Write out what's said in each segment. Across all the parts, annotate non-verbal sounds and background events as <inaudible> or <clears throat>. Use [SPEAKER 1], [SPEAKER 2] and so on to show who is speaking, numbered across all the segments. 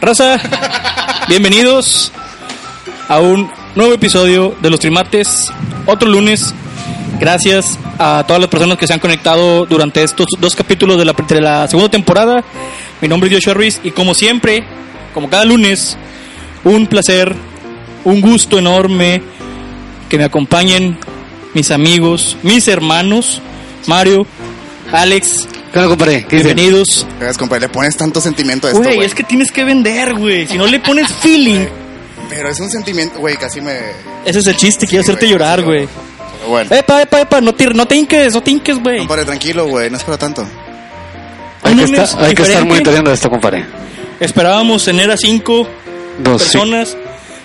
[SPEAKER 1] Raza, bienvenidos a un nuevo episodio de Los Trimates, otro lunes. Gracias a todas las personas que se han conectado durante estos dos capítulos de la, de la segunda temporada. Mi nombre es Joshua Ruiz y como siempre, como cada lunes, un placer, un gusto enorme que me acompañen mis amigos, mis hermanos, Mario, Alex,
[SPEAKER 2] ¿Qué onda, compadre? ¿Qué dicen?
[SPEAKER 1] bienvenidos.
[SPEAKER 3] Verás, compadre, le pones tanto sentimiento a esto,
[SPEAKER 1] Güey,
[SPEAKER 3] güey.
[SPEAKER 1] es que tienes que vender, güey. Si no le pones feeling,
[SPEAKER 3] Pero es un sentimiento, güey, casi me...
[SPEAKER 1] ese es el chiste, quiero
[SPEAKER 3] Sí,
[SPEAKER 1] hacerte
[SPEAKER 3] güey,
[SPEAKER 1] llorar,
[SPEAKER 3] sí,
[SPEAKER 1] güey.
[SPEAKER 3] Pero bueno,
[SPEAKER 1] Epa, epa, epa, no te, no te inques, no te inques, güey.
[SPEAKER 3] compadre, tranquilo, güey, no es para tanto.
[SPEAKER 2] Hay,
[SPEAKER 1] Un
[SPEAKER 2] que,
[SPEAKER 1] lunes
[SPEAKER 2] estar- hay que estar
[SPEAKER 1] diferente.
[SPEAKER 2] monitoreando esto, compadre.
[SPEAKER 1] Esperábamos tener a cinco
[SPEAKER 2] Dos. sí.
[SPEAKER 1] personas,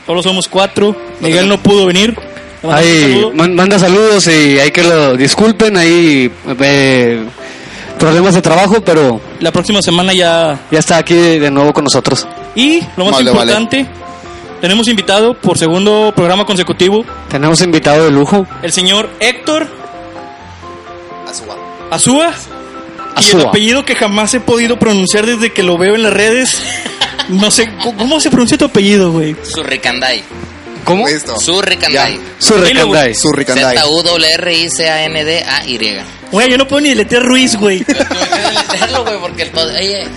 [SPEAKER 1] solo somos cuatro. Miguel no pudo venir. Le mandamos un
[SPEAKER 2] Ahí,
[SPEAKER 1] saludo.
[SPEAKER 2] man- manda saludos y hay que lo disculpen. Hay eh, problemas de trabajo, pero
[SPEAKER 1] La próxima semana ya
[SPEAKER 2] ya está aquí de nuevo con nosotros.
[SPEAKER 1] Y lo más
[SPEAKER 3] Vale, vale.
[SPEAKER 1] importante, tenemos invitado por segundo programa consecutivo
[SPEAKER 2] Tenemos invitado de lujo.
[SPEAKER 1] el señor Héctor
[SPEAKER 3] A su guapo.
[SPEAKER 1] Azúa. Y el
[SPEAKER 2] Azúa.
[SPEAKER 1] apellido que jamás he podido pronunciar desde que lo veo en las redes. No sé, ¿cómo- ¿cómo se pronuncia tu apellido, güey?
[SPEAKER 4] Surricandai.
[SPEAKER 2] ¿Cómo?
[SPEAKER 3] Listo.
[SPEAKER 4] Surricandai.
[SPEAKER 2] Su recandai.
[SPEAKER 3] Su ricandai.
[SPEAKER 4] Z-U-R-R-I-C-A-N-D-A-Y.
[SPEAKER 1] Güey, yo no puedo ni letrar Ruiz, güey.
[SPEAKER 4] Dejarlo, güey, porque el pod- Oye,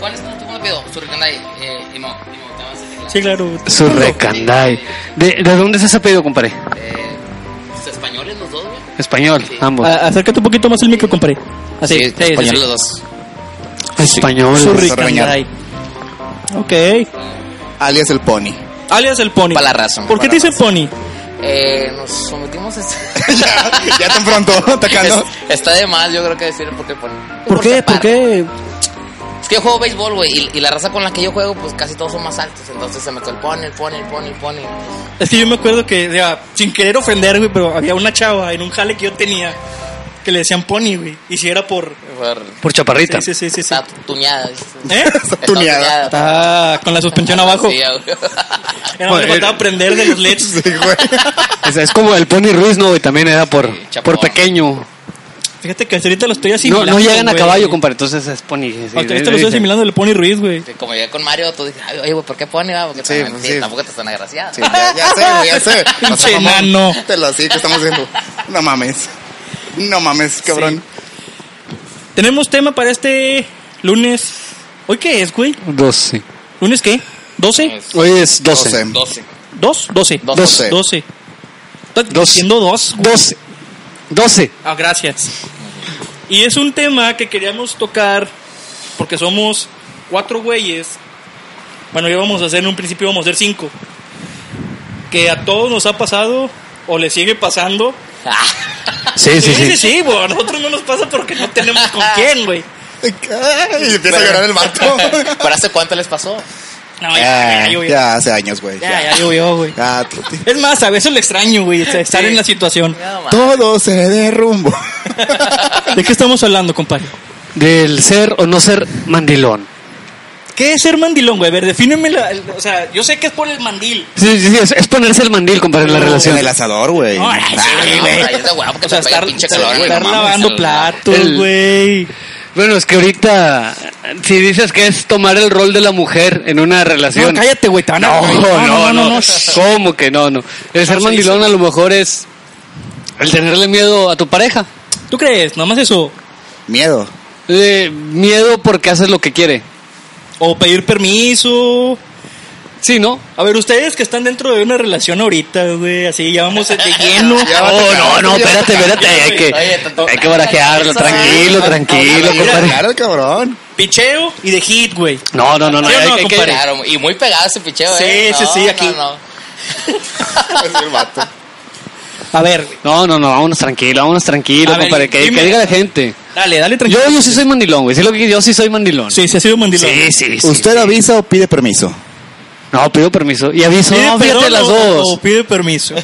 [SPEAKER 4] ¿cuál es tu segundo apellido? Surricandai. Eh, Imo. Imo, te vas a decir.
[SPEAKER 1] Sí, claro.
[SPEAKER 2] Su recandai. ¿De, de dónde es ese apellido, compadre?
[SPEAKER 4] Eh, ¿los españoles los dos, güey?
[SPEAKER 2] Español, ambos.
[SPEAKER 1] A- acércate un poquito más el micro, compadre. Así, sí, sí,
[SPEAKER 4] españoles
[SPEAKER 1] sí.
[SPEAKER 4] los dos.
[SPEAKER 2] Español.
[SPEAKER 1] Surricanday. Ok.
[SPEAKER 3] Alias el pony. <laughs>
[SPEAKER 1] Alias el Pony.
[SPEAKER 4] Pa' la razón.
[SPEAKER 1] ¿Por qué
[SPEAKER 3] Pa'
[SPEAKER 1] te
[SPEAKER 3] la
[SPEAKER 1] dice Pony?
[SPEAKER 4] Eh, nos sometimos a...
[SPEAKER 3] <laughs> ya, ya tan pronto, <laughs> atacando.
[SPEAKER 4] Es- <laughs> está de más, yo creo que decir por qué pone.
[SPEAKER 1] ¿Por qué? ¿Por
[SPEAKER 4] tapar.
[SPEAKER 1] qué?
[SPEAKER 4] Es que yo juego béisbol, güey, y, y la raza con la que yo juego, pues casi todos son más altos. Entonces se metió el pony, el pony, el pony, el pony.
[SPEAKER 1] Es que yo me acuerdo que, o sea, sin querer ofender, güey, pero había una chava en un jale que yo tenía que le decían pony, güey. Y si era por.
[SPEAKER 4] Por-
[SPEAKER 2] Por chaparrita.
[SPEAKER 1] Sí, sí, sí, sí. sí.
[SPEAKER 4] pues, Está tuñada. ¿viste?
[SPEAKER 1] ¿Eh?
[SPEAKER 4] <laughs> Está
[SPEAKER 3] Tuneada.
[SPEAKER 1] Está con la suspensión abajo.
[SPEAKER 4] Sí,
[SPEAKER 1] Era
[SPEAKER 4] ya, güey. <laughs>
[SPEAKER 1] donde faltaba prender de los LEDs.
[SPEAKER 2] <laughs>
[SPEAKER 3] Sí, güey.
[SPEAKER 2] Es, es como el Pony Ruiz, ¿no? Y también era por,
[SPEAKER 4] chapón.
[SPEAKER 2] por pequeño.
[SPEAKER 1] Fíjate que hasta ahorita lo estoy
[SPEAKER 2] No,
[SPEAKER 1] asimilando.
[SPEAKER 2] no llegan a
[SPEAKER 1] güey.
[SPEAKER 2] caballo, compadre. Entonces es Pony. sí,
[SPEAKER 1] Hasta
[SPEAKER 2] le-
[SPEAKER 1] ahorita
[SPEAKER 2] le
[SPEAKER 1] lo estoy
[SPEAKER 2] dicen.
[SPEAKER 1] asimilando el Pony Ruiz, güey.
[SPEAKER 4] Que Como llegué con Mario, tú dije, ay, oye, ¿por qué pone? va? Porque
[SPEAKER 3] Sí,
[SPEAKER 4] también-
[SPEAKER 3] pues,
[SPEAKER 4] sí,
[SPEAKER 3] sí.
[SPEAKER 4] tampoco te están agraciadas.
[SPEAKER 3] Sí, ya, ya sé, güey, ya <laughs> sé. No seas
[SPEAKER 1] Pinche
[SPEAKER 3] mamón.
[SPEAKER 1] enano.
[SPEAKER 3] Te lo así que estamos haciendo. No mames. No mames, cabrón.
[SPEAKER 1] Tenemos tema para este lunes. ¿Hoy qué es, güey?
[SPEAKER 2] 12.
[SPEAKER 1] ¿Lunes qué? ¿12?
[SPEAKER 2] Hoy es 12.
[SPEAKER 3] 12.
[SPEAKER 4] 12.
[SPEAKER 1] ¿Dos? ¿12?
[SPEAKER 4] Dos.
[SPEAKER 3] 12.
[SPEAKER 1] 12. Estás
[SPEAKER 2] Dos.
[SPEAKER 1] diciendo dos,
[SPEAKER 2] 12. 12.
[SPEAKER 1] Ah, gracias. Y es un tema que queríamos tocar porque somos cuatro güeyes. Bueno, íbamos a hacer en un principio, íbamos a ser cinco. Que a todos nos ha pasado o le sigue pasando.
[SPEAKER 2] Sí, sí,
[SPEAKER 1] sí,
[SPEAKER 2] sí.
[SPEAKER 1] sí, bo, a nosotros no nos pasa porque no tenemos con quién, güey.
[SPEAKER 3] Y empieza a llorar el <laughs> vato.
[SPEAKER 4] <laughs> ¿Pero hace cuánto les pasó?
[SPEAKER 1] No, ya, ya, llovió.
[SPEAKER 3] Ah, ya hace años, güey.
[SPEAKER 1] Ya, ya llovió, güey.
[SPEAKER 3] Ya, tú-
[SPEAKER 1] Es más, a veces lo extraño, güey, estar en la situación.
[SPEAKER 4] Nada más.
[SPEAKER 3] Todo se derrumbó.
[SPEAKER 1] ¿De qué estamos hablando, compadre?
[SPEAKER 2] Del ser o no ser mandilón.
[SPEAKER 1] ¿Qué es ser mandilón, güey? A ver, defíneme la... O sea, yo sé que es por el mandil.
[SPEAKER 2] Sí, sí, sí. Es, es ponerse el mandil, compadre, en la
[SPEAKER 1] No,
[SPEAKER 2] relación.
[SPEAKER 3] En el asador, güey.
[SPEAKER 1] No, ay, sí,
[SPEAKER 4] Ay,
[SPEAKER 1] güey.
[SPEAKER 4] güey, es de huevo, porque
[SPEAKER 1] O sea,
[SPEAKER 4] te pega
[SPEAKER 1] estar,
[SPEAKER 4] pinche
[SPEAKER 1] estar-
[SPEAKER 4] calor, güey, no
[SPEAKER 1] estar
[SPEAKER 4] mames,
[SPEAKER 1] lavando
[SPEAKER 4] el-
[SPEAKER 1] platos,
[SPEAKER 2] el-
[SPEAKER 1] güey.
[SPEAKER 2] Bueno, es que ahorita, si dices que es tomar el rol de la mujer en una
[SPEAKER 1] No,
[SPEAKER 2] relación.
[SPEAKER 1] cállate, güey, te van a-
[SPEAKER 2] No,
[SPEAKER 1] güey,
[SPEAKER 2] no, no, no.
[SPEAKER 1] shh.
[SPEAKER 2] ¿Cómo que no, no? El ser
[SPEAKER 1] sí,
[SPEAKER 2] mandilón a lo mejor es el tenerle miedo a tu pareja.
[SPEAKER 1] ¿Tú crees? Nada más eso.
[SPEAKER 3] Miedo.
[SPEAKER 2] Eh, miedo porque haces lo que quiere.
[SPEAKER 1] O pedir permiso.
[SPEAKER 2] Sí, ¿no?
[SPEAKER 1] A ver, ustedes que están dentro de una relación ahorita, güey, así, ya vamos de lleno.
[SPEAKER 2] <laughs>
[SPEAKER 3] Ya va a
[SPEAKER 2] Oh,
[SPEAKER 3] tocar.
[SPEAKER 2] no, no, espérate, espérate. Hay que,
[SPEAKER 4] Oye, tanto-
[SPEAKER 2] hay que barajearlo. Tranquilo, tranquilo,
[SPEAKER 1] Mira,
[SPEAKER 2] compadre.
[SPEAKER 3] Claro, cabrón.
[SPEAKER 1] Picheo y de hit, güey.
[SPEAKER 2] No, no, no, no.
[SPEAKER 1] ¿Sí o
[SPEAKER 2] hay
[SPEAKER 1] no,
[SPEAKER 2] que- hay que-
[SPEAKER 1] compadre?
[SPEAKER 4] Claro, y muy pegado ese picheo,
[SPEAKER 1] Sí,
[SPEAKER 4] ¿eh?
[SPEAKER 1] sí,
[SPEAKER 4] No,
[SPEAKER 1] sí, aquí.
[SPEAKER 4] No, no.
[SPEAKER 3] Es el vato.
[SPEAKER 1] A ver, güey,
[SPEAKER 2] no, no, no, vámonos tranquilo, vámonos tranquilo,
[SPEAKER 1] A ver,
[SPEAKER 2] compadre. Que,
[SPEAKER 1] dime-
[SPEAKER 2] que diga la gente.
[SPEAKER 1] dale, dale
[SPEAKER 2] Yo,
[SPEAKER 1] tranquilo.
[SPEAKER 2] yo sí soy mandilón, güey. Sí, lo que- yo sí soy mandilón.
[SPEAKER 1] Sí, se ha sido mandilón.
[SPEAKER 2] sí, sí. sí.
[SPEAKER 3] ¿Usted avisa o pide permiso?
[SPEAKER 2] No, pido permiso. Y aviso,
[SPEAKER 1] ¿Pide
[SPEAKER 2] no,
[SPEAKER 1] perdón
[SPEAKER 2] fíjate las
[SPEAKER 1] o-
[SPEAKER 2] dos.
[SPEAKER 1] o pide permiso.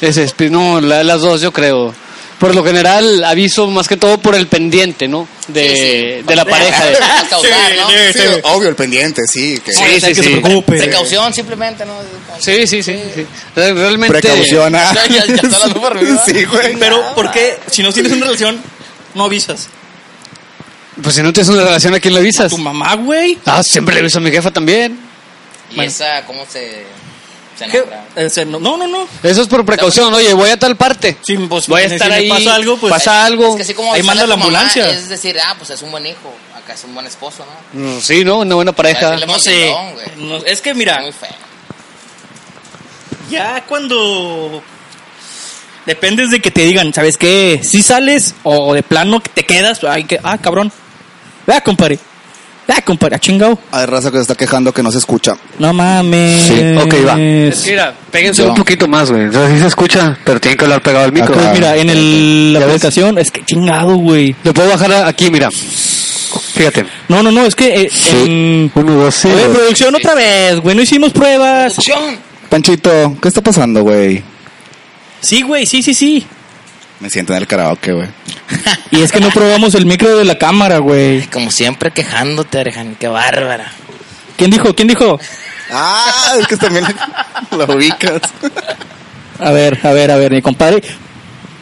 [SPEAKER 2] Ese es- no, la- las dos, yo creo. Por lo general, aviso más que todo por el pendiente, ¿no? De, de la pareja.
[SPEAKER 1] <laughs>
[SPEAKER 2] de-
[SPEAKER 4] A causar, ¿no?
[SPEAKER 1] Sí,
[SPEAKER 3] Sí, obvio, el pendiente, sí. que-
[SPEAKER 2] Sí,
[SPEAKER 1] Ay,
[SPEAKER 2] sí,
[SPEAKER 1] que se
[SPEAKER 2] sí.
[SPEAKER 1] preocupe.
[SPEAKER 4] Precaución, simplemente, ¿no?
[SPEAKER 2] Sí, sí, sí. sí. Re- Realmente.
[SPEAKER 3] Precauciona.
[SPEAKER 4] Ya, ya,
[SPEAKER 3] <laughs>
[SPEAKER 4] ya está hablando por mí, ¿verdad?
[SPEAKER 3] Sí, güey.
[SPEAKER 1] Pero, ¿por qué? Si no tienes una relación, no avisas.
[SPEAKER 2] Pues si no tienes una relación, ¿a quién le avisas?
[SPEAKER 1] ¿Tu mamá, güey?
[SPEAKER 2] Ah, siempre le aviso a mi jefa también.
[SPEAKER 4] Y
[SPEAKER 1] Bueno.
[SPEAKER 4] esa, ¿cómo se, se
[SPEAKER 1] ¿Qué?
[SPEAKER 4] nombra?
[SPEAKER 1] Eh, se- No, no, no.
[SPEAKER 2] Eso es por precaución, oye, voy a tal parte.
[SPEAKER 1] Sí, pues,
[SPEAKER 2] Voy a
[SPEAKER 1] si
[SPEAKER 2] estar
[SPEAKER 1] me
[SPEAKER 2] ahí,
[SPEAKER 1] pasa algo, pues.
[SPEAKER 2] pasa- algo.
[SPEAKER 4] Es que así como
[SPEAKER 1] Ahí
[SPEAKER 4] sale
[SPEAKER 1] manda
[SPEAKER 4] tu
[SPEAKER 1] la
[SPEAKER 4] mamá,
[SPEAKER 1] ambulancia.
[SPEAKER 4] es decir, ah, pues es un buen hijo. Acá es un buen esposo, ¿no?
[SPEAKER 2] Mm, Sí, ¿no? Una buena pareja.
[SPEAKER 1] No sé.
[SPEAKER 4] No, güey.
[SPEAKER 1] No, es que mira,
[SPEAKER 4] Muy feo.
[SPEAKER 1] ya cuando. Dependes de que te digan, ¿sabes qué? Si sales o de plano que te quedas, ay, que, ah, cabrón. Vea, compadre. Vea, compadre, a chingado.
[SPEAKER 3] Hay raza que se está quejando que no se escucha.
[SPEAKER 1] No mames.
[SPEAKER 3] Sí, ok, va.
[SPEAKER 2] Es que mira, péguense
[SPEAKER 3] Yo.
[SPEAKER 2] un poquito más, güey. O sea, sí se escucha, pero tienen que hablar pegado al micro.
[SPEAKER 3] Acá.
[SPEAKER 1] Pues mira, en el, la
[SPEAKER 2] ¿Ya ves?
[SPEAKER 1] aplicación, es que chingado, güey.
[SPEAKER 2] Lo puedo bajar a- aquí, mira. Fíjate.
[SPEAKER 1] No, no, no, es que eh, en...
[SPEAKER 2] Uno, dos, sí.
[SPEAKER 1] Oye, producción otra vez, güey, no hicimos pruebas.
[SPEAKER 4] Producción.
[SPEAKER 3] Panchito, ¿qué está pasando, güey?
[SPEAKER 1] Sí, güey, sí, sí, sí.
[SPEAKER 3] Me siento en el karaoke, güey.
[SPEAKER 1] Y es que no probamos el micro de la cámara, güey.
[SPEAKER 4] Como siempre quejándote, Arjan, qué bárbara.
[SPEAKER 1] ¿Quién dijo? ¿Quién dijo?
[SPEAKER 3] Ah, es que también <laughs> lo ubicas.
[SPEAKER 1] A ver, a ver, a ver, mi compadre.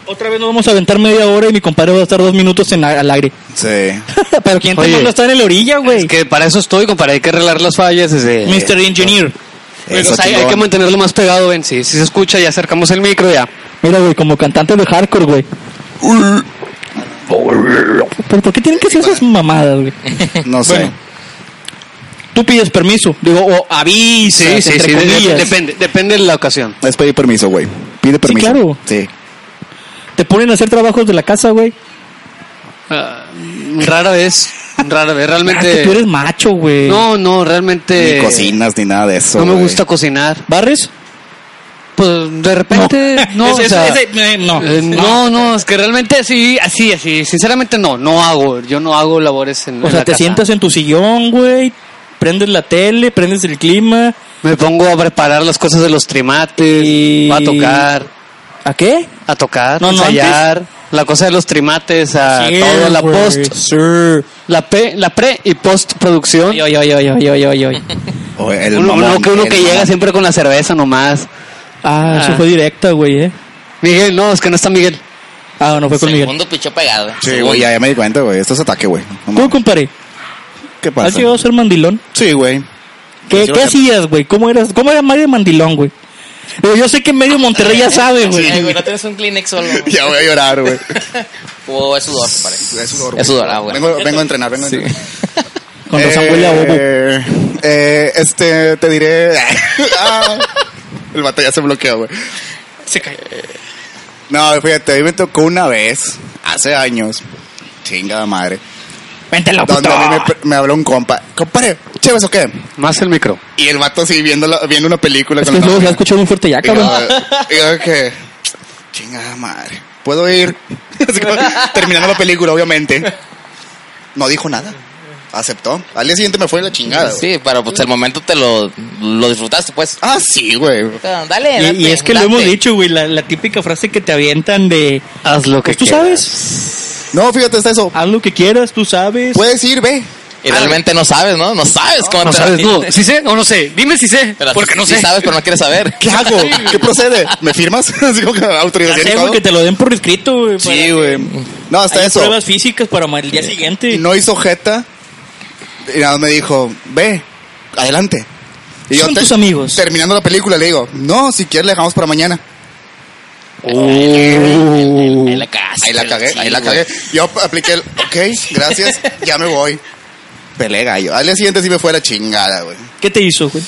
[SPEAKER 1] Otra vez nos vamos a aventar media hora y mi compadre va a estar dos minutos en la- al aire. <laughs>
[SPEAKER 3] Sí.
[SPEAKER 1] Pero ¿quién te
[SPEAKER 2] Oye.
[SPEAKER 1] manda a estar en la orilla, güey?
[SPEAKER 2] Es que para eso estoy, compadre. Hay que arreglar las fallas. ese-
[SPEAKER 1] Mr. Engineer.
[SPEAKER 2] Oye,
[SPEAKER 3] Eso,
[SPEAKER 2] pues, o sea, hay, hay
[SPEAKER 3] chingón.
[SPEAKER 2] que mantenerlo más pegado, ven. Si, si se escucha, ya acercamos el micro, ya.
[SPEAKER 1] Mira, güey, como cantante de hardcore, güey. ¿Pero por qué tienen que hacer esas mamadas, güey?
[SPEAKER 3] No sé.
[SPEAKER 1] Bueno. Tú pides permiso, digo, o avisas,
[SPEAKER 2] Sí, sí,
[SPEAKER 1] entre
[SPEAKER 2] sí. de- de-
[SPEAKER 1] comillas.
[SPEAKER 2] depende, depende de la ocasión.
[SPEAKER 3] Es pedir permiso, güey. Pide permiso.
[SPEAKER 1] claro.
[SPEAKER 3] Sí.
[SPEAKER 1] Te ponen a hacer trabajos de la casa, güey.
[SPEAKER 2] Ah, rara vez, rara vez.
[SPEAKER 1] Ah, que
[SPEAKER 2] Realmente.
[SPEAKER 1] tú eres macho, güey.
[SPEAKER 2] No, no, realmente.
[SPEAKER 3] Ni cocinas ni nada de eso.
[SPEAKER 2] Eh, No me
[SPEAKER 3] güey.
[SPEAKER 2] gusta cocinar.
[SPEAKER 1] ¿Barres?
[SPEAKER 2] Pues de repente, <laughs> no.
[SPEAKER 1] Ese-
[SPEAKER 2] o sea,
[SPEAKER 1] ese- ese- eh, no.
[SPEAKER 2] eh, no, no, es que realmente sí, así, así. Sinceramente, no, no hago. Yo no hago labores en.
[SPEAKER 1] O
[SPEAKER 2] en
[SPEAKER 1] sea,
[SPEAKER 2] la
[SPEAKER 1] te
[SPEAKER 2] casa.
[SPEAKER 1] sientas en tu sillón, güey. Prendes la tele, prendes el clima.
[SPEAKER 2] Me pongo a preparar las cosas de los trimates,
[SPEAKER 1] Y-
[SPEAKER 2] a tocar,
[SPEAKER 1] ¿A qué?
[SPEAKER 2] a tocar,
[SPEAKER 1] No,
[SPEAKER 2] a
[SPEAKER 1] no,
[SPEAKER 2] ensayar, la cosa de los trimates, a
[SPEAKER 1] Sí,
[SPEAKER 2] todo, la
[SPEAKER 1] güey,
[SPEAKER 2] post,
[SPEAKER 1] sir.
[SPEAKER 2] la, pe- la pre y post producción.
[SPEAKER 1] Oye, oye, oye, oye, oye, oye, oye.
[SPEAKER 3] O el
[SPEAKER 2] Uno,
[SPEAKER 3] mamón,
[SPEAKER 2] uno que, uno
[SPEAKER 3] el
[SPEAKER 2] que llega
[SPEAKER 3] mamón.
[SPEAKER 2] siempre con la cerveza nomás.
[SPEAKER 1] Ah, eso
[SPEAKER 2] Ah.
[SPEAKER 1] fue directa, güey, eh.
[SPEAKER 2] Miguel, no, es que no está Miguel.
[SPEAKER 1] Ah, no fue con Miguel.
[SPEAKER 4] Segundo pichó pegado. ¿eh?
[SPEAKER 3] Sí,
[SPEAKER 4] Segundo.
[SPEAKER 3] güey, ya, ya me di cuenta, güey. Esto es ataque, güey. No
[SPEAKER 1] Tú,
[SPEAKER 3] mames.
[SPEAKER 1] compadre,
[SPEAKER 3] ¿Qué
[SPEAKER 1] ¿has
[SPEAKER 3] pasa?
[SPEAKER 1] llegado a ser mandilón?
[SPEAKER 3] Sí, güey.
[SPEAKER 1] ¿Qué,
[SPEAKER 2] Pues
[SPEAKER 3] Sí,
[SPEAKER 1] qué
[SPEAKER 3] sí.
[SPEAKER 1] hacías, güey? ¿Cómo eras? ¿Cómo era Mario Mandilón, güey? Digo, yo sé que medio Monterrey ya sabe, güey.
[SPEAKER 4] Ay, güey, no tienes un Kleenex solo. güey.
[SPEAKER 3] <laughs> Ya voy a llorar, güey.
[SPEAKER 4] O es sudor,
[SPEAKER 3] <laughs>
[SPEAKER 4] parece.
[SPEAKER 3] Es sudor.
[SPEAKER 4] Es sudor, ah, güey.
[SPEAKER 3] Vengo, vengo a entrenar, vengo a entrenar.
[SPEAKER 1] <laughs> Con razón
[SPEAKER 3] Eh,
[SPEAKER 1] huele a bobo.
[SPEAKER 3] eh, este, te diré. <laughs> Ah, el vato ya se bloqueó, güey.
[SPEAKER 1] Se cayó.
[SPEAKER 3] No, fíjate, a mí me tocó una vez, hace años. Chingada madre.
[SPEAKER 1] Vente la
[SPEAKER 3] Donde
[SPEAKER 1] Ah, puta.
[SPEAKER 3] a mí me, me habló un compa. Compare, ¿chéves o qué?
[SPEAKER 2] Más el micro.
[SPEAKER 3] Y el vato así viendo, la- viendo una película.
[SPEAKER 1] Es
[SPEAKER 3] con
[SPEAKER 1] que
[SPEAKER 3] la
[SPEAKER 1] luego se ha
[SPEAKER 3] novia.
[SPEAKER 1] escuchado muy fuerte ya,
[SPEAKER 3] Y yo,
[SPEAKER 1] cabrón.
[SPEAKER 3] y yo que, chingada madre, ¿puedo ir? <laughs> Así como, terminando la película, obviamente. No dijo nada. Aceptó. Al día siguiente me fue la chingada. güey.
[SPEAKER 4] Sí, pero pues el momento te lo, lo disfrutaste, pues.
[SPEAKER 3] Ah, sí, güey.
[SPEAKER 4] Dale, date,
[SPEAKER 1] Y, y es que lo
[SPEAKER 4] date.
[SPEAKER 1] hemos dicho, güey, la, la típica frase que te avientan de...
[SPEAKER 2] Haz lo que
[SPEAKER 1] Pues tú
[SPEAKER 2] quieras.
[SPEAKER 1] sabes,
[SPEAKER 3] No, fíjate, está eso.
[SPEAKER 1] haz lo que quieras, tú sabes.
[SPEAKER 2] Pues,
[SPEAKER 3] Puedes ir, ve.
[SPEAKER 4] Y realmente no sabes, ¿no? No sabes cómo
[SPEAKER 2] No
[SPEAKER 4] te
[SPEAKER 1] Eh,
[SPEAKER 2] sabes, no. ¿Sí sé o no sé? Dime si sé.
[SPEAKER 4] Pero
[SPEAKER 2] porque
[SPEAKER 4] sí-
[SPEAKER 2] no
[SPEAKER 4] sí
[SPEAKER 2] sé.
[SPEAKER 4] sabes, pero no quieres saber.
[SPEAKER 3] ¿Qué hago? ¿Qué procede? ¿Me firmas? <laughs> Así como que
[SPEAKER 1] Ya
[SPEAKER 3] autorización y
[SPEAKER 1] sé,
[SPEAKER 3] todo.
[SPEAKER 1] güey, que te lo den por escrito, güey.
[SPEAKER 3] Sí, güey. No, hasta
[SPEAKER 1] Hay
[SPEAKER 3] eso.
[SPEAKER 1] pruebas físicas para ma- el día siguiente.
[SPEAKER 3] No hizo jeta. Y nada más me dijo, ve, adelante. Y
[SPEAKER 1] Son
[SPEAKER 3] te-
[SPEAKER 1] tus amigos.
[SPEAKER 3] Terminando la película le digo, no, si quieres le dejamos para mañana.
[SPEAKER 1] Uh.
[SPEAKER 4] Ahí la cagaste.
[SPEAKER 3] Ahí la cagué,
[SPEAKER 4] Sí,
[SPEAKER 3] ahí la
[SPEAKER 4] güey.
[SPEAKER 3] cagué. Yo apliqué el, ok, gracias, ya me voy. Pelé gallo. Al día siguiente sí me fue la chingada, güey.
[SPEAKER 1] ¿Qué te hizo, güey?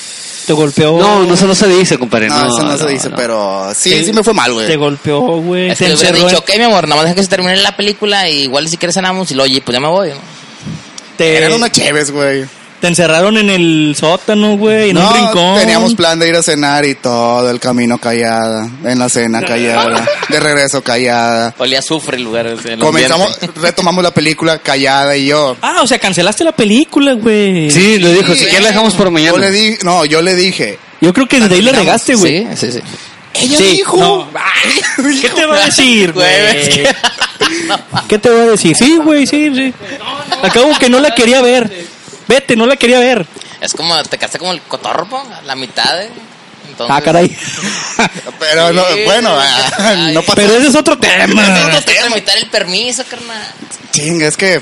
[SPEAKER 1] ¿Te golpeó?
[SPEAKER 2] No, no, se- no se dice, compadre.
[SPEAKER 3] No,
[SPEAKER 2] Eh, No,
[SPEAKER 3] eso no, se dice,
[SPEAKER 2] no.
[SPEAKER 3] pero sí,
[SPEAKER 1] Te-
[SPEAKER 3] sí me fue mal,
[SPEAKER 1] Te
[SPEAKER 3] güey.
[SPEAKER 1] golpeó, güey.
[SPEAKER 4] Es que
[SPEAKER 1] Te
[SPEAKER 4] le hubiera
[SPEAKER 1] encerró,
[SPEAKER 4] dicho,
[SPEAKER 1] en-
[SPEAKER 4] ok, mi amor, nada más deja que se termine la película y igual si quieres cenamos y lo oye, pues ya me voy, ¿no?
[SPEAKER 1] te,
[SPEAKER 3] Eran unas chéves, güey.
[SPEAKER 1] te encerraron en el sótano, güey, en
[SPEAKER 3] No,
[SPEAKER 1] un rincón.
[SPEAKER 3] teníamos plan de ir a cenar y todo el camino callada, en la cena callada, de regreso callada.
[SPEAKER 4] Olía azufre el lugar. el- el
[SPEAKER 3] Comenzamos,
[SPEAKER 4] ambiente.
[SPEAKER 3] retomamos la película callada y yo.
[SPEAKER 1] Ah, o sea, cancelaste la película, güey.
[SPEAKER 2] Sí, le dijo,
[SPEAKER 3] Sí,
[SPEAKER 2] si quieres la dejamos por
[SPEAKER 3] Yo
[SPEAKER 2] mañana.
[SPEAKER 3] le di, no, yo le dije.
[SPEAKER 1] Yo creo que desde ahí la
[SPEAKER 3] Terminamos,
[SPEAKER 1] regaste, güey.
[SPEAKER 4] Sí, sí, sí.
[SPEAKER 3] Ella
[SPEAKER 1] Sí,
[SPEAKER 3] dijo.
[SPEAKER 1] no. ¿Qué te va a
[SPEAKER 4] <laughs>
[SPEAKER 1] decir, güey?
[SPEAKER 4] es que-
[SPEAKER 1] ¿Qué te va a decir? Sí, güey, sí, sí. Acabo que no la quería ver. Vete, no la quería ver.
[SPEAKER 4] Es como, te casaste como el cotorro, po, a la mitad, ¿eh? Entonces,
[SPEAKER 1] Ah, caray.
[SPEAKER 3] Pero no,
[SPEAKER 4] Sí,
[SPEAKER 3] bueno, <laughs>
[SPEAKER 4] no,
[SPEAKER 3] ah, no pasa.
[SPEAKER 1] Pero ese es otro
[SPEAKER 4] No
[SPEAKER 1] tema.
[SPEAKER 4] te vas a tramitar el permiso, carnal.
[SPEAKER 3] Chinga, es que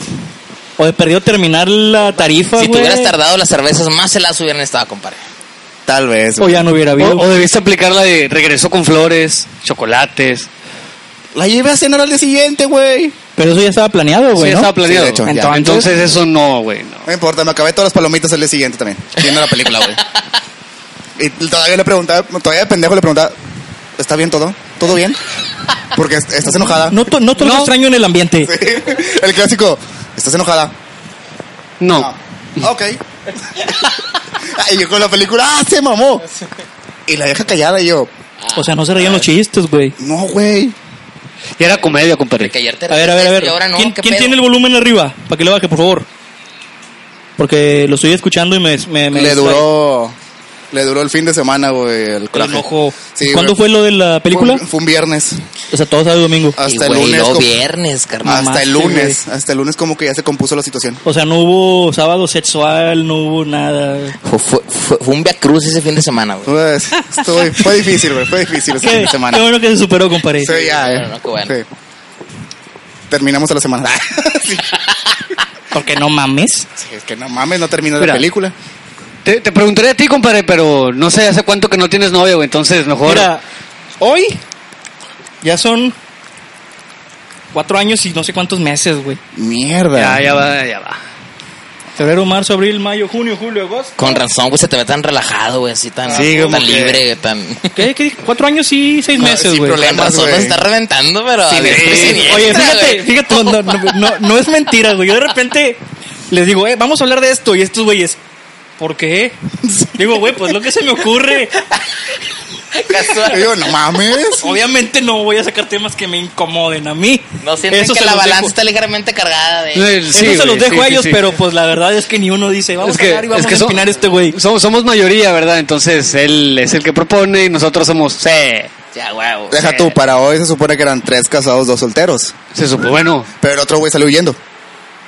[SPEAKER 1] O de perdió terminar la tarifa,
[SPEAKER 4] Si
[SPEAKER 1] Pues,
[SPEAKER 4] te
[SPEAKER 1] güey.
[SPEAKER 4] hubieras tardado, las cervezas más se las hubieran estado, compadre.
[SPEAKER 3] Tal vez.
[SPEAKER 1] O
[SPEAKER 3] güey.
[SPEAKER 1] ya no hubiera
[SPEAKER 2] O,
[SPEAKER 1] habido.
[SPEAKER 2] o debiste aplicar la de regresó con flores, chocolates.
[SPEAKER 3] La llevé a cenar al día siguiente, güey.
[SPEAKER 1] Pero eso ya estaba planeado,
[SPEAKER 2] Sí,
[SPEAKER 1] güey. ¿no?
[SPEAKER 2] estaba planeado.
[SPEAKER 3] Sí, de hecho, ya.
[SPEAKER 2] entonces, entonces eso no, güey. no.
[SPEAKER 3] No importa, me acabé todas las palomitas al día siguiente también. Viendo la película, güey. Y todavía le preguntaba, todavía de pendejo le preguntaba, ¿está bien todo? ¿Todo bien? Porque est- estás enojada.
[SPEAKER 1] No, to- no todo lo
[SPEAKER 2] No.
[SPEAKER 1] extraño en el ambiente.
[SPEAKER 3] <laughs> El clásico, ¿estás enojada?
[SPEAKER 2] No.
[SPEAKER 3] Ah, ok. <laughs> y yo con la película, ¡ah, se mamó! Y la deja callada y yo,
[SPEAKER 1] O sea, no se reían los chistes, güey.
[SPEAKER 3] no, güey.
[SPEAKER 2] Y era comedia, compadre.
[SPEAKER 4] <laughs> Que ayer te
[SPEAKER 1] A ver, a ver, a ver.
[SPEAKER 4] Y ahora no,
[SPEAKER 1] ¿Quién,
[SPEAKER 4] ¿qué
[SPEAKER 1] quién
[SPEAKER 4] pedo?
[SPEAKER 1] tiene el volumen arriba? Para que le baje, por favor. Porque lo estoy escuchando y me... me, me
[SPEAKER 3] Le
[SPEAKER 1] distrae.
[SPEAKER 3] duró, le duró el fin de semana, güey, el
[SPEAKER 1] El
[SPEAKER 3] coraje.
[SPEAKER 1] enojo.
[SPEAKER 3] Sí,
[SPEAKER 1] ¿Cuándo fue
[SPEAKER 3] güey.
[SPEAKER 1] lo de la película?
[SPEAKER 3] Fue, fue un viernes.
[SPEAKER 1] O sea, todo sábado y domingo.
[SPEAKER 3] Ah. hasta
[SPEAKER 4] Y,
[SPEAKER 3] el
[SPEAKER 4] güey,
[SPEAKER 3] lunes
[SPEAKER 4] luego
[SPEAKER 3] como-
[SPEAKER 4] viernes, carnal.
[SPEAKER 3] Hasta el
[SPEAKER 1] Mamaste,
[SPEAKER 3] lunes, hasta el lunes como que ya se compuso la situación.
[SPEAKER 1] O sea, no hubo sábado sexual, no hubo nada.
[SPEAKER 4] Fue, fue, fue- fue un viacruz ese fin de semana, güey.
[SPEAKER 3] Pues, estuvo- fue difícil, güey. Fue difícil esta
[SPEAKER 1] Qué,
[SPEAKER 3] Pues semana.
[SPEAKER 1] qué bueno que se superó, compadre.
[SPEAKER 3] Sí, ya, eh.
[SPEAKER 4] Bueno, no, qué bueno.
[SPEAKER 3] Sí. Terminamos a la semana. <laughs> Sí,
[SPEAKER 1] Porque no
[SPEAKER 3] <laughs>
[SPEAKER 1] mames.
[SPEAKER 3] es que no mames, no termina la
[SPEAKER 2] Mira.
[SPEAKER 3] película.
[SPEAKER 2] Te, te preguntaría a ti, compadre, pero no sé hace cuánto que no tienes novia, güey. Entonces, mejor.
[SPEAKER 1] Mira, hoy ya son cuatro años y no sé cuántos meses, güey.
[SPEAKER 3] Mierda.
[SPEAKER 2] ya, ya va, ya va.
[SPEAKER 1] Febrero, marzo, abril, mayo, junio, julio, agosto.
[SPEAKER 4] Con razón, güey, se te ve tan relajado, güey, así tan,
[SPEAKER 2] Sí, como
[SPEAKER 4] tan
[SPEAKER 2] que-
[SPEAKER 4] libre, tan...
[SPEAKER 1] ¿Qué? ¿Qué? Cuatro años y seis
[SPEAKER 3] No,
[SPEAKER 1] meses,
[SPEAKER 3] sin
[SPEAKER 1] güey.
[SPEAKER 3] problema.
[SPEAKER 4] Con
[SPEAKER 3] Problemas,
[SPEAKER 4] razón
[SPEAKER 3] güey.
[SPEAKER 4] nos está reventando, pero... a ver,
[SPEAKER 1] Sí,
[SPEAKER 4] sin
[SPEAKER 1] Oye,
[SPEAKER 4] extra,
[SPEAKER 1] fíjate,
[SPEAKER 4] güey.
[SPEAKER 1] fíjate, no, no, no, no es mentira, güey. Yo de repente les digo, eh, vamos a hablar de esto. Y estos güeyes, ¿por qué?
[SPEAKER 3] <laughs>
[SPEAKER 1] Digo, güey, pues lo que se me ocurre.
[SPEAKER 4] Casual.
[SPEAKER 3] Y Yo, no mames.
[SPEAKER 1] Obviamente no voy a sacar temas que me incomoden a mí.
[SPEAKER 4] No sienten
[SPEAKER 1] Eso
[SPEAKER 4] que
[SPEAKER 1] se
[SPEAKER 4] la
[SPEAKER 1] los
[SPEAKER 4] balanza
[SPEAKER 1] dejo-
[SPEAKER 4] está ligeramente cargada de...
[SPEAKER 2] Sí,
[SPEAKER 1] Eh, Eso se los
[SPEAKER 2] güey,
[SPEAKER 1] dejo
[SPEAKER 2] sí,
[SPEAKER 1] a
[SPEAKER 2] sí,
[SPEAKER 1] ellos,
[SPEAKER 2] sí.
[SPEAKER 1] pero pues la verdad es que ni uno dice, vamos
[SPEAKER 2] Es que,
[SPEAKER 1] a hablar y vamos
[SPEAKER 2] es que
[SPEAKER 1] a
[SPEAKER 2] so-
[SPEAKER 1] opinar este güey.
[SPEAKER 2] Somos, somos mayoría, ¿verdad? Entonces, él es el que propone y nosotros somos. Sí.
[SPEAKER 4] Ya, huevo.
[SPEAKER 3] Deja tú, para hoy se supone que eran tres casados, dos solteros.
[SPEAKER 2] Se supo, bueno.
[SPEAKER 3] Pero el otro güey salió huyendo.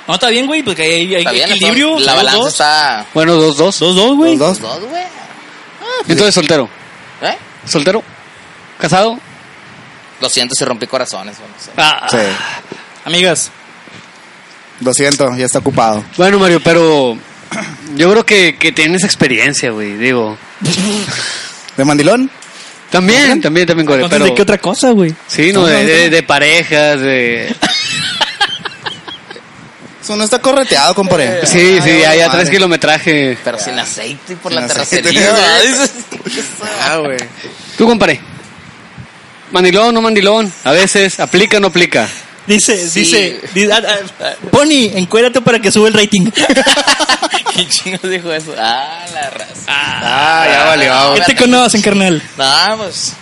[SPEAKER 1] No, está bien, güey, porque hay, hay
[SPEAKER 4] Está bien,
[SPEAKER 1] equilibrio.
[SPEAKER 4] La
[SPEAKER 1] dos,
[SPEAKER 4] balanza
[SPEAKER 1] dos,
[SPEAKER 4] está...
[SPEAKER 2] Bueno, dos, dos.
[SPEAKER 1] dos, dos, güey.
[SPEAKER 3] Los dos.
[SPEAKER 4] Dos, güey.
[SPEAKER 1] Ah, pues
[SPEAKER 2] Entonces, soltero.
[SPEAKER 4] ¿Eh?
[SPEAKER 2] ¿Soltero? ¿Casado?
[SPEAKER 4] Lo siento si rompí corazones, güey, no sé.
[SPEAKER 2] Ah.
[SPEAKER 3] Sí.
[SPEAKER 1] Amigas,
[SPEAKER 3] Lo siento, ya está ocupado.
[SPEAKER 2] Bueno, Mario, pero yo creo que, que tienes experiencia, güey, digo.
[SPEAKER 3] ¿De mandilón?
[SPEAKER 2] También, también, también, Core,
[SPEAKER 1] Ah, entonces,
[SPEAKER 2] pero...
[SPEAKER 1] ¿de qué otra cosa, güey?
[SPEAKER 2] Sí, no, de, de- de parejas,
[SPEAKER 3] <laughs>
[SPEAKER 2] de...
[SPEAKER 3] Eso no está correteado, compadre.
[SPEAKER 2] Sí, sí, ya,
[SPEAKER 3] Ay, vale,
[SPEAKER 2] ya
[SPEAKER 3] madre.
[SPEAKER 2] traes kilometraje.
[SPEAKER 4] Pero sin aceite y por
[SPEAKER 3] Sin
[SPEAKER 4] la
[SPEAKER 3] aceite.
[SPEAKER 4] terracería, ¿verdad? Dices,
[SPEAKER 3] Ah, güey.
[SPEAKER 2] Tú, compadre. Mandilón, no mandilón. A veces, aplica, no aplica.
[SPEAKER 1] Dice,
[SPEAKER 4] Sí.
[SPEAKER 1] dice, dice, ah, ah, Pony, encuérdate para que suba el rating.
[SPEAKER 4] ¿Quién chingos dijo eso? Ah, la raza.
[SPEAKER 3] Ah, ya
[SPEAKER 1] <laughs>
[SPEAKER 3] valió.
[SPEAKER 1] ¿Qué te conocen, carnal?
[SPEAKER 4] No, pues...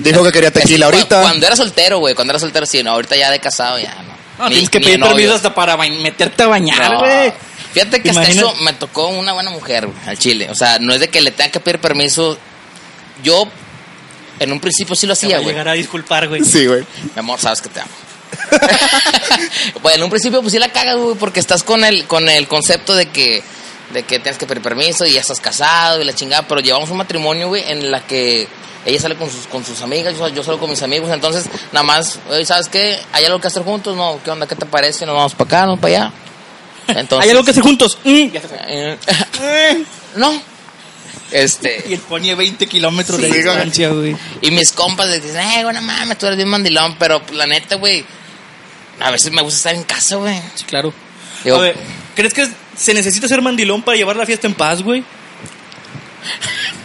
[SPEAKER 3] Dijo que quería tequila
[SPEAKER 4] Cu-
[SPEAKER 3] ahorita.
[SPEAKER 4] Cuando era soltero, güey. Cuando era soltero, sí. No, ahorita ya de casado, ya no.
[SPEAKER 1] No,
[SPEAKER 4] Ni-
[SPEAKER 1] tienes que
[SPEAKER 4] ni
[SPEAKER 1] pedir
[SPEAKER 4] novios.
[SPEAKER 1] permiso hasta para bañ- meterte a bañar,
[SPEAKER 4] No.
[SPEAKER 1] güey.
[SPEAKER 4] Fíjate que
[SPEAKER 1] Imagina-
[SPEAKER 4] hasta eso me tocó una buena mujer, güey, al chile. O sea, no es de que le tenga que pedir permiso. Yo, en un principio sí lo
[SPEAKER 1] Te
[SPEAKER 4] hacía,
[SPEAKER 1] voy a
[SPEAKER 4] güey.
[SPEAKER 1] llegar a disculpar, güey.
[SPEAKER 3] Sí, güey.
[SPEAKER 4] Mi amor, sabes que te amo. <laughs> bueno, en un principio pues sí la cagas, güey, porque estás con el, con el concepto de que, de que tienes que pedir permiso y ya estás casado y la chingada, pero llevamos un matrimonio, güey, en la que ella sale con sus, con sus amigas, yo, yo salgo con mis amigos, entonces nada más, "Ey, ¿sabes qué? ¿Hay algo que hacer juntos? No, ¿qué onda? ¿Qué te parece? ¿Nos vamos para acá? ¿Nos para
[SPEAKER 1] <laughs>
[SPEAKER 4] allá? Entonces,
[SPEAKER 1] Hay algo que hacer juntos. Mm.
[SPEAKER 4] eh, <laughs> no. Este...
[SPEAKER 1] <laughs> Y el Pony a 20 kilómetros de
[SPEAKER 3] Sí, güey.
[SPEAKER 1] distancia, güey.
[SPEAKER 4] Y mis compas les dicen, eh, güey, no mames, tú eres bien mandilón, pero pues, la neta, güey, a veces me gusta estar en casa, güey.
[SPEAKER 1] Sí, claro.
[SPEAKER 4] Digo-
[SPEAKER 1] a ver, ¿crees que se necesita ser mandilón para llevar la fiesta en paz, güey?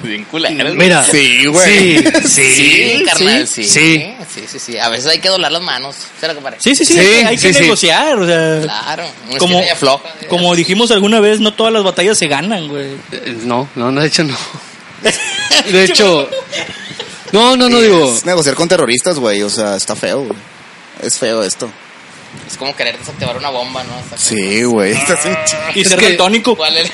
[SPEAKER 4] Bien culero.
[SPEAKER 2] Mira.
[SPEAKER 3] Sí, güey.
[SPEAKER 2] Sí, sí.
[SPEAKER 4] Sí, carnal, sí.
[SPEAKER 2] Sí.
[SPEAKER 4] sí, sí, sí. A veces hay que doblar las manos. ¿Se lo compadre?
[SPEAKER 1] Sí, sí, sí.
[SPEAKER 2] Sí,
[SPEAKER 1] hay que- hay
[SPEAKER 2] sí,
[SPEAKER 1] que
[SPEAKER 2] sí.
[SPEAKER 1] negociar, o sea.
[SPEAKER 4] Claro.
[SPEAKER 1] Como,
[SPEAKER 4] Como, floja,
[SPEAKER 1] como dijimos alguna vez, no todas las batallas se ganan, güey.
[SPEAKER 2] Eh, No, no, no, de hecho no. De hecho... No, no, no,
[SPEAKER 3] <laughs>
[SPEAKER 2] digo...
[SPEAKER 3] Es negociar con terroristas, güey. O sea, está feo, güey. Es feo esto.
[SPEAKER 4] Es como querer desactivar una bomba, ¿no? Hasta que-
[SPEAKER 3] Sí, güey. <laughs> Estás en ch-
[SPEAKER 1] Y
[SPEAKER 2] Es
[SPEAKER 1] ser
[SPEAKER 2] que-
[SPEAKER 1] daltónico.
[SPEAKER 4] ¿Cuál es?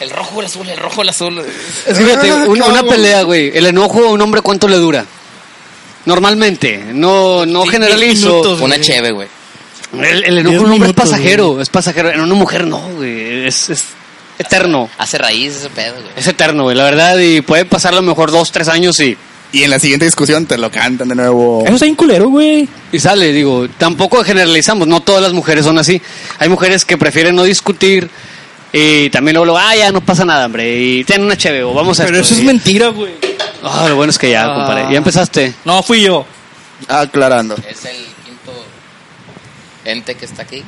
[SPEAKER 4] El rojo, el azul, el rojo, el azul.
[SPEAKER 2] Es que fíjate,
[SPEAKER 3] Ah,
[SPEAKER 2] un- una
[SPEAKER 3] cabrón.
[SPEAKER 2] pelea, güey. El enojo a un hombre, ¿cuánto le dura? Normalmente, no, no
[SPEAKER 1] Diez
[SPEAKER 2] generalizo.
[SPEAKER 1] minutos.
[SPEAKER 4] Una cheve, güey.
[SPEAKER 2] El, el enojo
[SPEAKER 1] Diez
[SPEAKER 2] a un hombre es
[SPEAKER 1] minutos,
[SPEAKER 2] pasajero, es pasajero. En una mujer no, güey. Es, es eterno.
[SPEAKER 4] Hace raíz ese pedo, güey.
[SPEAKER 2] Es eterno, güey, la verdad. Y puede pasar a lo mejor dos, tres años y,
[SPEAKER 3] Y en la siguiente discusión te lo cantan de nuevo.
[SPEAKER 1] Eso está bien culero, güey.
[SPEAKER 2] y sale. Digo, tampoco generalizamos. No todas las mujeres son así. Hay mujeres que prefieren no discutir. Y también luego, luego, ah, ya no pasa nada, hombre. Y ten una chévere, o vamos a
[SPEAKER 1] Pero
[SPEAKER 2] esto,
[SPEAKER 1] eso es
[SPEAKER 2] y-
[SPEAKER 1] mentira, güey.
[SPEAKER 2] Ah, lo bueno es que ya,
[SPEAKER 1] Ah.
[SPEAKER 2] compadre. Ya empezaste.
[SPEAKER 1] No, fui yo.
[SPEAKER 3] Aclarando.
[SPEAKER 4] Es el quinto ente que está aquí.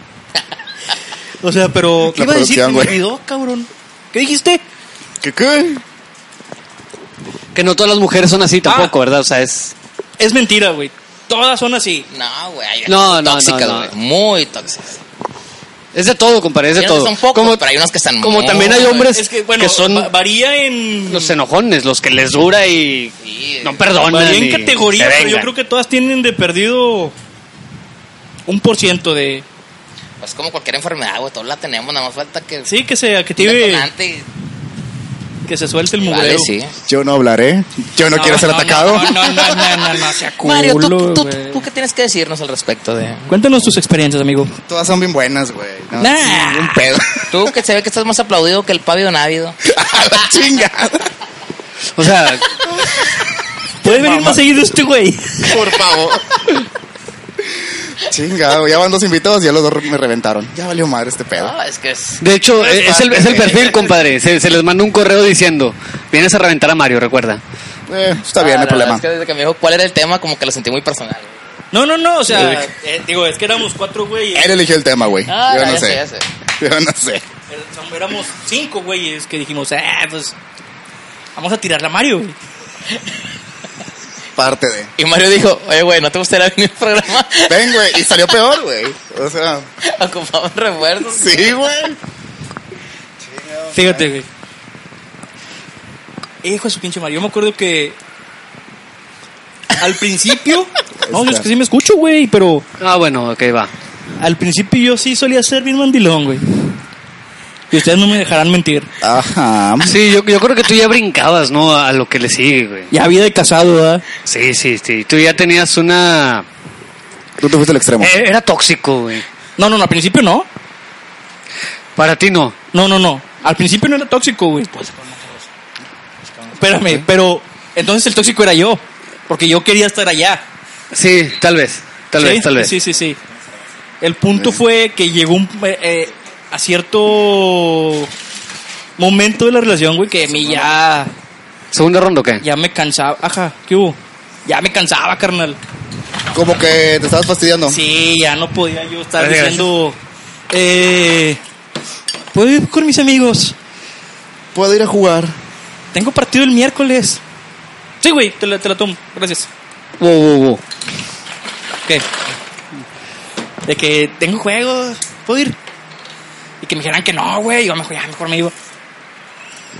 [SPEAKER 1] O sea, pero. ¿Qué
[SPEAKER 3] La
[SPEAKER 1] iba a decir? Se Me
[SPEAKER 3] producción, güey.
[SPEAKER 1] olvidó, cabrón. ¿Qué dijiste?
[SPEAKER 3] ¿Qué qué?
[SPEAKER 2] Que no todas las mujeres son así
[SPEAKER 1] Ah.
[SPEAKER 2] tampoco, ¿verdad? O sea, es.
[SPEAKER 1] Es mentira, güey. Todas son así.
[SPEAKER 4] No, güey. hay
[SPEAKER 2] No,
[SPEAKER 4] unas
[SPEAKER 2] no,
[SPEAKER 4] tóxicas,
[SPEAKER 2] no, no.
[SPEAKER 4] güey, Muy tóxicas.
[SPEAKER 2] Es de todo, compadre, es de
[SPEAKER 4] Hay unas
[SPEAKER 2] todo.
[SPEAKER 4] que Son pocos,
[SPEAKER 2] como
[SPEAKER 4] pero hay unos que están
[SPEAKER 2] como
[SPEAKER 4] muy-
[SPEAKER 2] también hay hombres
[SPEAKER 1] Es que, bueno,
[SPEAKER 2] que son
[SPEAKER 1] va- varía en.
[SPEAKER 2] los enojones, los que les dura y
[SPEAKER 4] Sí,
[SPEAKER 2] no perdonan.
[SPEAKER 1] varía en
[SPEAKER 2] y
[SPEAKER 1] categoría,
[SPEAKER 2] se
[SPEAKER 1] pero yo
[SPEAKER 2] vengan.
[SPEAKER 1] creo que todas tienen de perdido. Un por ciento de.
[SPEAKER 4] Es como cualquier enfermedad, güey. Todos la tenemos, nada más falta que.
[SPEAKER 1] Sí, que se
[SPEAKER 4] un
[SPEAKER 1] active,
[SPEAKER 4] detonante y-
[SPEAKER 1] que se suelte el mugreo.
[SPEAKER 4] Vale, sí.
[SPEAKER 3] Yo no hablaré. Yo no, quiero ser atacado.
[SPEAKER 1] No, no, no, no, no, no, sea culo,
[SPEAKER 4] Mario, ¿tú, tú,
[SPEAKER 1] güey.
[SPEAKER 4] tú qué tienes que decirnos al respecto de.?
[SPEAKER 1] Cuéntanos tus experiencias, amigo.
[SPEAKER 3] <laughs> Todas son bien buenas, güey. No,
[SPEAKER 1] Nah.
[SPEAKER 3] Un <laughs> pedo.
[SPEAKER 4] Tú que se ve que estás más aplaudido que el pavio návido.
[SPEAKER 3] <laughs> A la chingada.
[SPEAKER 2] O sea,
[SPEAKER 1] Puedes venir más seguido este güey.
[SPEAKER 3] Por favor. Chingado, ya van dos invitados y ya los dos me reventaron. Ya valió madre este pedo.
[SPEAKER 4] No, es que es.
[SPEAKER 2] de hecho,
[SPEAKER 3] es
[SPEAKER 2] eh, es el,
[SPEAKER 3] parte
[SPEAKER 2] es el
[SPEAKER 3] de-
[SPEAKER 2] perfil, compadre. Se, se les mandó un correo diciendo: Vienes a reventar a Mario, recuerda.
[SPEAKER 3] Eh, está bien, no hay
[SPEAKER 4] Ah, la verdad
[SPEAKER 3] problema.
[SPEAKER 4] Es que desde que me dijo cuál era el tema, como que lo sentí muy personal.
[SPEAKER 1] No, no, no, o sea, eh, digo, es que éramos cuatro güeyes.
[SPEAKER 3] Él eligió el tema, güey.
[SPEAKER 4] Ah,
[SPEAKER 3] Yo no
[SPEAKER 4] ya sé,
[SPEAKER 3] sé.
[SPEAKER 4] ya sé.
[SPEAKER 3] Yo no sé.
[SPEAKER 1] Eh, son- Éramos cinco güeyes que dijimos, ah, pues. Vamos a tirarla a Mario, güey.
[SPEAKER 3] Parte de.
[SPEAKER 4] Y Mario dijo, oye, güey, ¿no te gustaría venir al programa?
[SPEAKER 3] Ven, güey. Y salió peor, güey. O sea,
[SPEAKER 4] <laughs> Ocupamos refuerzos.
[SPEAKER 3] sí, güey.
[SPEAKER 1] Fíjate, güey. Eh, Hijo de su pinche Mario. Yo me acuerdo que. Al principio. <laughs> no, yo es que sí me escucho, güey, pero.
[SPEAKER 2] Ah, bueno, ok, va.
[SPEAKER 1] Al principio yo sí solía ser bien mandilón, güey. Y ustedes no me dejarán mentir.
[SPEAKER 3] Ajá.
[SPEAKER 2] Sí, yo, yo creo que tú ya brincabas, ¿no? A lo que le sigue, güey.
[SPEAKER 1] Ya vida de casado, ¿verdad?
[SPEAKER 2] Sí, sí, sí. Tú ya tenías una.
[SPEAKER 3] Tú te fuiste al extremo.
[SPEAKER 2] Eh, Era tóxico, güey.
[SPEAKER 1] No, no, no, al principio no.
[SPEAKER 2] Para ti no.
[SPEAKER 1] No, no, no. Al principio no era tóxico, güey. Pues, Espérame, pero entonces el tóxico era yo. Porque yo quería estar allá.
[SPEAKER 2] Sí, tal vez. Tal
[SPEAKER 1] ¿Sí?
[SPEAKER 2] vez, tal vez.
[SPEAKER 1] Sí, sí, sí. El punto fue que llegó un, eh, eh, a cierto momento de la relación, güey, que a mí ya,
[SPEAKER 2] ¿Segunda ronda o qué?
[SPEAKER 1] ya me cansaba. Ajá, ¿qué hubo? Ya me cansaba, carnal.
[SPEAKER 3] Como que te estabas fastidiando.
[SPEAKER 1] Sí, ya no podía yo estar
[SPEAKER 2] Oh. Gracias,
[SPEAKER 1] diciendo, eh, puedo ir con mis amigos.
[SPEAKER 3] Puedo ir a jugar.
[SPEAKER 1] Tengo partido el miércoles. Sí, güey, te la, te la tomo. Gracias.
[SPEAKER 2] Wow, wow, wow.
[SPEAKER 1] ¿Qué? De que tengo juegos, puedo ir. Y que me dijeran que no, güey. Yo mejor, ya, mejor me iba.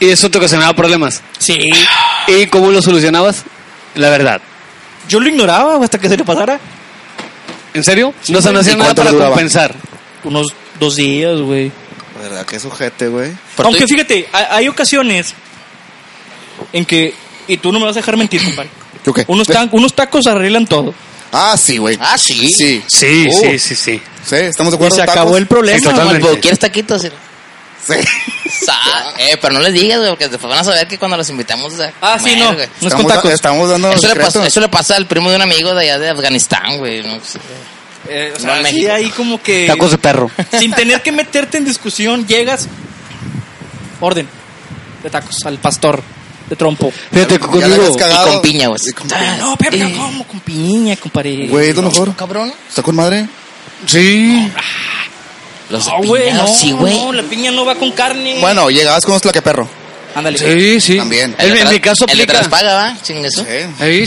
[SPEAKER 2] Y eso te ocasionaba problemas.
[SPEAKER 1] Sí.
[SPEAKER 2] ¿Y cómo lo solucionabas? La verdad.
[SPEAKER 1] Yo lo ignoraba hasta que se le pasara.
[SPEAKER 2] ¿En serio? no se
[SPEAKER 1] güey.
[SPEAKER 2] no hacía
[SPEAKER 3] ¿Y
[SPEAKER 2] nada
[SPEAKER 3] cuánto
[SPEAKER 2] para
[SPEAKER 3] le duraba?
[SPEAKER 2] compensar.
[SPEAKER 1] Unos dos días, güey.
[SPEAKER 3] ¿Verdad? Qué sujete, güey.
[SPEAKER 1] Aunque fíjate, ha- hay ocasiones en que. Y tú no me vas a dejar mentir, compadre.
[SPEAKER 3] ¿Yo qué? <laughs>
[SPEAKER 1] Unos, tan- unos tacos arreglan todo.
[SPEAKER 3] Ah, sí, güey.
[SPEAKER 4] Ah, sí.
[SPEAKER 3] Sí.
[SPEAKER 2] Sí,
[SPEAKER 3] Uh,
[SPEAKER 2] sí, sí, sí.
[SPEAKER 3] Sí, estamos de
[SPEAKER 1] Y
[SPEAKER 3] acuerdo.
[SPEAKER 1] se acabó
[SPEAKER 3] tacos.
[SPEAKER 1] el problema.
[SPEAKER 2] Sí, totalmente.
[SPEAKER 1] güey.
[SPEAKER 4] Pues, ¿Quieres taquitos? Y-
[SPEAKER 3] Sí.
[SPEAKER 4] Sa- Eh, pero no les digas, güey, porque después van a saber que cuando los invitamos a
[SPEAKER 1] Ah, sí,
[SPEAKER 4] comer,
[SPEAKER 1] no.
[SPEAKER 4] güey.
[SPEAKER 1] No es con
[SPEAKER 3] Estamos-
[SPEAKER 1] tacos.
[SPEAKER 3] Estamos dando.
[SPEAKER 4] Eso le, pasó,
[SPEAKER 3] secretos.
[SPEAKER 4] eso le pasa al primo de un amigo de allá de Afganistán, güey. no sé.
[SPEAKER 1] Eh, o
[SPEAKER 4] No,
[SPEAKER 1] sea,
[SPEAKER 4] en
[SPEAKER 1] sí,
[SPEAKER 4] México.
[SPEAKER 1] ahí como que.
[SPEAKER 2] Tacos de perro.
[SPEAKER 1] Sin tener que meterte en discusión, llegas. Orden. De tacos al pastor. De trompo.
[SPEAKER 2] Fíjate,
[SPEAKER 3] Ya la habías
[SPEAKER 2] conmigo.
[SPEAKER 3] cagado.
[SPEAKER 4] Y con piña, güey. Ah,
[SPEAKER 3] Y con piña.
[SPEAKER 1] Ah, No, pero no, ¿cómo? Con piña, compadre.
[SPEAKER 3] Güey, es lo mejor.
[SPEAKER 4] Cabrón.
[SPEAKER 3] ¿Está con madre?
[SPEAKER 2] Sí.
[SPEAKER 4] Los
[SPEAKER 1] No, güey, no,
[SPEAKER 4] piñados, sí, Ah, güey.
[SPEAKER 1] no, la piña no va con carne.
[SPEAKER 3] Bueno, llegabas con un perro.
[SPEAKER 1] Ándale.
[SPEAKER 2] Sí, sí.
[SPEAKER 3] También.
[SPEAKER 2] En, en mi caso
[SPEAKER 4] El de
[SPEAKER 2] aplica.
[SPEAKER 4] atrás paga, ¿va? Chingue eso.
[SPEAKER 3] Sí.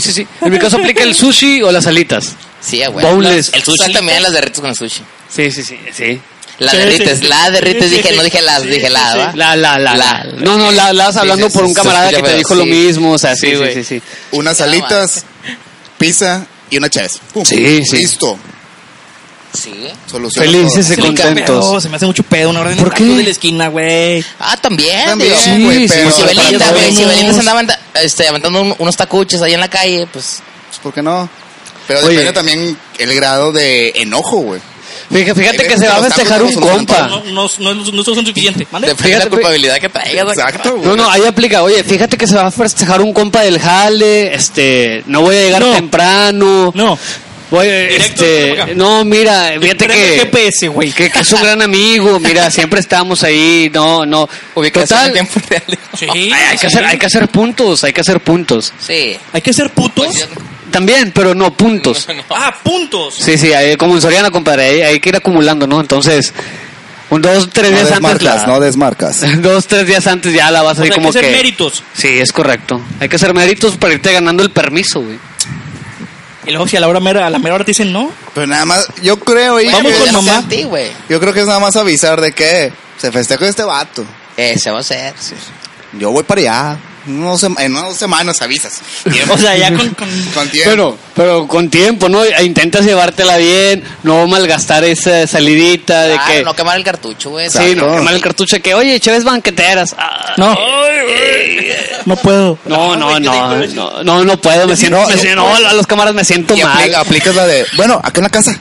[SPEAKER 2] Sí, sí, sí. En mi caso aplica el sushi o las alitas.
[SPEAKER 4] Sí, güey.
[SPEAKER 2] Bowls.
[SPEAKER 4] El sushi
[SPEAKER 2] Salita.
[SPEAKER 4] también las derrites con el sushi.
[SPEAKER 2] Sí, sí, sí. Sí.
[SPEAKER 4] La
[SPEAKER 1] Sí,
[SPEAKER 4] derrites,
[SPEAKER 1] sí, sí.
[SPEAKER 4] la derrites,
[SPEAKER 1] Sí,
[SPEAKER 4] dije,
[SPEAKER 1] sí,
[SPEAKER 4] no dije las,
[SPEAKER 1] sí,
[SPEAKER 4] dije
[SPEAKER 1] sí,
[SPEAKER 4] la,
[SPEAKER 1] sí.
[SPEAKER 4] ¿va?
[SPEAKER 2] La, la, la, la.
[SPEAKER 4] La-
[SPEAKER 2] No, no, la, la,
[SPEAKER 4] Sí,
[SPEAKER 2] hablando
[SPEAKER 4] sí,
[SPEAKER 2] por
[SPEAKER 4] sí,
[SPEAKER 2] un
[SPEAKER 4] se
[SPEAKER 2] camarada
[SPEAKER 4] escucha
[SPEAKER 2] que te
[SPEAKER 4] feo,
[SPEAKER 2] dijo lo
[SPEAKER 4] sí.
[SPEAKER 2] mismo, o sea,
[SPEAKER 4] Sí,
[SPEAKER 2] sí, sí,
[SPEAKER 4] güey.
[SPEAKER 2] sí, sí.
[SPEAKER 3] Unas
[SPEAKER 4] Nada
[SPEAKER 3] alitas, pizza y una chaves. Pum.
[SPEAKER 2] Sí, sí.
[SPEAKER 3] Listo.
[SPEAKER 4] Sí.
[SPEAKER 3] Solución.
[SPEAKER 2] Felices
[SPEAKER 1] Se
[SPEAKER 2] y
[SPEAKER 1] le encanta, pero
[SPEAKER 2] contentos.
[SPEAKER 1] se me hace mucho pedo una orden de
[SPEAKER 2] ¿Por
[SPEAKER 1] tacos
[SPEAKER 2] qué?
[SPEAKER 1] de la esquina, güey.
[SPEAKER 4] Ah, también.
[SPEAKER 3] También,
[SPEAKER 4] digo.
[SPEAKER 2] Sí,
[SPEAKER 3] güey,
[SPEAKER 2] sí,
[SPEAKER 3] pero-
[SPEAKER 4] Si
[SPEAKER 2] sí,
[SPEAKER 4] Belinda,
[SPEAKER 1] para
[SPEAKER 4] güey,
[SPEAKER 1] todos.
[SPEAKER 4] si Belinda se andaba anda- este, aventando un- unos tacuches ahí en la calle, pues
[SPEAKER 3] ¿Por qué no? Pero
[SPEAKER 2] Oye.
[SPEAKER 3] depende también el grado de enojo, güey.
[SPEAKER 2] Fíjate, fíjate que se va a
[SPEAKER 3] Los tacos
[SPEAKER 2] festejar
[SPEAKER 3] no
[SPEAKER 2] un
[SPEAKER 3] son tan
[SPEAKER 2] compa.
[SPEAKER 1] No, no, no, no, no son suficientes. ¿Mande?
[SPEAKER 4] depende de la
[SPEAKER 2] Fíjate,
[SPEAKER 4] culpabilidad que traigas. güey.
[SPEAKER 3] Exacto, güey.
[SPEAKER 2] No, no, ahí aplica. Oye, fíjate que se va a festejar un compa del jale, este, no voy a llegar
[SPEAKER 1] No.
[SPEAKER 2] temprano.
[SPEAKER 1] No.
[SPEAKER 2] Voy,
[SPEAKER 1] Directo, para acá.
[SPEAKER 2] este, no, mira, fíjate
[SPEAKER 1] Prende el
[SPEAKER 2] que,
[SPEAKER 1] GPS, güey.
[SPEAKER 2] que, que es un gran amigo,
[SPEAKER 1] <laughs>
[SPEAKER 2] mira, siempre estamos ahí, no, no.
[SPEAKER 4] Ubicación en
[SPEAKER 2] Total,
[SPEAKER 4] tiempo real.
[SPEAKER 1] Sí.
[SPEAKER 2] hay que, hacer, hay que hacer puntos, hay que hacer puntos.
[SPEAKER 4] Sí.
[SPEAKER 1] Hay que ser putos.
[SPEAKER 4] Pues,
[SPEAKER 2] También, pero no
[SPEAKER 1] <laughs>
[SPEAKER 2] puntos.
[SPEAKER 4] no, no.
[SPEAKER 1] Ah, puntos.
[SPEAKER 2] Sí, sí, ahí, como en Soriana, compadre, hay, hay que ir acumulando, ¿no? Entonces, un, dos, tres
[SPEAKER 3] No
[SPEAKER 2] días antes.
[SPEAKER 3] desmarcas,
[SPEAKER 2] la- <laughs>
[SPEAKER 3] no desmarcas.
[SPEAKER 2] Dos, tres días antes ya la vas
[SPEAKER 1] O
[SPEAKER 2] a ir
[SPEAKER 1] sea, hay
[SPEAKER 2] como
[SPEAKER 1] que ser
[SPEAKER 2] que.
[SPEAKER 1] méritos.
[SPEAKER 2] Sí, es correcto. Hay que hacer méritos para irte ganando el permiso, güey.
[SPEAKER 1] Y luego si a la hora mera, a la mera hora te dicen no.
[SPEAKER 3] Pero nada más, yo creo, y
[SPEAKER 1] Vamos
[SPEAKER 4] Pero
[SPEAKER 1] con
[SPEAKER 4] ya no sé
[SPEAKER 1] mamá.
[SPEAKER 4] a ti, güey.
[SPEAKER 3] yo creo que es nada más avisar de que se festeja este vato.
[SPEAKER 4] Eh, se va a hacer. sí.
[SPEAKER 3] Yo voy para allá. En unos sema- en unas semanas
[SPEAKER 1] <laughs>
[SPEAKER 3] avisas.
[SPEAKER 1] O sea, ya con, con-
[SPEAKER 3] Con tiempo.
[SPEAKER 2] Pero, pero con tiempo, ¿no? E Intentas llevártela bien, no malgastar esa salidita Ah, de
[SPEAKER 1] Ah,
[SPEAKER 4] Claro,
[SPEAKER 2] que.
[SPEAKER 4] Ah, no quemar el cartucho, güey.
[SPEAKER 2] sí, no,
[SPEAKER 3] Exacto.
[SPEAKER 2] quemar el cartucho de que, oye, chéves banqueteras. Ah,
[SPEAKER 1] No. Ah, No puedo.
[SPEAKER 2] No, no, no, no, no, no pues, puedo, me siento, me siento- no, a los cámaras me siento
[SPEAKER 3] Y aplica-
[SPEAKER 2] mal.
[SPEAKER 3] aplicas la de, bueno, acá en la casa.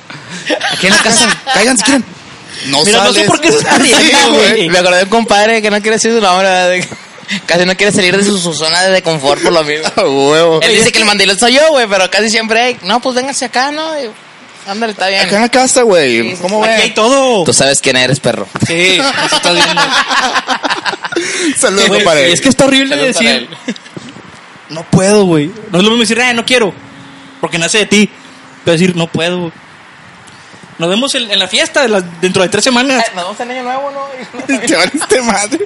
[SPEAKER 2] Aquí en la casa.
[SPEAKER 3] Caigan si quieren. No
[SPEAKER 1] Mira, no
[SPEAKER 3] sales.
[SPEAKER 1] sé por qué se está riendo,
[SPEAKER 3] <laughs> Sí,
[SPEAKER 1] güey.
[SPEAKER 4] Me acordé de un compadre que no quiere decir su nombre. de- Casi no quiere salir de su, su zona de confort por lo <laughs> mismo.
[SPEAKER 3] A huevo.
[SPEAKER 4] Él dice que el mandilón soy yo, güey, pero casi siempre, "Ey, no, pues véngase acá, ¿no? Y, Ándale, está
[SPEAKER 3] Acá en
[SPEAKER 4] bien.
[SPEAKER 3] la casa, güey. ¿Cómo
[SPEAKER 1] Aquí hay
[SPEAKER 3] ven?
[SPEAKER 1] todo.
[SPEAKER 4] Tú sabes quién eres, perro.
[SPEAKER 1] Sí, nos estás viendo.
[SPEAKER 3] <laughs>
[SPEAKER 1] <laughs>
[SPEAKER 3] Saludos,
[SPEAKER 1] Güey,
[SPEAKER 3] compadre.
[SPEAKER 1] y es que está horrible
[SPEAKER 4] Saludos para
[SPEAKER 1] decir, <laughs> no puedo, güey. No es lo mismo decir, "Ah, no quiero, porque nace de ti. Pero decir, no puedo. Nos vemos en, en la fiesta de las- dentro de tres semanas.
[SPEAKER 4] Ah, Nos vemos en año nuevo, ¿no?
[SPEAKER 3] <laughs> Te valiste madre.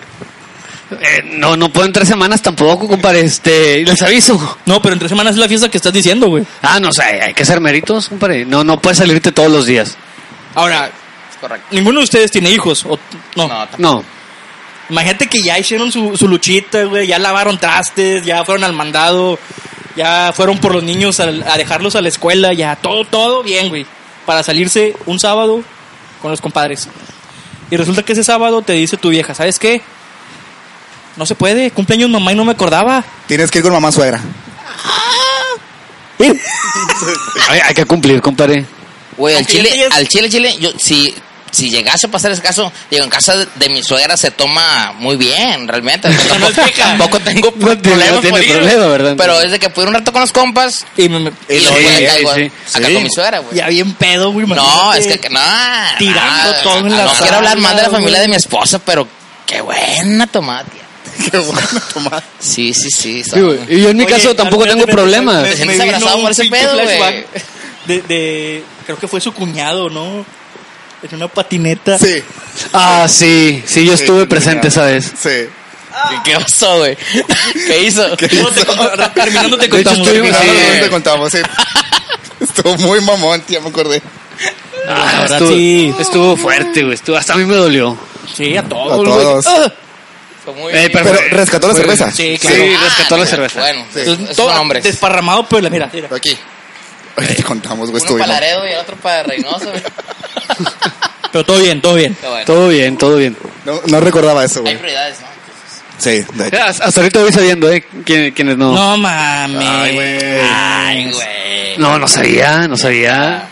[SPEAKER 2] Eh, no, no puedo en tres semanas tampoco, compadre. Este, les aviso.
[SPEAKER 1] No, pero en tres semanas es la fiesta que estás diciendo, güey.
[SPEAKER 2] Ah, no, o sea, hay que hacer méritos, compadre. No, no puedes salirte todos los días.
[SPEAKER 1] Ahora,
[SPEAKER 4] Es correcto.
[SPEAKER 1] ninguno de ustedes tiene hijos. O, no.
[SPEAKER 4] No,
[SPEAKER 2] No.
[SPEAKER 1] Imagínate que ya hicieron su, su luchita, güey. Ya lavaron trastes, ya fueron al mandado, ya fueron por los niños al- a, dejarlos a la escuela, ya todo, todo bien, güey. Para salirse un sábado con los compadres. Y resulta que ese sábado te dice tu vieja, ¿sabes qué? No se puede, cumpleaños mamá y no me acordaba.
[SPEAKER 3] Tienes que ir con mamá suegra.
[SPEAKER 2] Hay, hay que cumplir, compadre.
[SPEAKER 4] Güey, al
[SPEAKER 1] Aunque ya te
[SPEAKER 4] chile,
[SPEAKER 1] hayas-
[SPEAKER 4] al chile, chile, yo, si, si llegase a pasar ese caso, digo, en casa de, de mi suegra se toma muy bien, <laughs> realmente.
[SPEAKER 1] no es
[SPEAKER 4] Tampoco,
[SPEAKER 1] queja.
[SPEAKER 4] tampoco tengo
[SPEAKER 2] No tiene-
[SPEAKER 4] problemas
[SPEAKER 2] no tiene
[SPEAKER 4] por ir,
[SPEAKER 2] problema, ¿verdad?
[SPEAKER 4] Pero es de que pude un rato con los compas
[SPEAKER 1] Y me, me-
[SPEAKER 4] y
[SPEAKER 2] Sí,
[SPEAKER 4] luego
[SPEAKER 2] sí,
[SPEAKER 4] acá, güey,
[SPEAKER 2] sí.
[SPEAKER 4] acá
[SPEAKER 2] Sí.
[SPEAKER 4] con mi suegra, güey.
[SPEAKER 1] ya bien pedo, güey.
[SPEAKER 4] No,
[SPEAKER 1] imagínate.
[SPEAKER 4] es que, que no.
[SPEAKER 1] Tirando
[SPEAKER 4] no,
[SPEAKER 1] todo en
[SPEAKER 4] no
[SPEAKER 1] la
[SPEAKER 4] quiero hablar más de la
[SPEAKER 1] sala,
[SPEAKER 4] familia
[SPEAKER 1] güey.
[SPEAKER 4] de mi esposa, pero qué buena tomada, tía.
[SPEAKER 3] <laughs> Qué bueno, tomar.
[SPEAKER 4] Sí, sí, sí. son-
[SPEAKER 2] Sí, güey. y yo en mi
[SPEAKER 1] Oye,
[SPEAKER 2] caso tampoco
[SPEAKER 1] espérate,
[SPEAKER 2] tengo
[SPEAKER 1] espérate,
[SPEAKER 2] problema.
[SPEAKER 1] espérate,
[SPEAKER 4] Te sientes
[SPEAKER 1] me vino
[SPEAKER 4] abrazado
[SPEAKER 1] un
[SPEAKER 4] por ese
[SPEAKER 1] pinche
[SPEAKER 4] pedo, güey.
[SPEAKER 1] flashback De, de- creo que fue su cuñado, ¿no? En una patineta.
[SPEAKER 3] Sí.
[SPEAKER 2] Ah, sí, sí, yo estuve
[SPEAKER 3] Sí,
[SPEAKER 2] presente
[SPEAKER 3] mira.
[SPEAKER 2] esa vez.
[SPEAKER 3] Sí.
[SPEAKER 4] ¿Qué
[SPEAKER 1] <laughs>
[SPEAKER 4] pasó, güey? ¿Qué hizo?
[SPEAKER 1] No, te cont- <laughs> terminando te
[SPEAKER 2] De hecho,
[SPEAKER 1] contamos.
[SPEAKER 2] estuvimos-
[SPEAKER 3] No,
[SPEAKER 2] Sí.
[SPEAKER 3] no, no te contamos, sí. <laughs> Estuvo muy mamón, tía, me acordé.
[SPEAKER 2] Ah,
[SPEAKER 1] verdad,
[SPEAKER 2] estuvo,
[SPEAKER 1] sí.
[SPEAKER 2] estuvo fuerte, güey. estuvo- hasta a mí me dolió.
[SPEAKER 1] Sí, a todos.
[SPEAKER 3] A
[SPEAKER 1] güey.
[SPEAKER 3] todos.
[SPEAKER 1] Ah,
[SPEAKER 4] Fue muy-
[SPEAKER 2] Eh, pero-
[SPEAKER 3] Pero rescató la
[SPEAKER 2] Fue-
[SPEAKER 3] cerveza.
[SPEAKER 1] pues, sí,
[SPEAKER 2] Sí,
[SPEAKER 1] claro.
[SPEAKER 2] rescató
[SPEAKER 1] Ah,
[SPEAKER 2] la
[SPEAKER 4] mira,
[SPEAKER 2] cerveza.
[SPEAKER 4] Bueno,
[SPEAKER 3] Sí.
[SPEAKER 4] esos
[SPEAKER 1] pues, todo
[SPEAKER 4] son hombres.
[SPEAKER 1] desparramado, pero la- mira, mira.
[SPEAKER 3] Aquí. Ahorita te contamos, güey.
[SPEAKER 4] Uno para
[SPEAKER 3] Estuvimos.
[SPEAKER 4] Laredo y el otro para Reynoso. güey.
[SPEAKER 1] Pero todo bien, todo bien.
[SPEAKER 4] Pero bueno,
[SPEAKER 2] Todo bien, todo bien.
[SPEAKER 3] No, no recordaba eso,
[SPEAKER 4] hay
[SPEAKER 3] güey.
[SPEAKER 4] prioridades, ¿no? Entonces,
[SPEAKER 3] Sí,
[SPEAKER 1] <laughs>
[SPEAKER 3] de hecho.
[SPEAKER 2] Hasta hasta ahorita voy sabiendo, ¿eh? ¿Quién- ¿Quiénes no?
[SPEAKER 1] No mames.
[SPEAKER 3] Ay, güey.
[SPEAKER 4] Ay, güey.
[SPEAKER 2] No, no sabía, no sabía.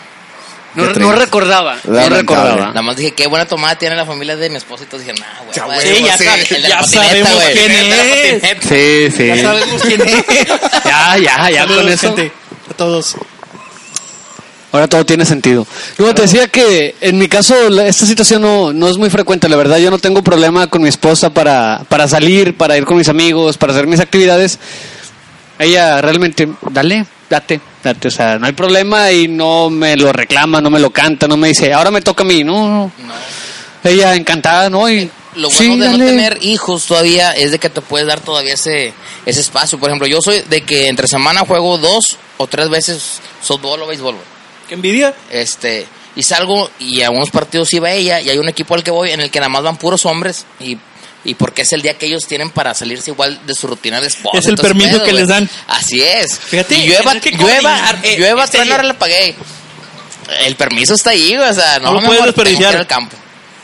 [SPEAKER 2] No,
[SPEAKER 3] Qué
[SPEAKER 2] no
[SPEAKER 3] triste.
[SPEAKER 2] recordaba, no
[SPEAKER 3] Lamentable.
[SPEAKER 2] recordaba.
[SPEAKER 4] Nada más dije, qué buena tomada tiene la familia de mi esposa. Y todos dije, nah, güey.
[SPEAKER 3] Ya,
[SPEAKER 4] güey,
[SPEAKER 3] güey,
[SPEAKER 1] Sí, ya,
[SPEAKER 3] sí.
[SPEAKER 1] sab-
[SPEAKER 4] El de la
[SPEAKER 1] ya
[SPEAKER 4] patineta,
[SPEAKER 1] sabemos
[SPEAKER 4] güey.
[SPEAKER 1] quién
[SPEAKER 4] El de la
[SPEAKER 1] es.
[SPEAKER 4] patineta.
[SPEAKER 2] Sí, sí.
[SPEAKER 1] Ya sabemos quién es.
[SPEAKER 2] <laughs> Ya, ya, ya
[SPEAKER 1] Saludos,
[SPEAKER 2] con eso.
[SPEAKER 1] gente, A todos.
[SPEAKER 2] Ahora todo tiene sentido. No, te decía que en mi caso la- esta situación no, no es muy frecuente, la verdad. Yo no tengo problema con mi esposa para, para salir, para ir con mis amigos, para hacer mis actividades. Ella realmente, dale, date, date. O sea, no hay problema y no me lo reclama, no me lo canta, no me dice, ahora me toca a mí. No, no.
[SPEAKER 4] No.
[SPEAKER 2] Ella encantada, ¿no? Y,
[SPEAKER 4] Lo
[SPEAKER 2] sí,
[SPEAKER 4] bueno de no
[SPEAKER 2] dale.
[SPEAKER 4] tener hijos todavía es de que te puedes dar todavía ese, ese espacio. Por ejemplo, yo soy de que entre semana juego dos o tres veces softball o béisbol, güey.
[SPEAKER 1] ¿Qué envidia?
[SPEAKER 4] este y salgo y a unos partidos iba ella y hay un equipo al que voy en el que nada más van puros hombres y y porque es el día que ellos tienen para salirse igual de su rutina de esposa.
[SPEAKER 1] Es el
[SPEAKER 4] y todo ese
[SPEAKER 1] permiso que
[SPEAKER 4] güey.
[SPEAKER 1] les dan.
[SPEAKER 4] Así es.
[SPEAKER 1] Fíjate,
[SPEAKER 4] y llueva,
[SPEAKER 1] tienes que
[SPEAKER 4] llueva,
[SPEAKER 1] coordinar, eh,
[SPEAKER 4] llueva,
[SPEAKER 1] este
[SPEAKER 4] truene,
[SPEAKER 1] día.
[SPEAKER 4] ahora le pagué. El permiso está ahí, güey, o sea, no,
[SPEAKER 1] No lo
[SPEAKER 4] mi
[SPEAKER 1] puedes
[SPEAKER 4] amor, tengo que ir
[SPEAKER 1] desperdiciar.
[SPEAKER 4] al campo.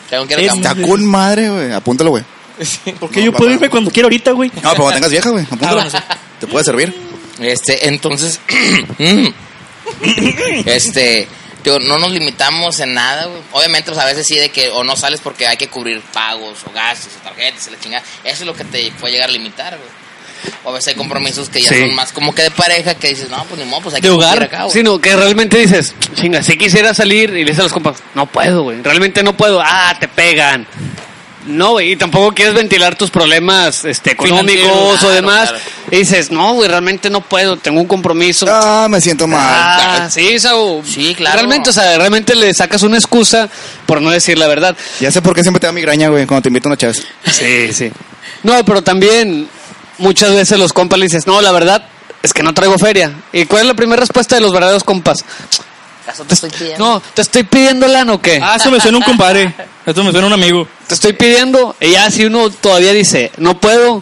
[SPEAKER 4] Tengo que ir al
[SPEAKER 1] Es-
[SPEAKER 4] campo.
[SPEAKER 3] Está con madre, güey. Apúntalo, güey.
[SPEAKER 1] Porque
[SPEAKER 3] No,
[SPEAKER 1] yo
[SPEAKER 3] no,
[SPEAKER 1] puedo
[SPEAKER 3] no.
[SPEAKER 1] irme cuando quiera ahorita, güey.
[SPEAKER 3] No, pero cuando tengas vieja, güey. Apúntalo.
[SPEAKER 1] Ah, bueno, sí.
[SPEAKER 3] Te puede servir.
[SPEAKER 4] Este, entonces, <clears throat> este, digo, no nos limitamos en nada, güey. Obviamente, pues, a veces sí de que o no sales porque hay que cubrir pagos o gastos o tarjetas y la chingada. Eso es lo que te puede llegar a limitar, güey. O a veces hay compromisos que ya
[SPEAKER 2] Sí.
[SPEAKER 4] son más como que de pareja que dices, no, pues ni modo, pues hay
[SPEAKER 1] De
[SPEAKER 4] que
[SPEAKER 1] hogar,
[SPEAKER 4] cumplir acá, güey.
[SPEAKER 2] Sino que realmente dices, chinga, si quisiera salir y le dices a los compas, no puedo, güey, realmente no puedo, ah, te pegan. No, güey, y tampoco quieres ventilar tus problemas este, económicos
[SPEAKER 4] Financieros,
[SPEAKER 2] o
[SPEAKER 4] claro,
[SPEAKER 2] demás.
[SPEAKER 4] claro.
[SPEAKER 2] Y dices, no, güey, realmente no puedo, tengo un compromiso.
[SPEAKER 3] Ah, me siento mal.
[SPEAKER 2] Ah, sí, Saúl.
[SPEAKER 4] Sí, claro.
[SPEAKER 2] Realmente, o sea, realmente le sacas una excusa por no decir la verdad.
[SPEAKER 3] Ya sé por qué siempre te da migraña, güey, cuando te invitan a Chávez.
[SPEAKER 2] Sí, sí. No, pero también muchas veces los compas le dices, no, la verdad es que no traigo feria. ¿Y cuál es la primera respuesta de los verdaderos compas?
[SPEAKER 4] ¿Acaso te estoy pidiendo?
[SPEAKER 2] No, ¿te estoy pidiendo lana o qué?
[SPEAKER 1] Ah, esto <laughs> me suena un compadre. Esto me suena un amigo.
[SPEAKER 2] Te estoy pidiendo. Y ya si uno todavía dice, no puedo.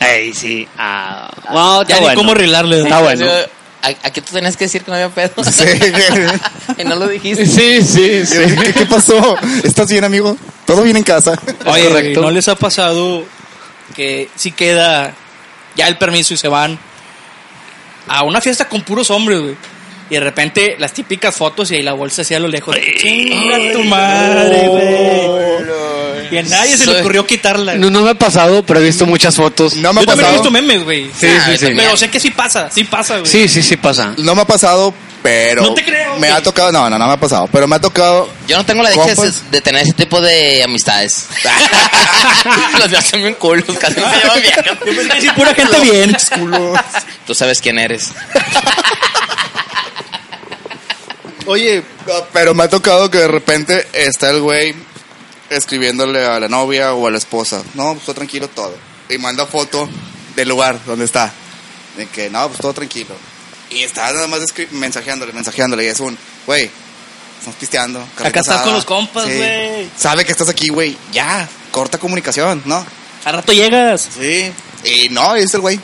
[SPEAKER 2] Ey, sí. Ah, no, está
[SPEAKER 1] Ya ni
[SPEAKER 2] bueno.
[SPEAKER 1] cómo arreglarle.
[SPEAKER 2] Está bueno.
[SPEAKER 4] Yo- a- Aquí tú tenías que decir que no había pedo.
[SPEAKER 3] Sí.
[SPEAKER 4] <laughs> y no lo dijiste.
[SPEAKER 2] Sí, sí, sí.
[SPEAKER 3] ¿Qué, qué pasó? ¿Estás bien, amigo? ¿Todo bien en casa?
[SPEAKER 1] Oye,
[SPEAKER 2] correcto.
[SPEAKER 1] ¿no les ha pasado que si queda ya el permiso y se van a una fiesta con puros hombres, güey? Y de repente las típicas fotos y ahí la bolsa hacia lo lejos. ¡Chinga tu madre, güey! Y a nadie se le
[SPEAKER 4] Soy-
[SPEAKER 1] ocurrió quitarla.
[SPEAKER 2] No, no me ha pasado, pero he visto muchas fotos.
[SPEAKER 3] No me ha
[SPEAKER 1] Yo también he
[SPEAKER 3] pasado.
[SPEAKER 1] visto memes, güey.
[SPEAKER 2] Sí, sí, sí.
[SPEAKER 1] Pero sé que sí pasa, sí pasa, güey.
[SPEAKER 2] Sí, sí, sí pasa.
[SPEAKER 3] No me ha pasado, pero.
[SPEAKER 1] No te creo,
[SPEAKER 3] Me
[SPEAKER 1] güey.
[SPEAKER 3] ha tocado. No, no, no me ha pasado. Pero me ha tocado.
[SPEAKER 4] Yo no tengo la dicha de,
[SPEAKER 3] Compas.
[SPEAKER 4] de tener ese tipo de
[SPEAKER 2] <laughs>
[SPEAKER 4] amistades. <laughs> Los míos son bien culos, casi no se llevan
[SPEAKER 1] Yo
[SPEAKER 4] bien.
[SPEAKER 1] pensé que <laughs> sí, pura
[SPEAKER 2] <laughs>
[SPEAKER 1] gente bien.
[SPEAKER 3] Culo.
[SPEAKER 4] Tú sabes quién eres. <laughs>
[SPEAKER 3] Oye, no, pero me ha tocado que de repente está el güey escribiéndole a la novia o a la esposa. No, pues todo tranquilo todo. Y manda foto del lugar donde está. De que, no, pues todo tranquilo. Y está nada más escri- mensajeándole, mensajeándole. Y es un, güey, estamos pisteando. carnita
[SPEAKER 1] Acá estás
[SPEAKER 3] asada".
[SPEAKER 1] con los compas,
[SPEAKER 3] Sí.
[SPEAKER 1] güey.
[SPEAKER 3] Sabe que estás aquí, güey. Ya, corta comunicación, ¿no?
[SPEAKER 1] Al rato llegas.
[SPEAKER 3] Sí. Y no, es el güey.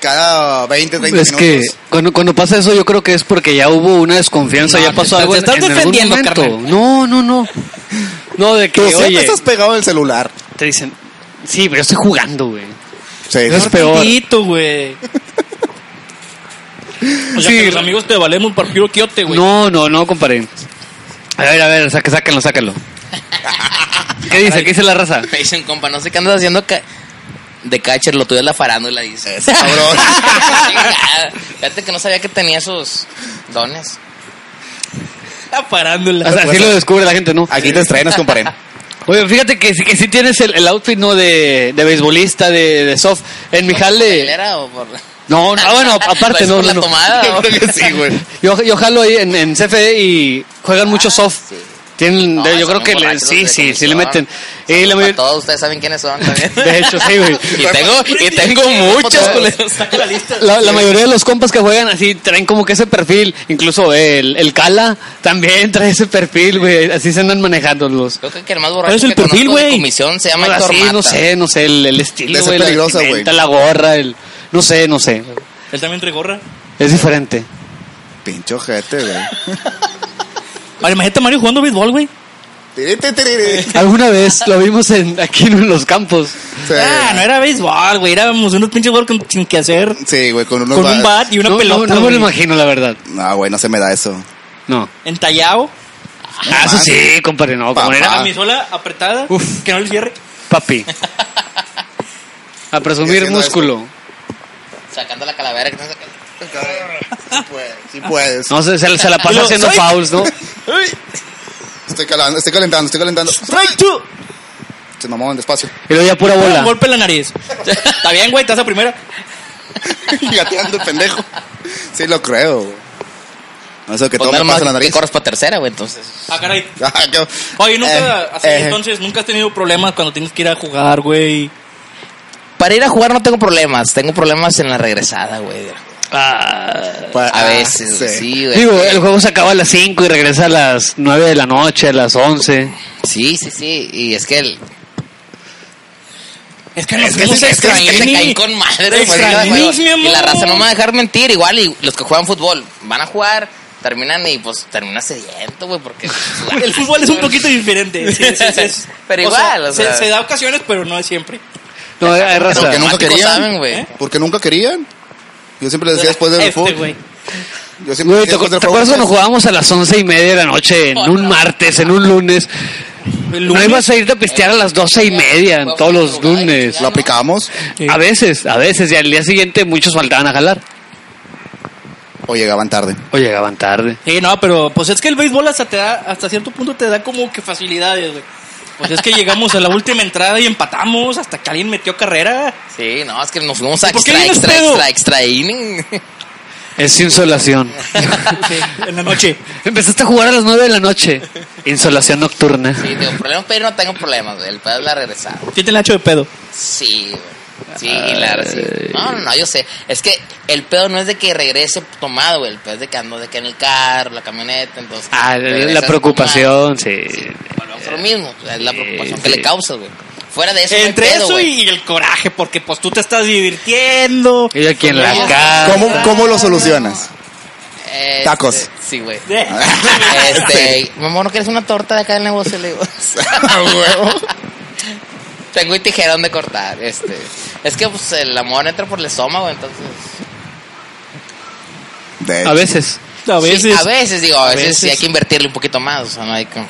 [SPEAKER 3] Cada 20, 30
[SPEAKER 2] Es que
[SPEAKER 3] minutos.
[SPEAKER 2] cuando, cuando pasa eso yo creo que es porque ya hubo una desconfianza,
[SPEAKER 1] No,
[SPEAKER 2] ya pasó
[SPEAKER 1] te-
[SPEAKER 2] algo
[SPEAKER 1] te
[SPEAKER 2] en-
[SPEAKER 1] estás
[SPEAKER 2] en algún
[SPEAKER 1] defendiendo,
[SPEAKER 2] momento.
[SPEAKER 1] carnal.
[SPEAKER 2] No, no, no. No, de que,
[SPEAKER 3] Tú siempre
[SPEAKER 2] oye,
[SPEAKER 3] estás pegado al celular.
[SPEAKER 2] te dicen, sí, pero yo estoy jugando, güey.
[SPEAKER 3] Sí.
[SPEAKER 2] Es peor.
[SPEAKER 1] Tantito,
[SPEAKER 2] <laughs>
[SPEAKER 1] güey. O sea,
[SPEAKER 2] Sí.
[SPEAKER 1] que los amigos te valemos por puro quiote, güey.
[SPEAKER 2] No, no, no, compadre. A ver, a ver, saque, sáquenlo, sáquenlo. ¿Qué dice? ¿Qué dice la raza?
[SPEAKER 4] Me dicen, compa, no sé qué andas haciendo ca- de catcher, lo tuyo es la farándula, dice.
[SPEAKER 3] Eso, cabrón.
[SPEAKER 4] <laughs> Chingada. Fíjate que no sabía que tenía esos dones.
[SPEAKER 1] La parándola.
[SPEAKER 2] O sea, así lo descubre la gente, ¿no?
[SPEAKER 3] Aquí te estrenas, compadre.
[SPEAKER 2] Oye, fíjate que, sí- que sí tienes el, el outfit, ¿no? De, de beisbolista, de, de soft. En mi jale...
[SPEAKER 4] ¿Era o por la-
[SPEAKER 2] No, no, ah,
[SPEAKER 4] <laughs>
[SPEAKER 2] bueno, aparte,
[SPEAKER 4] ¿Es
[SPEAKER 2] no,
[SPEAKER 4] por
[SPEAKER 2] no,
[SPEAKER 4] Pues la
[SPEAKER 2] no.
[SPEAKER 4] tomada o-
[SPEAKER 3] Creo que sí,
[SPEAKER 4] <laughs>
[SPEAKER 3] güey.
[SPEAKER 2] Yo, yo jalo ahí en, en CFE y juegan mucho soft.
[SPEAKER 4] Ah, sí.
[SPEAKER 2] Tienen,
[SPEAKER 4] No,
[SPEAKER 2] de- yo
[SPEAKER 4] son
[SPEAKER 2] creo que
[SPEAKER 4] bien
[SPEAKER 2] le-
[SPEAKER 4] borrachos
[SPEAKER 2] sí,
[SPEAKER 4] los de
[SPEAKER 2] sí, sí le meten.
[SPEAKER 4] comisión.
[SPEAKER 2] Y la mayor-
[SPEAKER 4] Todos ustedes saben quiénes son también.
[SPEAKER 2] <laughs> de hecho, sí, güey.
[SPEAKER 4] <laughs> Y tengo,
[SPEAKER 2] <laughs>
[SPEAKER 4] y tengo muchos culeros.
[SPEAKER 1] Saca la lista.
[SPEAKER 2] La, la mayoría de los compas que juegan así traen como que ese perfil. Incluso el, el Cala también <laughs> trae ese perfil, güey. Así se andan manejando los.
[SPEAKER 4] Creo que el más borracho
[SPEAKER 1] ¿Cuál es el
[SPEAKER 4] que
[SPEAKER 1] perfil,
[SPEAKER 4] conozco de
[SPEAKER 1] güey?
[SPEAKER 4] comisión se llama
[SPEAKER 2] Ahora
[SPEAKER 4] Héctor
[SPEAKER 2] sí,
[SPEAKER 4] Mata.
[SPEAKER 2] no sé, no sé, el, el estilo,
[SPEAKER 3] De ser
[SPEAKER 2] güey. La,
[SPEAKER 3] peligrosa, güey.
[SPEAKER 2] vestimenta, la gorra, el. No sé, no sé.
[SPEAKER 1] Él también trae gorra.
[SPEAKER 2] Es diferente.
[SPEAKER 3] <laughs> Pincho jete, güey.
[SPEAKER 1] Ahora, imagínate a Mario jugando béisbol, güey.
[SPEAKER 3] Tiri, tiri, tiri. Sí.
[SPEAKER 2] Alguna vez lo vimos en, aquí en los campos.
[SPEAKER 1] Ah, no era béisbol, güey. Éramos unos pinches jugadores con- sin que hacer.
[SPEAKER 3] Sí, güey, con unos
[SPEAKER 1] con un
[SPEAKER 3] va-
[SPEAKER 1] bat y una
[SPEAKER 2] no, no-
[SPEAKER 1] pelota.
[SPEAKER 2] no me
[SPEAKER 1] güey.
[SPEAKER 2] lo imagino, la verdad.
[SPEAKER 3] No, güey, no se me da eso.
[SPEAKER 2] No.
[SPEAKER 1] Entallado.
[SPEAKER 2] Ah, eso sí, compadre, no.
[SPEAKER 3] Papá.
[SPEAKER 2] Como
[SPEAKER 4] Ah.
[SPEAKER 2] era
[SPEAKER 1] A mi sola apretada.
[SPEAKER 2] Uf.
[SPEAKER 1] Que no le cierre.
[SPEAKER 2] papi. A presumir
[SPEAKER 3] Haciendo
[SPEAKER 2] músculo.
[SPEAKER 4] Sacando la calavera. que no sé qué.
[SPEAKER 3] Sí puedes, sí puedes.
[SPEAKER 2] No, se, se, se la
[SPEAKER 1] Y
[SPEAKER 2] pasa
[SPEAKER 1] luego,
[SPEAKER 2] haciendo
[SPEAKER 1] ¡ay!
[SPEAKER 2] fouls, ¿no?
[SPEAKER 3] Estoy calando, estoy calentando, estoy calentando.
[SPEAKER 1] Strike two.
[SPEAKER 3] Se mamó despacio. <laughs>
[SPEAKER 2] Y luego ya pura
[SPEAKER 1] Un
[SPEAKER 2] bola.
[SPEAKER 1] golpe en la <laughs> nariz. Está bien, güey. Te vas a primera.
[SPEAKER 3] Gateando el pendejo. Sí lo creo, güey. No sé, que
[SPEAKER 4] Pues
[SPEAKER 3] todo
[SPEAKER 4] nada
[SPEAKER 3] me pasa
[SPEAKER 4] más
[SPEAKER 3] en la
[SPEAKER 4] que
[SPEAKER 3] nariz.
[SPEAKER 4] corres para tercera, güey, entonces.
[SPEAKER 1] Ah, caray.
[SPEAKER 3] <laughs> Ah, qué-
[SPEAKER 1] Oye, nunca.
[SPEAKER 3] Eh,
[SPEAKER 1] así,
[SPEAKER 3] eh,
[SPEAKER 1] entonces, nunca has tenido problemas cuando tienes que ir a jugar, güey.
[SPEAKER 4] Para ir a jugar no tengo problemas. Tengo problemas en la regresada, güey.
[SPEAKER 3] pa-
[SPEAKER 4] A
[SPEAKER 3] ah,
[SPEAKER 4] veces, güey, sí, güey.
[SPEAKER 2] Digo, el juego se acaba a las 5 y regresa a las 9 de la noche, a las 11.
[SPEAKER 4] Sí, sí, sí. Y es que el...
[SPEAKER 1] Es que nos
[SPEAKER 4] Es que
[SPEAKER 1] fuimos
[SPEAKER 4] se
[SPEAKER 1] a
[SPEAKER 4] extraña, te
[SPEAKER 1] Extrañini.
[SPEAKER 4] caen con madre. güey.
[SPEAKER 1] Extrañinis, mi amor.
[SPEAKER 4] Y la raza no me va a dejar mentir. Igual, y los que juegan fútbol van a jugar, terminan y pues terminan sediento, güey,
[SPEAKER 1] <laughs>
[SPEAKER 4] porque... pues,
[SPEAKER 1] El fútbol es un poquito diferente. Sí, sí, sí, sí.
[SPEAKER 4] Pero
[SPEAKER 1] O sea,
[SPEAKER 4] igual, o sea.
[SPEAKER 1] Se, se da ocasiones, pero no es siempre.
[SPEAKER 2] No, hay
[SPEAKER 4] Pero
[SPEAKER 2] raza.
[SPEAKER 3] que nunca
[SPEAKER 4] Automáticos
[SPEAKER 3] querían.
[SPEAKER 4] saben, güey.
[SPEAKER 1] ¿Eh?
[SPEAKER 3] Porque nunca querían. Yo siempre les decía después del
[SPEAKER 1] Este,
[SPEAKER 3] fútbol.
[SPEAKER 1] güey.
[SPEAKER 3] Yo siempre
[SPEAKER 2] Güey,
[SPEAKER 3] les
[SPEAKER 2] ¿te,
[SPEAKER 3] decía después pues,
[SPEAKER 2] acu-
[SPEAKER 3] del
[SPEAKER 2] te acuerdas cuando
[SPEAKER 3] fútbol.
[SPEAKER 2] jugábamos a las 11 y media de la noche en un martes, en un lunes? No ibas a irte a pistear a las doce y media en todos los lunes.
[SPEAKER 3] ¿Lo aplicamos
[SPEAKER 2] A veces, a veces. Y al día siguiente muchos faltaban a jalar.
[SPEAKER 3] o llegaban tarde?
[SPEAKER 2] O llegaban tarde.
[SPEAKER 1] Sí, no, pero pues es que el béisbol hasta te da, hasta cierto punto te da como que facilidades, güey. Pues es que llegamos a la última entrada y empatamos hasta que alguien metió
[SPEAKER 4] <laughs>
[SPEAKER 1] carrera.
[SPEAKER 4] Sí, no, es que nos fuimos a
[SPEAKER 1] ¿Por qué
[SPEAKER 4] extra,
[SPEAKER 1] vienes
[SPEAKER 4] extra,
[SPEAKER 1] pedo?
[SPEAKER 4] extra, extra inning. <laughs>
[SPEAKER 2] Es insolación.
[SPEAKER 1] Sí, en la noche.
[SPEAKER 2] Empezaste a jugar a las nueve de la noche. Insolación nocturna.
[SPEAKER 4] Sí, tengo problemas, pero no tengo problemas, güey. El pedo es la regresada.
[SPEAKER 1] Tiene el hacho de pedo.
[SPEAKER 4] Sí, güey. Sí, la sí. No, no, no, yo sé. Es que el pedo no es de que regrese tomado, güey. El pedo es de que ando de que en el carro, la camioneta, entonces.
[SPEAKER 2] Ah, la
[SPEAKER 4] regresas
[SPEAKER 2] preocupación, sí.
[SPEAKER 4] tomado. Volvemos a lo mismo. o sea, es la
[SPEAKER 2] Sí,
[SPEAKER 4] preocupación
[SPEAKER 2] sí.
[SPEAKER 4] que le causa, güey. Fuera de eso, no hay
[SPEAKER 1] Entre
[SPEAKER 4] pedo,
[SPEAKER 1] eso
[SPEAKER 4] güey.
[SPEAKER 1] y el coraje, porque pues tú te estás divirtiendo.
[SPEAKER 2] Y aquí en la
[SPEAKER 4] ¿Cómo?
[SPEAKER 2] casa.
[SPEAKER 3] ¿Cómo, cómo lo solucionas?
[SPEAKER 4] Este,
[SPEAKER 3] Tacos.
[SPEAKER 4] Sí, güey.
[SPEAKER 1] Eh,
[SPEAKER 4] Este, mi amor, ¿no quieres una torta de acá del negocio?
[SPEAKER 2] <laughs>
[SPEAKER 4] Le digo. <laughs> "Ah,
[SPEAKER 3] A huevo.
[SPEAKER 4] Tengo un tijerón de cortar. Este, es que pues, el amor entra por el estómago, entonces.
[SPEAKER 3] De
[SPEAKER 2] A veces.
[SPEAKER 1] <laughs> A
[SPEAKER 4] Sí,
[SPEAKER 1] veces,
[SPEAKER 4] a veces, digo, a
[SPEAKER 1] A
[SPEAKER 4] veces, sí
[SPEAKER 1] veces.
[SPEAKER 4] hay que invertirle un poquito más. O sea, no hay como.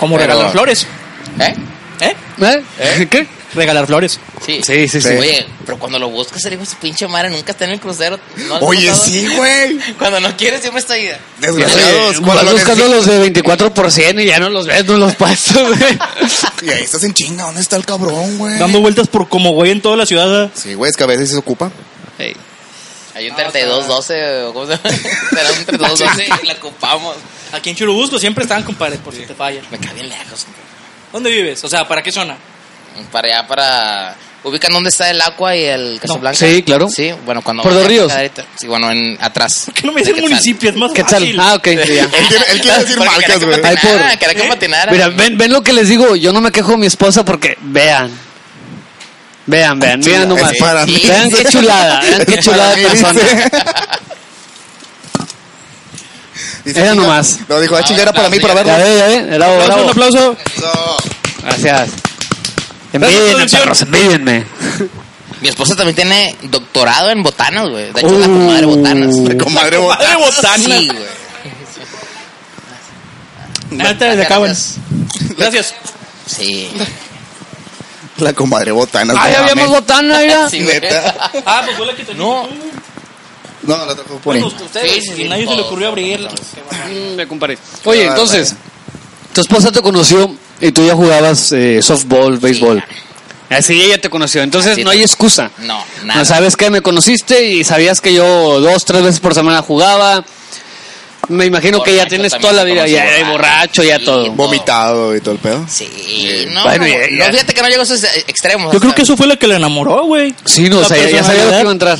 [SPEAKER 1] como
[SPEAKER 4] pero-
[SPEAKER 1] regalar flores.
[SPEAKER 4] ¿Eh?
[SPEAKER 1] ¿Eh?
[SPEAKER 2] ¿Eh? ¿Qué?
[SPEAKER 1] Regalar flores.
[SPEAKER 4] Sí.
[SPEAKER 2] Sí, sí, sí.
[SPEAKER 4] Oye, pero cuando lo buscas, el hijo de su pinche madre nunca está en el crucero. ¿No has
[SPEAKER 3] Oye,
[SPEAKER 4] notado?
[SPEAKER 3] sí, güey.
[SPEAKER 4] Cuando no quieres, siempre está ahí.
[SPEAKER 3] Desgraciados. cuando
[SPEAKER 2] Vas
[SPEAKER 3] lo
[SPEAKER 2] buscando
[SPEAKER 3] necesitas-
[SPEAKER 2] los de 24% y ya no los ves, no los pasas. güey.
[SPEAKER 3] Y ahí estás en chinga. ¿Dónde está el cabrón, güey?
[SPEAKER 1] Dando vueltas por como güey en toda la ciudad.
[SPEAKER 3] Sí, güey, es que a veces se ocupa.
[SPEAKER 2] Ey.
[SPEAKER 4] Hay un 32-12, o ¿cómo se llama? <laughs> Será un 32-12 y la ocupamos.
[SPEAKER 1] Aquí en Churubusco siempre están, compadre, por si te falla.
[SPEAKER 4] Me cae bien lejos.
[SPEAKER 1] ¿Dónde vives? O sea, ¿para qué zona?
[SPEAKER 4] Para allá, para. ¿Ubican dónde está el Aqua y el Casablanca?
[SPEAKER 2] Sí, claro.
[SPEAKER 4] Sí, bueno, cuando.
[SPEAKER 2] ¿Por los ríos?
[SPEAKER 4] Sí, bueno, en, atrás.
[SPEAKER 1] ¿Por qué no me dicen
[SPEAKER 4] ¿De Quetzal?
[SPEAKER 1] municipio? Es más
[SPEAKER 2] ¿Qué tal?
[SPEAKER 1] fácil.
[SPEAKER 2] Ah, ok. sí, ya.
[SPEAKER 3] Él quiere, él quiere decir
[SPEAKER 4] <laughs> Porque
[SPEAKER 3] marcas,
[SPEAKER 4] quería que
[SPEAKER 3] güey.
[SPEAKER 2] Ay, por-
[SPEAKER 4] patinara, quería que
[SPEAKER 1] ¿Eh?
[SPEAKER 4] patinara.
[SPEAKER 2] Mira, ven, ven lo que les digo. Yo no me quejo de mi esposa porque vean. Vean, vean,
[SPEAKER 3] Chula,
[SPEAKER 2] vean nomás.
[SPEAKER 3] es para
[SPEAKER 4] Sí.
[SPEAKER 3] mí.
[SPEAKER 2] Vean qué chulada, vean qué
[SPEAKER 3] Es
[SPEAKER 2] chulada
[SPEAKER 3] <laughs> para
[SPEAKER 2] de
[SPEAKER 3] mí,
[SPEAKER 2] persona.
[SPEAKER 3] dice. Dice,
[SPEAKER 2] Era
[SPEAKER 3] "Chinga".
[SPEAKER 2] nomás.
[SPEAKER 3] No, dijo, ah, chinga, era para mí, para
[SPEAKER 2] Ya
[SPEAKER 3] verlo.
[SPEAKER 2] ve, ya ve, era
[SPEAKER 1] Un aplauso, un
[SPEAKER 2] bravo.
[SPEAKER 1] aplauso.
[SPEAKER 3] No.
[SPEAKER 2] Gracias.
[SPEAKER 1] Gracias,
[SPEAKER 2] Envídenme,
[SPEAKER 1] producción.
[SPEAKER 2] perros, envídenme.
[SPEAKER 4] Mi esposa también tiene doctorado en botanas, güey. De hecho, es la
[SPEAKER 2] Uh.
[SPEAKER 4] comadre botanas. <laughs>
[SPEAKER 3] Comadre, bo-
[SPEAKER 1] Padre botana.
[SPEAKER 4] Sí, güey.
[SPEAKER 1] Ahorita desde acá, bueno.
[SPEAKER 4] Gracias.
[SPEAKER 1] Gracias.
[SPEAKER 4] Sí.
[SPEAKER 3] la comadre botana.
[SPEAKER 2] Ay,
[SPEAKER 3] no
[SPEAKER 2] había más
[SPEAKER 3] mames.
[SPEAKER 2] botana, mira.
[SPEAKER 4] Sí, güey.
[SPEAKER 3] Neta.
[SPEAKER 1] Ah, pues fue la que tenía.
[SPEAKER 4] No.
[SPEAKER 3] No, la trajo Pony.
[SPEAKER 1] Bueno, ustedes,
[SPEAKER 4] Sí, sí, sí,
[SPEAKER 1] y nadie se le
[SPEAKER 4] todos,
[SPEAKER 1] ocurrió
[SPEAKER 4] todos,
[SPEAKER 1] abrirla.
[SPEAKER 4] todos.
[SPEAKER 2] Mm, Me comparé. Oye,
[SPEAKER 3] Ah,
[SPEAKER 2] entonces, tu esposa te conoció y tú ya jugabas eh, softball, béisbol. Así ella te conoció. Entonces,
[SPEAKER 4] Así
[SPEAKER 2] no hay excusa.
[SPEAKER 4] No,
[SPEAKER 2] No
[SPEAKER 4] nada.
[SPEAKER 2] sabes que me conociste y sabías que yo dos, tres veces por semana jugaba. Me imagino que ya
[SPEAKER 4] Borracho
[SPEAKER 2] tienes
[SPEAKER 4] también
[SPEAKER 2] toda la
[SPEAKER 4] te
[SPEAKER 2] vida,
[SPEAKER 4] conocí
[SPEAKER 2] ya eh,
[SPEAKER 4] borracho,
[SPEAKER 2] borracho, ya
[SPEAKER 4] sí.
[SPEAKER 2] todo.
[SPEAKER 3] Vomitado y todo el pedo.
[SPEAKER 4] Sí, no,
[SPEAKER 2] Bueno,
[SPEAKER 4] no,
[SPEAKER 2] ya,
[SPEAKER 4] no,
[SPEAKER 2] ya.
[SPEAKER 4] fíjate que no llegó a esos eh, extremos.
[SPEAKER 1] Yo creo
[SPEAKER 4] o sea,
[SPEAKER 1] que eso fue la que le enamoró, güey.
[SPEAKER 2] Sí, no, o
[SPEAKER 1] La
[SPEAKER 2] sea, ya- ya sabías que
[SPEAKER 1] personalidad.
[SPEAKER 2] iba a entrar.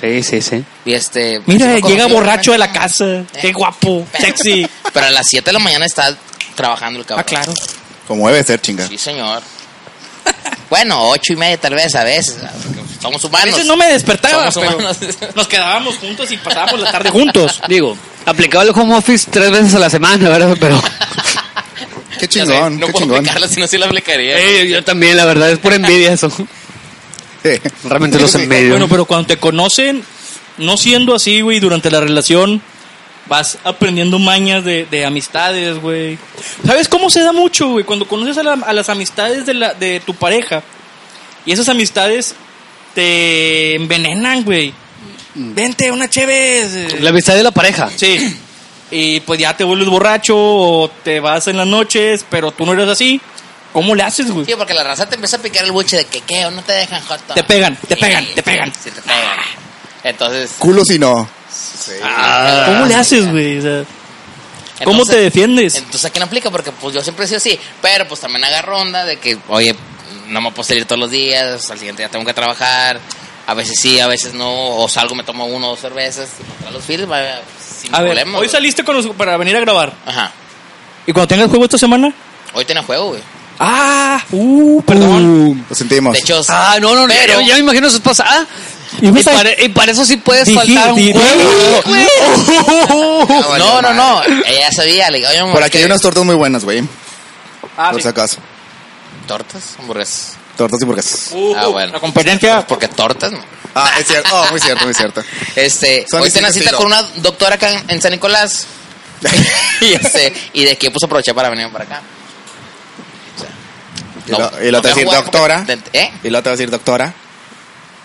[SPEAKER 2] Sí, sí, sí.
[SPEAKER 4] Y este...
[SPEAKER 1] Mira,
[SPEAKER 4] sí me
[SPEAKER 1] llega
[SPEAKER 4] conoció,
[SPEAKER 1] borracho de
[SPEAKER 4] obviamente.
[SPEAKER 1] la
[SPEAKER 2] Eh,
[SPEAKER 1] casa. Qué guapo, sexy.
[SPEAKER 4] <laughs> Pero a las 7 de la mañana está trabajando el
[SPEAKER 1] Ah,
[SPEAKER 4] cabrón.
[SPEAKER 1] claro.
[SPEAKER 3] Como debe ser, chinga.
[SPEAKER 4] Sí, señor. Bueno, ocho y media tal vez, a veces. Somos
[SPEAKER 1] A
[SPEAKER 2] Ah,
[SPEAKER 4] humanos.
[SPEAKER 1] veces no me despertaba,
[SPEAKER 4] Somos
[SPEAKER 1] pero
[SPEAKER 4] <laughs> humanos.
[SPEAKER 1] nos quedábamos juntos y pasábamos la tarde
[SPEAKER 2] <laughs>
[SPEAKER 1] juntos.
[SPEAKER 2] Digo, aplicaba el home office tres veces a la semana, ¿verdad?
[SPEAKER 4] <laughs>
[SPEAKER 2] Pero <laughs>
[SPEAKER 3] Qué
[SPEAKER 4] Ya sé,
[SPEAKER 3] chingón,
[SPEAKER 4] no
[SPEAKER 3] qué
[SPEAKER 4] puedo
[SPEAKER 3] chingón.
[SPEAKER 4] aplicarla, si no, sí la aplicaría.
[SPEAKER 2] eh, yo también, la verdad, es por envidia eso.
[SPEAKER 3] Sí.
[SPEAKER 2] Realmente los envidio.
[SPEAKER 1] Bueno, pero cuando te conocen, no siendo así, güey, durante la relación, vas aprendiendo mañas de, de amistades, güey. ¿Sabes cómo se da mucho, güey? Cuando conoces a, la- a las amistades de, la, de tu pareja y esas amistades te envenenan, güey. Vente, una chévere.
[SPEAKER 2] La amistad de la pareja.
[SPEAKER 1] Sí. Y pues ya te vuelves borracho o te vas en las noches, pero tú no eres así. ¿Cómo le haces, güey?
[SPEAKER 4] Tío, porque la raza te empieza a picar el buche de que, ¿qué? ¿O no te dejan joto?
[SPEAKER 1] Te pegan, te pegan, te pegan.
[SPEAKER 4] Sí, te pegan. Entonces...
[SPEAKER 3] Culo si no.
[SPEAKER 2] Ah.
[SPEAKER 1] ¿Cómo le haces, güey? O sea, ¿Cómo
[SPEAKER 4] entonces-
[SPEAKER 1] te defiendes?
[SPEAKER 4] Entonces, ¿a quién aplica? Porque pues yo siempre he sido así. Pero pues también agarro onda de que, oye, no me puedo salir todos los días, al siguiente día tengo que trabajar. A veces sí, a veces no. O salgo, me tomo uno o dos cervezas. Y contra los fieles, va, sin
[SPEAKER 1] A ver,
[SPEAKER 4] problema.
[SPEAKER 1] hoy
[SPEAKER 4] güey.
[SPEAKER 1] saliste con los- para venir a grabar.
[SPEAKER 4] Ajá.
[SPEAKER 1] ¿Y cuando tengas juego esta semana?
[SPEAKER 4] Hoy tenía juego, güey.
[SPEAKER 1] Ah, uh, perdón.
[SPEAKER 3] Lo sentimos.
[SPEAKER 4] De hecho,
[SPEAKER 2] Ah, no, no, no.
[SPEAKER 4] Pero-
[SPEAKER 2] ya me imagino a su esposa. Ah, y,
[SPEAKER 1] ves a-
[SPEAKER 2] para, y para eso sí puedes
[SPEAKER 1] Dije-
[SPEAKER 2] faltar un
[SPEAKER 1] di-
[SPEAKER 2] juego.
[SPEAKER 1] di-
[SPEAKER 2] <laughs>
[SPEAKER 4] no, no, no. Ella sabía, le digo, oye, amor,
[SPEAKER 3] Por aquí
[SPEAKER 4] ¿qué?
[SPEAKER 3] hay unas tortas muy buenas, güey.
[SPEAKER 1] Ah,
[SPEAKER 3] Por
[SPEAKER 1] sí.
[SPEAKER 3] si acaso.
[SPEAKER 4] tortas, hamburguesas.
[SPEAKER 3] Tortas y hamburguesas.
[SPEAKER 1] Uh,
[SPEAKER 4] Ah, bueno.
[SPEAKER 1] La competencia.
[SPEAKER 4] Porque tortas, no.
[SPEAKER 3] Ah, es cierto. Oh, muy cierto, muy cierto.
[SPEAKER 4] Este,
[SPEAKER 3] Son
[SPEAKER 4] hoy
[SPEAKER 3] distintos
[SPEAKER 4] tenía
[SPEAKER 3] estilos.
[SPEAKER 4] cita con una <laughs> doctora acá en San Nicolás. y, este, y de que puso aprovechar para venir para acá.
[SPEAKER 3] Y lo- y lo
[SPEAKER 4] no
[SPEAKER 3] te
[SPEAKER 4] voy a
[SPEAKER 3] decir,
[SPEAKER 4] jugar porque-
[SPEAKER 3] doctora.
[SPEAKER 4] ¿Eh?
[SPEAKER 3] Y luego te va a decir, doctora,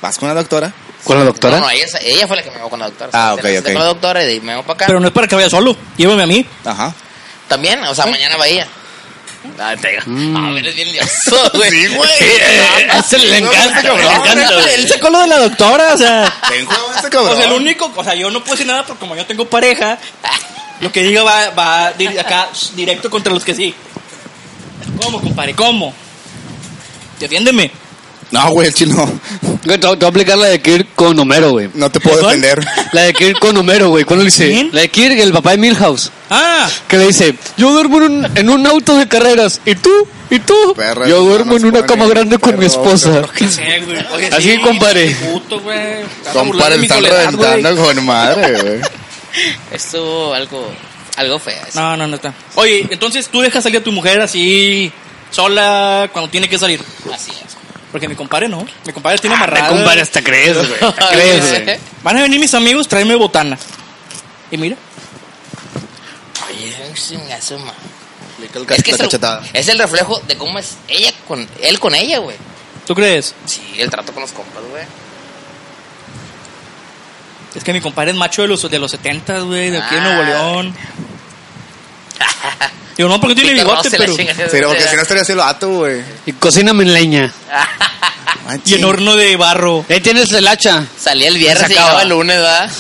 [SPEAKER 3] ¿vas con una doctora?
[SPEAKER 2] ¿Con la doctora?
[SPEAKER 4] No, no, ella, ella fue la que me llevó con la doctora.
[SPEAKER 3] Ah,
[SPEAKER 4] Se la
[SPEAKER 3] ok,
[SPEAKER 4] senté
[SPEAKER 3] ok.
[SPEAKER 4] con la doctora y de ahí me voy para acá.
[SPEAKER 1] Pero no es para que vaya solo. Llévame a mí.
[SPEAKER 3] Ajá.
[SPEAKER 4] También, o sea, mañana va ella. ¿Mm? Ah, te digo. Ah, pero es bien lioso, güey. eh,
[SPEAKER 3] Sí, güey.
[SPEAKER 1] A ese le
[SPEAKER 3] No,
[SPEAKER 1] encanta,
[SPEAKER 3] este
[SPEAKER 1] cabrón.
[SPEAKER 3] cabrón,
[SPEAKER 1] le encanta,
[SPEAKER 3] güey.
[SPEAKER 1] güey. Él sacó lo de la doctora, o sea.
[SPEAKER 3] Ten cuidado este cabrón.
[SPEAKER 1] Pues el único, o sea, yo no puedo decir nada porque como yo tengo pareja, lo que diga va, va di- acá sh, directo contra los que sí. ¿Cómo, compadre? ¿Cómo? Defiéndeme.
[SPEAKER 3] No, güey, el chino.
[SPEAKER 2] Güey, te voy te voy a aplicar la de Kirk con Homero, güey.
[SPEAKER 3] No te puedo
[SPEAKER 1] ¿Cuál?
[SPEAKER 3] defender.
[SPEAKER 2] La de Kirk con Homero, güey. ¿Cuándo lo hice?
[SPEAKER 1] ¿Quién?
[SPEAKER 2] La de Kirk, el papá de Milhouse.
[SPEAKER 1] Ah,
[SPEAKER 2] Que le dice, yo duermo en un, en un auto de carreras. ¿Y tú? ¿Y tú?
[SPEAKER 3] Perra,
[SPEAKER 2] yo duermo
[SPEAKER 3] nos
[SPEAKER 2] en una
[SPEAKER 3] pone
[SPEAKER 2] cama grande con mi
[SPEAKER 3] perro,
[SPEAKER 2] esposa.
[SPEAKER 1] qué sé, güey. Oye,
[SPEAKER 2] Así que, compadre.
[SPEAKER 1] qué Puto, güey.
[SPEAKER 3] <laughs>
[SPEAKER 1] Estás
[SPEAKER 3] Son
[SPEAKER 1] burlando de mi
[SPEAKER 3] están
[SPEAKER 1] soledad, güey.
[SPEAKER 3] reventando con madre, güey.
[SPEAKER 4] Estuvo algo, algo feo. eso.
[SPEAKER 1] No, no, no está. Oye, entonces tú dejas salir a tu mujer así, sola, cuando tiene que salir.
[SPEAKER 4] Así es.
[SPEAKER 1] Porque mi compadre no. Mi compadre tiene amarrada.
[SPEAKER 2] <laughs> hasta crees, güey.
[SPEAKER 4] Ay,
[SPEAKER 2] crees,
[SPEAKER 4] güey.
[SPEAKER 2] güey.
[SPEAKER 1] Van a venir mis amigos, tráeme botana. Y mira.
[SPEAKER 4] Oye, chingazo, ma.
[SPEAKER 3] Es
[SPEAKER 4] Es que es el, es el reflejo de cómo es ella con él con ella, güey.
[SPEAKER 1] ¿Tú crees?
[SPEAKER 4] Sí, el trato con los compas, güey.
[SPEAKER 1] Es que mi compadre es macho de los, de los 70, güey, de aquí de Nuevo
[SPEAKER 4] Ah.
[SPEAKER 1] León. Digo, no, porque tiene
[SPEAKER 4] Peter
[SPEAKER 1] bigote,
[SPEAKER 4] Ross y la
[SPEAKER 1] pero.
[SPEAKER 4] chingada,
[SPEAKER 3] Sí, porque
[SPEAKER 4] güey.
[SPEAKER 3] si no estaría así el vato, güey. Ah,
[SPEAKER 2] Y cocíname en leña.
[SPEAKER 1] Y en horno de barro.
[SPEAKER 2] Ahí tienes el hacha.
[SPEAKER 4] Salía el viernes
[SPEAKER 2] Se
[SPEAKER 4] y
[SPEAKER 2] acaba.
[SPEAKER 4] llegaba el lunes, ¿verdad?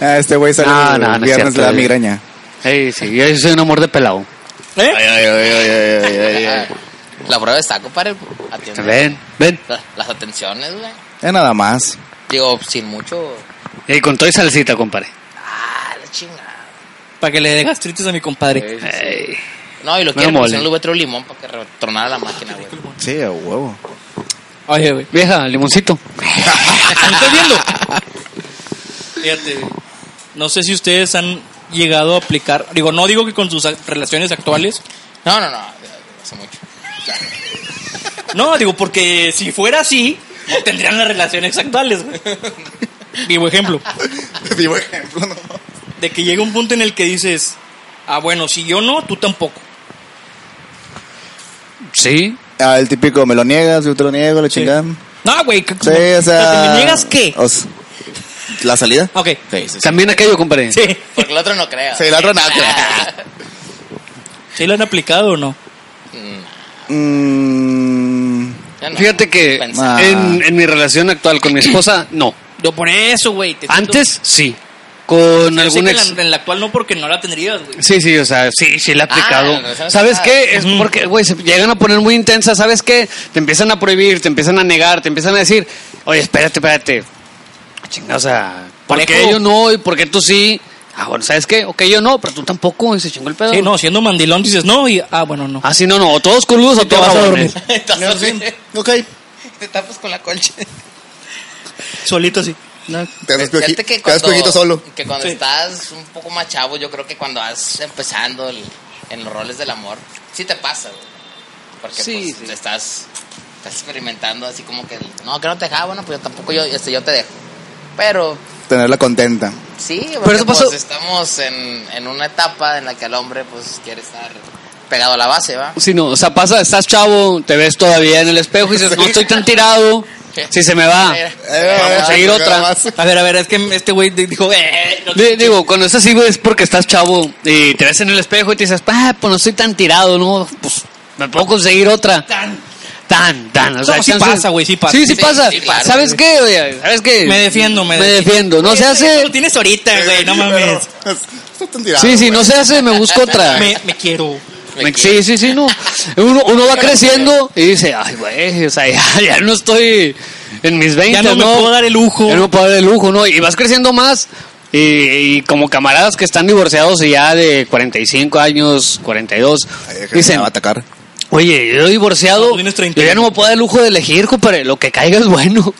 [SPEAKER 3] Ah, este güey sale
[SPEAKER 2] No,
[SPEAKER 3] el
[SPEAKER 2] no, no es
[SPEAKER 3] viernes
[SPEAKER 2] cierto,
[SPEAKER 3] de la
[SPEAKER 2] güey.
[SPEAKER 3] migraña.
[SPEAKER 2] Ey, sí, yo soy un amor de pelado.
[SPEAKER 1] ¿Eh?
[SPEAKER 3] ay, ay, ay, ay, ay, ay.
[SPEAKER 4] La prueba está, compadre. Atiende
[SPEAKER 2] Ven, ven.
[SPEAKER 4] la- las atenciones, güey.
[SPEAKER 3] <laughs> Es nada más.
[SPEAKER 4] Digo, sin mucho.
[SPEAKER 2] Y con todo y salsita, compadre.
[SPEAKER 4] Ah, la chingada.
[SPEAKER 1] Para que le dé gastritis a mi compadre.
[SPEAKER 2] Ey.
[SPEAKER 4] No, y lo
[SPEAKER 2] No
[SPEAKER 4] que
[SPEAKER 2] mole.
[SPEAKER 4] no le voy a traer limón para que retornara la máquina, güey.
[SPEAKER 3] Sí, a <laughs> huevo.
[SPEAKER 1] Oye, güey.
[SPEAKER 2] Vieja, limoncito.
[SPEAKER 1] ¿Me estás viendo? Fíjate, güey. no sé si ustedes han llegado a aplicar. Digo, no digo que con sus a- relaciones actuales.
[SPEAKER 4] No, no, no. Hace mucho.
[SPEAKER 1] No, digo, porque si fuera así, no tendrían las relaciones actuales, güey. Vivo ejemplo.
[SPEAKER 3] Vivo ejemplo, no.
[SPEAKER 1] de que llega un punto en el que dices, ah, bueno, si yo no, tú tampoco.
[SPEAKER 2] Sí.
[SPEAKER 3] Ah, el típico, me lo niegas, yo te lo niego, la chingada.
[SPEAKER 1] No, güey, que-
[SPEAKER 3] Sí, o sea.
[SPEAKER 1] ¿Me niegas qué? Ah.
[SPEAKER 3] o s- ¿La salida?
[SPEAKER 1] Ok.
[SPEAKER 3] Sí, sí, sí.
[SPEAKER 2] También aquello, compadre.
[SPEAKER 1] Sí.
[SPEAKER 4] Porque el otro no creo.
[SPEAKER 3] Sí, la
[SPEAKER 4] <laughs>
[SPEAKER 3] otra nada.
[SPEAKER 1] ¿Sí lo han aplicado o no?
[SPEAKER 3] Mm,
[SPEAKER 4] No, no.
[SPEAKER 2] Fíjate que <laughs>
[SPEAKER 4] Pensar.
[SPEAKER 2] en, en mi relación actual con mi esposa, no.
[SPEAKER 1] Yo por eso, güey. te
[SPEAKER 2] Antes, sí. Con
[SPEAKER 1] siento- yo sé
[SPEAKER 2] algún
[SPEAKER 1] que
[SPEAKER 2] ex...
[SPEAKER 1] la- en la actual no, porque no la tendrías, güey.
[SPEAKER 2] Sí, sí, o sea, sí, sí le ha aplicado.
[SPEAKER 4] Ah, no, no, no,
[SPEAKER 2] ¿Sabes
[SPEAKER 4] no,
[SPEAKER 2] qué? Es porque, güey, se llegan a poner muy intensas, ¿sabes qué? Te empiezan a prohibir, te empiezan a negar, te empiezan a decir, oye, espérate, espérate. Chinga, o sea, ¿por
[SPEAKER 1] Parejo.
[SPEAKER 2] qué yo no y por qué tú sí? Ah, bueno, ¿sabes qué? Ok, yo no, pero tú tampoco, y se chingó el pedo.
[SPEAKER 1] Sí, no, siendo mandilón dices no y, ah, bueno, no.
[SPEAKER 2] Ah, sí, no, no, o todos coludos o
[SPEAKER 1] te
[SPEAKER 2] todos
[SPEAKER 1] vas a
[SPEAKER 2] rabones.
[SPEAKER 1] dormir.
[SPEAKER 4] Entonces,
[SPEAKER 3] ok.
[SPEAKER 4] <laughs> Te tapas con la colcha.
[SPEAKER 1] Solito así.
[SPEAKER 3] Te haces pioji-
[SPEAKER 4] Fíjate que
[SPEAKER 3] te haces
[SPEAKER 4] cuando,
[SPEAKER 3] piojito solo.
[SPEAKER 4] que cuando
[SPEAKER 1] Sí.
[SPEAKER 4] estás un poco más chavo, yo creo que cuando vas empezando el- en los roles del amor, sí te pasa, güey. Porque
[SPEAKER 2] Sí,
[SPEAKER 4] pues,
[SPEAKER 2] sí.
[SPEAKER 4] te estás, estás experimentando así como que, no, que no te dejaba, bueno, pues yo tampoco, yo, este, yo te dejo. Pero
[SPEAKER 3] Tenerla contenta.
[SPEAKER 4] sí, porque,
[SPEAKER 2] eso pasó-
[SPEAKER 4] pues, estamos en, en una etapa en la que el hombre pues quiere estar pegado a la base, ¿va?
[SPEAKER 2] Sí, no, o sea, pasa, estás chavo, te ves todavía en el espejo y dices, no estoy tan tirado, si se me va.
[SPEAKER 4] Mira,
[SPEAKER 2] a conseguir
[SPEAKER 3] eh,
[SPEAKER 2] otra.
[SPEAKER 3] más.
[SPEAKER 1] A ver, a ver, es que este güey di- dijo, eh, no te-
[SPEAKER 2] Di- Digo, cuando estás así, güey, es porque estás chavo y te ves en el espejo y te dices, ah, pues no estoy tan tirado, ¿no? Pues me puedo conseguir otra.
[SPEAKER 1] tan.
[SPEAKER 2] Tan, tan. O sea,
[SPEAKER 1] No, sí
[SPEAKER 2] chances-
[SPEAKER 1] pasa, güey, sí pasa.
[SPEAKER 2] Sí, sí
[SPEAKER 4] Sí,
[SPEAKER 2] pasa.
[SPEAKER 4] sí pasa,
[SPEAKER 2] ¿Sabes qué, güey? ¿Sabes qué?
[SPEAKER 1] Me defiendo, me,
[SPEAKER 2] Me defiendo. No se
[SPEAKER 1] Eso-
[SPEAKER 2] hace-
[SPEAKER 1] eso Lo tienes ahorita, güey, no mames.
[SPEAKER 3] Estás tan tirado,
[SPEAKER 2] Sí, sí,
[SPEAKER 3] güey.
[SPEAKER 2] no se hace, me busco otra.
[SPEAKER 1] <laughs> Me, me quiero.
[SPEAKER 4] me
[SPEAKER 2] Me-
[SPEAKER 4] quiere.
[SPEAKER 2] sí, sí, sí, no. Uno, uno va creciendo y dice, ay, güey, o sea, ya, ya no estoy en mis 20,
[SPEAKER 1] Ya no me puedo dar el lujo.
[SPEAKER 2] Ya no me puedo dar el lujo, ¿no? Y vas creciendo más. Y, y como camaradas que están divorciados y ya de 45 años, 42,
[SPEAKER 3] Ay, deja que
[SPEAKER 2] dicen,
[SPEAKER 3] me va a atacar.
[SPEAKER 2] oye, yo divorciado,
[SPEAKER 1] No, tienes
[SPEAKER 2] yo
[SPEAKER 1] 30.
[SPEAKER 2] ya no me puedo dar el lujo de elegir, compadre, lo que caiga es bueno.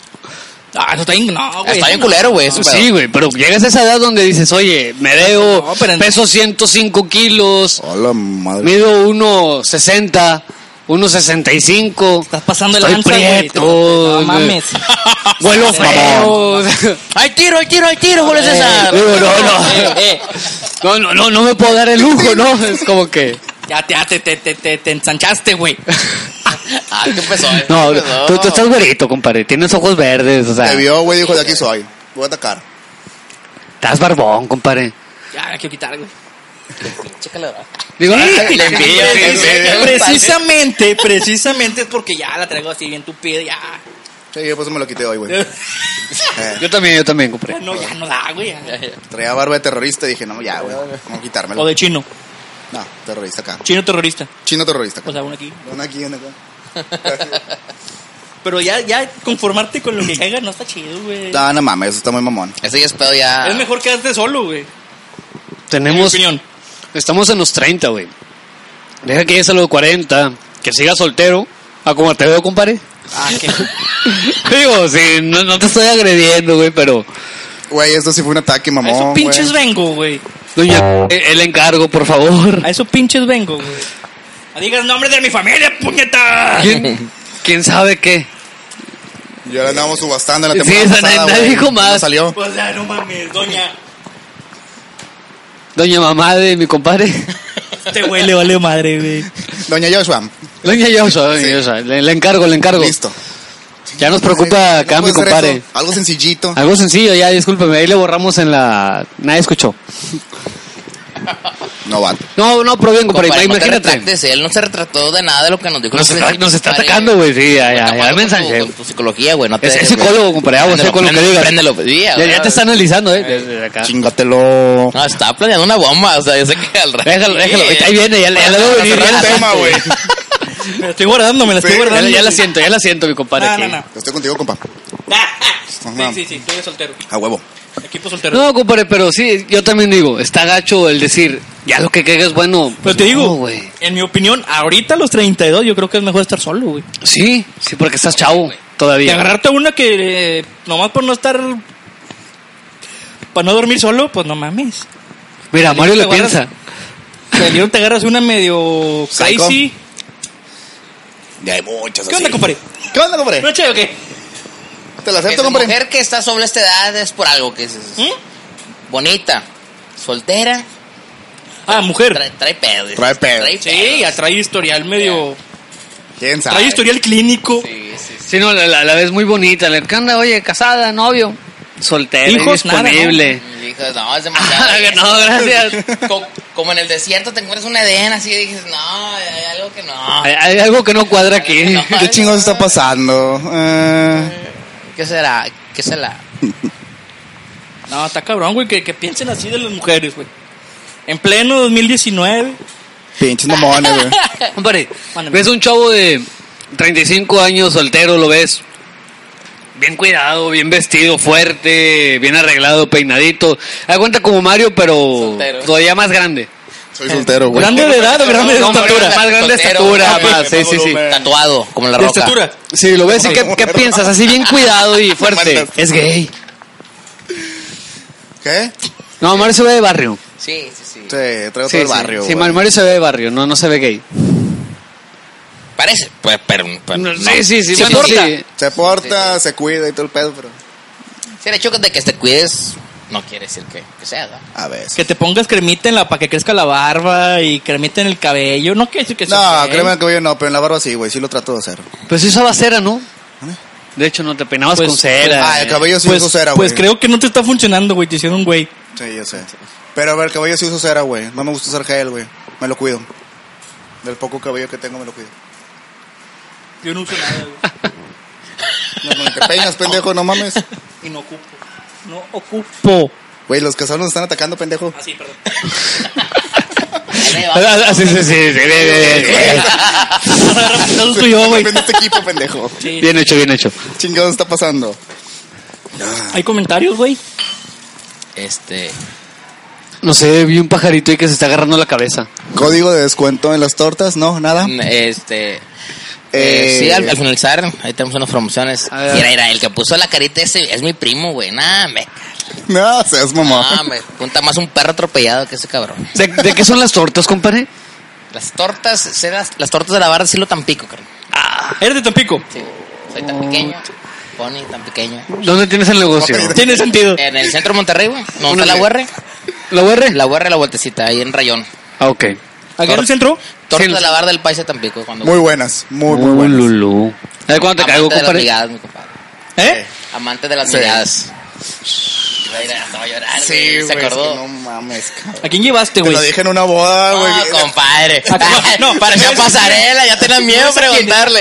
[SPEAKER 1] Ah, eso está bien, no, güey.
[SPEAKER 4] Está bien
[SPEAKER 1] no.
[SPEAKER 4] culero, güey. eso, pero-
[SPEAKER 2] Sí, güey, pero llegas a esa edad donde dices, oye, me veo,
[SPEAKER 1] No, pero en-
[SPEAKER 2] peso 105 kilos,
[SPEAKER 3] Hola, madre.
[SPEAKER 2] Mido 1.60, 1.65.
[SPEAKER 1] Estás pasando el
[SPEAKER 2] Estoy
[SPEAKER 1] lanza, güey.
[SPEAKER 2] prieto,
[SPEAKER 1] No
[SPEAKER 2] güey.
[SPEAKER 1] mames.
[SPEAKER 2] <laughs>
[SPEAKER 1] Este,
[SPEAKER 2] Huelo
[SPEAKER 1] Sí.
[SPEAKER 2] feo.
[SPEAKER 4] ¡Ay, tiro, hay tiro, hay tiro, Julio César!
[SPEAKER 2] digo, no, no.
[SPEAKER 4] Eh, eh.
[SPEAKER 2] No, no, no, no me puedo dar el lujo, ¿no? Es como que...
[SPEAKER 1] Ya te, ya te, te, te, te, te ensanchaste, güey. <laughs>
[SPEAKER 4] Ah, qué empezó. eh?
[SPEAKER 2] No,
[SPEAKER 4] ¿Qué empezó?
[SPEAKER 2] tú, tú estás güerito, compadre. Tienes ojos verdes, o sea.
[SPEAKER 3] Te vio, güey, dijo, de aquí soy. Voy a atacar.
[SPEAKER 2] Estás barbón, compadre.
[SPEAKER 1] Ya, me quiero quitar, güey.
[SPEAKER 4] Chécale, va.
[SPEAKER 2] Digo,
[SPEAKER 4] La envidia, la envidia.
[SPEAKER 1] Precisamente, precisamente es porque ya la traigo así bien tupida, ya.
[SPEAKER 3] Sí, yo por eso me lo quité hoy,
[SPEAKER 1] <laughs>
[SPEAKER 3] güey. Eh,
[SPEAKER 2] yo también, yo también, compadre.
[SPEAKER 1] Ya no, ya no da, güey. ya.
[SPEAKER 3] traía barba de terrorista y dije, no, ya, güey. Vamos a
[SPEAKER 1] O
[SPEAKER 3] quitármelo.
[SPEAKER 1] de chino,
[SPEAKER 3] No, terrorista acá.
[SPEAKER 1] chino terrorista.
[SPEAKER 3] Chino terrorista
[SPEAKER 1] O
[SPEAKER 3] acá.
[SPEAKER 1] sea, uno aquí.
[SPEAKER 3] Una aquí, una acá.
[SPEAKER 1] Pero ya, ya conformarte con lo que caiga no está chido, güey.
[SPEAKER 3] No, no mames, eso está muy mamón.
[SPEAKER 4] Ese ya es pedo ya.
[SPEAKER 1] Es mejor quedarte solo, güey. En mi
[SPEAKER 2] Tenemos,
[SPEAKER 1] opinión.
[SPEAKER 2] estamos en los 30, güey. Deja que llegues a los 40, que sigas soltero. ¿A cómo te veo, compadre?
[SPEAKER 1] Ah,
[SPEAKER 2] <laughs>
[SPEAKER 1] que-
[SPEAKER 2] Digo, sí, no, no te estoy agrediendo, güey, pero...
[SPEAKER 3] Güey, esto sí fue un ataque,
[SPEAKER 1] A
[SPEAKER 3] mamón.
[SPEAKER 1] esos
[SPEAKER 3] güey.
[SPEAKER 1] pinches vengo, güey.
[SPEAKER 2] Doña, eh, el encargo, por favor.
[SPEAKER 1] A esos pinches vengo, güey. No digas nombres de mi familia, puñeta.
[SPEAKER 2] ¿Quién, quién sabe qué?
[SPEAKER 3] Y ahora andábamos subastando en la
[SPEAKER 2] Sí,
[SPEAKER 3] temporada
[SPEAKER 2] esa
[SPEAKER 3] pasada,
[SPEAKER 2] nadie
[SPEAKER 3] güey.
[SPEAKER 2] dijo más.
[SPEAKER 3] No salió.
[SPEAKER 1] O sea, no mames, doña.
[SPEAKER 2] Doña mamá de mi compadre.
[SPEAKER 1] Este güey le vale madre, güey.
[SPEAKER 3] Doña Joshua,
[SPEAKER 2] Doña Yosa, doña Yosa. Le, le encargo, le encargo.
[SPEAKER 3] listo.
[SPEAKER 2] Ya nos preocupa
[SPEAKER 3] Ay,
[SPEAKER 2] acá
[SPEAKER 3] no
[SPEAKER 2] mi
[SPEAKER 3] puede ser
[SPEAKER 2] compadre. Ah.
[SPEAKER 3] eso. Algo sencillito.
[SPEAKER 2] Algo sencillo, ya, discúlpeme. Ahí le borramos en la... Nadie escuchó.
[SPEAKER 3] No va.
[SPEAKER 2] No, no, pero bien, compadre.
[SPEAKER 4] Compadre, no te
[SPEAKER 2] imagínate.
[SPEAKER 4] retractes, él no se retrató de nada de lo que nos dijo.
[SPEAKER 2] Nos
[SPEAKER 4] al
[SPEAKER 2] está,
[SPEAKER 4] principio,
[SPEAKER 2] nos está
[SPEAKER 4] compadre.
[SPEAKER 2] atacando, güey. Sí, ya, ya, ya
[SPEAKER 4] Está mal
[SPEAKER 2] me
[SPEAKER 4] con tu-
[SPEAKER 2] ensanché.
[SPEAKER 4] con Tu psicología, güey. No te
[SPEAKER 2] Es, es
[SPEAKER 4] dejes,
[SPEAKER 2] psicólogo,
[SPEAKER 4] güey.
[SPEAKER 2] compadre. Vamos a
[SPEAKER 4] Préndelo,
[SPEAKER 2] hacer con lo que
[SPEAKER 4] préndelo,
[SPEAKER 2] digas.
[SPEAKER 4] préndelo, pues, sí,
[SPEAKER 2] Ya,
[SPEAKER 4] güey.
[SPEAKER 2] ya te están analizando, eh. Desde acá.
[SPEAKER 3] Chingatelo.
[SPEAKER 4] No, estaba planeando una bomba, o sea, yo sé que al rato.
[SPEAKER 2] Déjalo, déjalo.
[SPEAKER 4] Sí.
[SPEAKER 2] Ahí viene, ya, ya la veo
[SPEAKER 3] Para
[SPEAKER 2] venir.
[SPEAKER 3] cerrar
[SPEAKER 2] Ya,
[SPEAKER 3] el
[SPEAKER 2] la-
[SPEAKER 3] tema, güey.
[SPEAKER 1] Me la estoy guardando, me la estoy
[SPEAKER 3] Sí,
[SPEAKER 1] guardando.
[SPEAKER 2] ya, ya la siento, ya la siento, mi compadre.
[SPEAKER 1] No,
[SPEAKER 2] aquí.
[SPEAKER 1] no, no. Ah,
[SPEAKER 3] Estoy contigo, compa.
[SPEAKER 1] Sí, sí, sí, tú eres soltero.
[SPEAKER 3] A huevo.
[SPEAKER 1] Equipo soltero.
[SPEAKER 2] No, compadre, pero sí, yo también digo, está gacho el decir, ya lo que caiga es bueno.
[SPEAKER 1] Pero
[SPEAKER 2] Pues
[SPEAKER 1] te
[SPEAKER 2] no,
[SPEAKER 1] digo,
[SPEAKER 2] güey.
[SPEAKER 1] en mi opinión, ahorita a los 32 yo creo que es mejor estar solo, güey.
[SPEAKER 2] Sí, sí, porque estás chavo
[SPEAKER 1] Y
[SPEAKER 2] todavía.
[SPEAKER 1] agarrarte a una que eh, nomás por no estar... Para no dormir solo, pues no mames.
[SPEAKER 2] Mira, Mario le
[SPEAKER 1] te guardas-
[SPEAKER 2] piensa.
[SPEAKER 1] Pero te agarras una medio
[SPEAKER 3] Psycho.
[SPEAKER 1] crazy.
[SPEAKER 3] Ya hay muchas
[SPEAKER 1] ¿Qué onda,
[SPEAKER 3] así.
[SPEAKER 1] compadre?
[SPEAKER 3] ¿Qué onda, compadre?
[SPEAKER 1] ¿Noche o qué?
[SPEAKER 3] Te la
[SPEAKER 4] Que
[SPEAKER 3] acepto,
[SPEAKER 4] tu
[SPEAKER 3] compadre.
[SPEAKER 4] mujer que está sobre esta edad es por algo que es, es
[SPEAKER 1] ¿Mm?
[SPEAKER 4] bonita, soltera,
[SPEAKER 1] Ah, mujer.
[SPEAKER 4] trae, trae pedo. dice.
[SPEAKER 3] Trae pedo.
[SPEAKER 1] Sí, ya trae
[SPEAKER 3] Eh,
[SPEAKER 1] historial medio...
[SPEAKER 3] ¿Quién sabe?
[SPEAKER 1] Trae historial clínico.
[SPEAKER 4] Sí, sí, sí.
[SPEAKER 2] Sí, no, la, la- la ves muy bonita. Le encanta, oye, casada, novio. Soltera,
[SPEAKER 1] Hijos, nada,
[SPEAKER 2] disponible.
[SPEAKER 4] Y dijo, no, es
[SPEAKER 2] <laughs>
[SPEAKER 4] demasiado.
[SPEAKER 2] Ah, no, gracias.
[SPEAKER 4] Co- como, en el desierto te encuentras un edén así y dices, no, hay algo que no.
[SPEAKER 2] Hay, hay algo que no cuadra aquí.
[SPEAKER 4] Ah.
[SPEAKER 2] <laughs>
[SPEAKER 4] No.
[SPEAKER 3] ¿Qué chingados está pasando? Eh,
[SPEAKER 4] ¿Qué será? ¿Qué será?
[SPEAKER 1] No, está cabrón, güey, que, que piensen así de las mujeres, güey. En pleno 2019.
[SPEAKER 3] pinches mamones,
[SPEAKER 2] <laughs>
[SPEAKER 3] güey.
[SPEAKER 2] Compadre,
[SPEAKER 1] Mándame.
[SPEAKER 2] ves un chavo de 35 años soltero, lo ves. Bien cuidado, bien vestido, fuerte, bien arreglado, peinadito. Da cuenta como Mario, pero
[SPEAKER 4] Soltero.
[SPEAKER 2] todavía más grande.
[SPEAKER 3] Soy soltero, güey.
[SPEAKER 1] Grande de edad o grande de
[SPEAKER 2] <laughs> No, pero
[SPEAKER 1] estatura.
[SPEAKER 2] Más grande de
[SPEAKER 4] Soltero,
[SPEAKER 2] estatura,
[SPEAKER 4] güey,
[SPEAKER 2] más, sí, sí, sí.
[SPEAKER 3] volumen.
[SPEAKER 4] Tatuado, como la
[SPEAKER 1] De
[SPEAKER 4] roca.
[SPEAKER 1] estatura.
[SPEAKER 2] Sí, lo ves y ¿qué, qué piensas? Así bien cuidado y fuerte.
[SPEAKER 3] mandas.
[SPEAKER 2] Es gay.
[SPEAKER 3] ¿Qué?
[SPEAKER 2] No, Mario se ve de barrio.
[SPEAKER 4] Sí, sí,
[SPEAKER 3] Sí,
[SPEAKER 4] sí.
[SPEAKER 3] traigo
[SPEAKER 2] Sí,
[SPEAKER 3] todo el
[SPEAKER 2] sí.
[SPEAKER 3] barrio,
[SPEAKER 2] Sí,
[SPEAKER 3] güey.
[SPEAKER 2] Mario- Mario se ve de barrio, no, no se ve gay.
[SPEAKER 4] Parece, pues, pero, pero no.
[SPEAKER 2] Sí, sí, sí.
[SPEAKER 4] Se
[SPEAKER 2] bueno,
[SPEAKER 4] porta.
[SPEAKER 2] sí.
[SPEAKER 3] Se porta, se cuida y todo el pedo, pero...
[SPEAKER 4] Si el hecho de que te cuides no quiere decir que, que sea, ¿verdad?
[SPEAKER 3] A ver.
[SPEAKER 1] Que te pongas cremita en la para que crezca la barba y cremita en el cabello. No quiere decir que ¿eh?
[SPEAKER 3] No,
[SPEAKER 1] seas gay.
[SPEAKER 3] créeme que yo no, pero en la barba sí, güey. Sí lo trato de hacer.
[SPEAKER 2] Pues esa cera, ¿no? De hecho, no te peinabas
[SPEAKER 1] Pues-
[SPEAKER 2] con cera.
[SPEAKER 3] Ah, el cabello sí
[SPEAKER 1] Pues,
[SPEAKER 3] uso cera, güey.
[SPEAKER 1] pues creo que no te está funcionando, güey. Te hicieron un güey.
[SPEAKER 3] Sí, yo sé. Pero a ver, el cabello sí uso cera, güey. No me gusta usar gel, güey. Me lo cuido. Del poco cabello que tengo me lo cuido.
[SPEAKER 1] Yo no uso nada, güey.
[SPEAKER 3] No, no, te peinas, pendejo, no mames.
[SPEAKER 1] Y no ocupo. No ocupo.
[SPEAKER 3] Güey, los casados nos están atacando, pendejo.
[SPEAKER 1] Así, perdón.
[SPEAKER 4] Ahí va.
[SPEAKER 2] Ah, ah, sí, sí, sí, sí, bien, bien, bien.
[SPEAKER 1] Vas a agarrar putazos tú y yo, güey.
[SPEAKER 3] Depende de este equipo, pendejo.
[SPEAKER 1] <laughs> Sí.
[SPEAKER 2] Bien hecho, bien hecho.
[SPEAKER 3] Chingados está pasando.
[SPEAKER 1] ¿Hay comentarios, güey?
[SPEAKER 4] Este.
[SPEAKER 2] No sé, vi un pajarito ahí que se está agarrando la cabeza.
[SPEAKER 3] Código de descuento en las tortas, no,
[SPEAKER 2] Ah.
[SPEAKER 3] nada.
[SPEAKER 4] Este.
[SPEAKER 3] Eh,
[SPEAKER 4] eh,
[SPEAKER 3] <laughs>
[SPEAKER 4] sí, al, al finalizar, ahí tenemos unas promociones.
[SPEAKER 2] A ver.
[SPEAKER 4] Mira, mira, el que puso la carita ese es mi primo, güey. Nah, me.
[SPEAKER 3] No, seas
[SPEAKER 2] Oh.
[SPEAKER 3] mamá.
[SPEAKER 4] nah, me junta más un perro atropellado que ese cabrón.
[SPEAKER 2] ¿De, de qué son las tortas, compadre?
[SPEAKER 4] Las tortas, sé las, las tortas de la barra sí lo tan pico, carnal.
[SPEAKER 1] ¿Eres de Tampico?
[SPEAKER 4] Sí. Soy tan
[SPEAKER 2] Oh,
[SPEAKER 4] pequeño. Pony tan pequeño.
[SPEAKER 2] ¿Dónde tienes el negocio?
[SPEAKER 1] Tiene sentido.
[SPEAKER 4] En el centro de Monterrey, güey. No,
[SPEAKER 2] Una
[SPEAKER 4] está la
[SPEAKER 2] de-
[SPEAKER 4] UR.
[SPEAKER 2] ¿La UR?
[SPEAKER 4] La UR, la vueltecita, ahí en Rayón.
[SPEAKER 2] Ah, ok.
[SPEAKER 1] Ah, Aquí en el centro.
[SPEAKER 4] Torta
[SPEAKER 2] Sí.
[SPEAKER 4] de la barra del país de Tampico. Cuando
[SPEAKER 3] Muy buenas, muy, muy
[SPEAKER 2] Uh,
[SPEAKER 3] buenas.
[SPEAKER 2] Lulú. A ver cuándo te
[SPEAKER 4] Amante
[SPEAKER 2] caigo,
[SPEAKER 4] de las
[SPEAKER 2] compadre.
[SPEAKER 4] miradas, mi compadre.
[SPEAKER 1] ¿Eh?
[SPEAKER 4] Amante de las
[SPEAKER 3] Sí.
[SPEAKER 4] miradas. Mira, no va a llorar, güey.
[SPEAKER 3] Sí,
[SPEAKER 4] Se
[SPEAKER 3] güey,
[SPEAKER 4] acordó.
[SPEAKER 3] es que no mames, cabrón.
[SPEAKER 1] ¿A quién llevaste,
[SPEAKER 3] Te
[SPEAKER 1] güey?
[SPEAKER 3] lo dije en una boda, güey.
[SPEAKER 4] No, compadre.
[SPEAKER 1] Ah, no,
[SPEAKER 4] <laughs> No, para
[SPEAKER 1] no
[SPEAKER 4] allá
[SPEAKER 1] es-
[SPEAKER 4] pasarela, ya tenía miedo
[SPEAKER 1] ¿A quién?
[SPEAKER 4] preguntarle.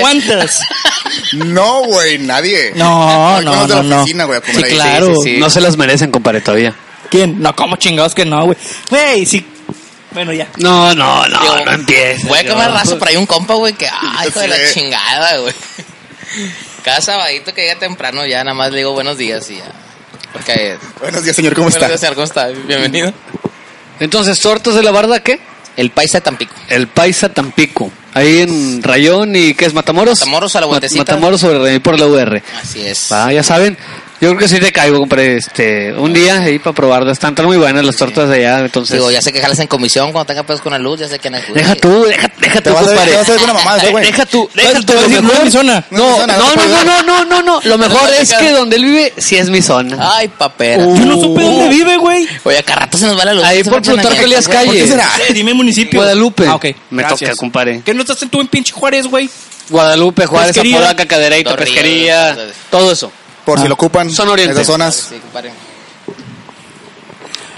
[SPEAKER 1] <laughs> ¿Cuántas?
[SPEAKER 3] No, güey, nadie.
[SPEAKER 1] No,
[SPEAKER 3] Ay,
[SPEAKER 1] no,
[SPEAKER 3] vamos de
[SPEAKER 1] no,
[SPEAKER 3] la
[SPEAKER 1] no.
[SPEAKER 3] oficina, güey, a comer
[SPEAKER 1] sí,
[SPEAKER 3] ahí. Sí,
[SPEAKER 1] claro.
[SPEAKER 4] sí.
[SPEAKER 2] No se las merecen, compadre, todavía.
[SPEAKER 1] ¿Quién? No, como chingados que no, güey. Güey, sí. Bueno, ya.
[SPEAKER 2] No, no, no,
[SPEAKER 4] Digo,
[SPEAKER 2] Ah, no empieces.
[SPEAKER 4] Voy a comer
[SPEAKER 2] yo.
[SPEAKER 4] raso por ahí un compa, güey, que, ay, hijo de la
[SPEAKER 3] Sí.
[SPEAKER 4] chingada, güey. Cada sabadito que llega temprano ya nada más le digo buenos días y ya. Porque,
[SPEAKER 3] Buenos días, señor, ¿cómo
[SPEAKER 4] buenos
[SPEAKER 3] está?
[SPEAKER 4] días, señor, ¿cómo está? Bienvenido.
[SPEAKER 2] Entonces, tortas de la barda, ¿qué?
[SPEAKER 4] El paisa de Tampico.
[SPEAKER 2] El Paisa Tampico. Ahí en Rayón y ¿qué es? Matamoros.
[SPEAKER 4] Matamoros a la
[SPEAKER 2] Ma-
[SPEAKER 4] vueltecita.
[SPEAKER 2] Matamoros sobre, por la UR.
[SPEAKER 4] Así es.
[SPEAKER 2] Ah, ya saben. Yo creo que sí te caigo, compadre. Este, un día ahí para probarlas. Están tan muy buenas las tortas de allá. Entonces,
[SPEAKER 4] Digo, ya sé que jalas en comisión cuando tenga pedos con la luz, ya sé que no acudir.
[SPEAKER 2] deja tú, deja, deja
[SPEAKER 3] Te
[SPEAKER 2] tú,
[SPEAKER 3] vas a
[SPEAKER 2] compadre.
[SPEAKER 3] te vas a ver una mamada,
[SPEAKER 2] De-
[SPEAKER 3] güey.
[SPEAKER 2] Ah, deja tú, deja
[SPEAKER 1] Bueno,
[SPEAKER 2] tú.
[SPEAKER 1] te voy a
[SPEAKER 2] lo
[SPEAKER 1] decir, no
[SPEAKER 2] mejor-
[SPEAKER 1] es mi zona.
[SPEAKER 2] No, no,
[SPEAKER 3] No,
[SPEAKER 2] no,
[SPEAKER 3] no,
[SPEAKER 2] no,
[SPEAKER 3] no,
[SPEAKER 2] no,
[SPEAKER 3] no,
[SPEAKER 2] no, no, no. Lo mejor
[SPEAKER 4] te
[SPEAKER 2] es
[SPEAKER 4] quedas.
[SPEAKER 2] que donde él vive sí es mi zona.
[SPEAKER 4] Ay, papera.
[SPEAKER 1] Yo no supe dónde vive, güey.
[SPEAKER 4] Oye, acá rato se nos va la luz.
[SPEAKER 2] Ahí
[SPEAKER 4] Se
[SPEAKER 2] por
[SPEAKER 4] me echan
[SPEAKER 2] Plutarco
[SPEAKER 4] ayer,
[SPEAKER 2] Elías
[SPEAKER 4] güey.
[SPEAKER 2] Calle.
[SPEAKER 3] ¿Por qué será?
[SPEAKER 1] Sí, Eh, dime municipio.
[SPEAKER 2] Guadalupe.
[SPEAKER 1] Ah, ok.
[SPEAKER 2] Me
[SPEAKER 1] Gracias.
[SPEAKER 2] toca, compadre.
[SPEAKER 1] ¿Qué no estás tú en pinche Juárez, güey?
[SPEAKER 2] Guadalupe, Juárez,
[SPEAKER 1] Pesquería.
[SPEAKER 2] Apodaca, Cadereyta,
[SPEAKER 4] Los Ríos,
[SPEAKER 2] Pesquería,
[SPEAKER 4] entonces.
[SPEAKER 2] todo eso.
[SPEAKER 3] Por si lo ocupan.
[SPEAKER 2] Son Oriente.
[SPEAKER 3] Esas zonas.
[SPEAKER 4] Pues, Sí, compadre.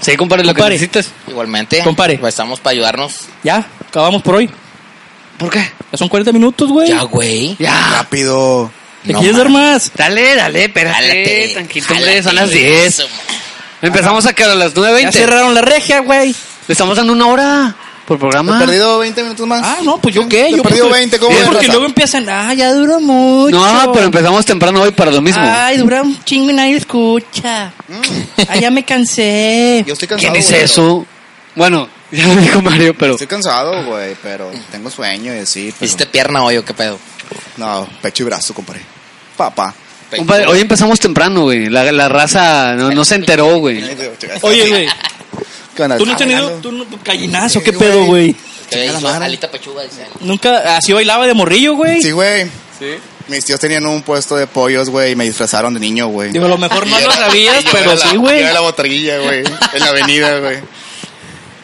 [SPEAKER 2] Sí, compadre, lo que
[SPEAKER 1] Compadre.
[SPEAKER 2] necesites.
[SPEAKER 4] Igualmente.
[SPEAKER 1] Compare.
[SPEAKER 4] Pues estamos para ayudarnos.
[SPEAKER 1] Ya, acabamos por hoy.
[SPEAKER 2] ¿Por qué?
[SPEAKER 1] Ya son 40 minutos, güey.
[SPEAKER 4] Ya, güey.
[SPEAKER 2] Ya.
[SPEAKER 3] Rápido.
[SPEAKER 1] ¿Te
[SPEAKER 4] No,
[SPEAKER 1] quieres
[SPEAKER 4] man.
[SPEAKER 1] dar más?
[SPEAKER 2] Dale, dale, espérate.
[SPEAKER 4] Jálate,
[SPEAKER 2] Tranquilo, hombre, son
[SPEAKER 4] jálate,
[SPEAKER 2] las 10.
[SPEAKER 4] eso, man.
[SPEAKER 2] Empezamos a que a las
[SPEAKER 1] Ya
[SPEAKER 2] 9.20.
[SPEAKER 1] cerraron la regia, güey.
[SPEAKER 2] Le estamos dando una hora por programa.
[SPEAKER 3] He perdido 20 minutos más.
[SPEAKER 1] Ah, no, pues yo qué.
[SPEAKER 3] Te
[SPEAKER 1] Yo
[SPEAKER 3] perdió
[SPEAKER 1] porque-
[SPEAKER 3] 20, ¿cómo
[SPEAKER 1] Sí,
[SPEAKER 3] ves,
[SPEAKER 1] Porque
[SPEAKER 3] raza?
[SPEAKER 1] luego empiezan, ah, ya duró mucho.
[SPEAKER 2] No, pero empezamos temprano hoy para lo mismo.
[SPEAKER 1] Ay, dura un chingo y nadie escucha. Ah, ya me cansé.
[SPEAKER 3] Mm. <laughs> Yo estoy cansado.
[SPEAKER 2] ¿Quién es
[SPEAKER 3] güey,
[SPEAKER 2] eso? Bueno, <laughs> ya lo dijo Mario,
[SPEAKER 3] pero-
[SPEAKER 2] pero...
[SPEAKER 3] Estoy cansado, güey, pero tengo sueño y así. pero-
[SPEAKER 4] Hiciste pierna hoy, ¿o qué pedo?
[SPEAKER 3] No, pecho y brazo, compadre. Papá.
[SPEAKER 2] Compadre, hoy empezamos temprano, güey. La, la raza no, no se enteró, güey.
[SPEAKER 1] Oye,
[SPEAKER 3] <laughs>
[SPEAKER 1] güey,
[SPEAKER 3] ¿Qué onda?
[SPEAKER 1] tú no has tenido tú no- gallinazo, qué pedo, güey.
[SPEAKER 4] Que hizo
[SPEAKER 3] la madre.
[SPEAKER 4] alita pechuga, dice.
[SPEAKER 1] Nunca, así bailaba de morrillo, güey.
[SPEAKER 3] Sí, güey.
[SPEAKER 4] Sí.
[SPEAKER 3] Mis tíos tenían un puesto de pollos, güey, y me disfrazaron de niño, güey.
[SPEAKER 1] Digo, a lo mejor no
[SPEAKER 4] Yo
[SPEAKER 1] lo
[SPEAKER 4] era-
[SPEAKER 1] sabías,
[SPEAKER 4] yo
[SPEAKER 1] pero
[SPEAKER 4] era la-
[SPEAKER 1] sí,
[SPEAKER 3] Yo
[SPEAKER 1] güey.
[SPEAKER 3] era la botarguilla, güey, en la avenida, güey.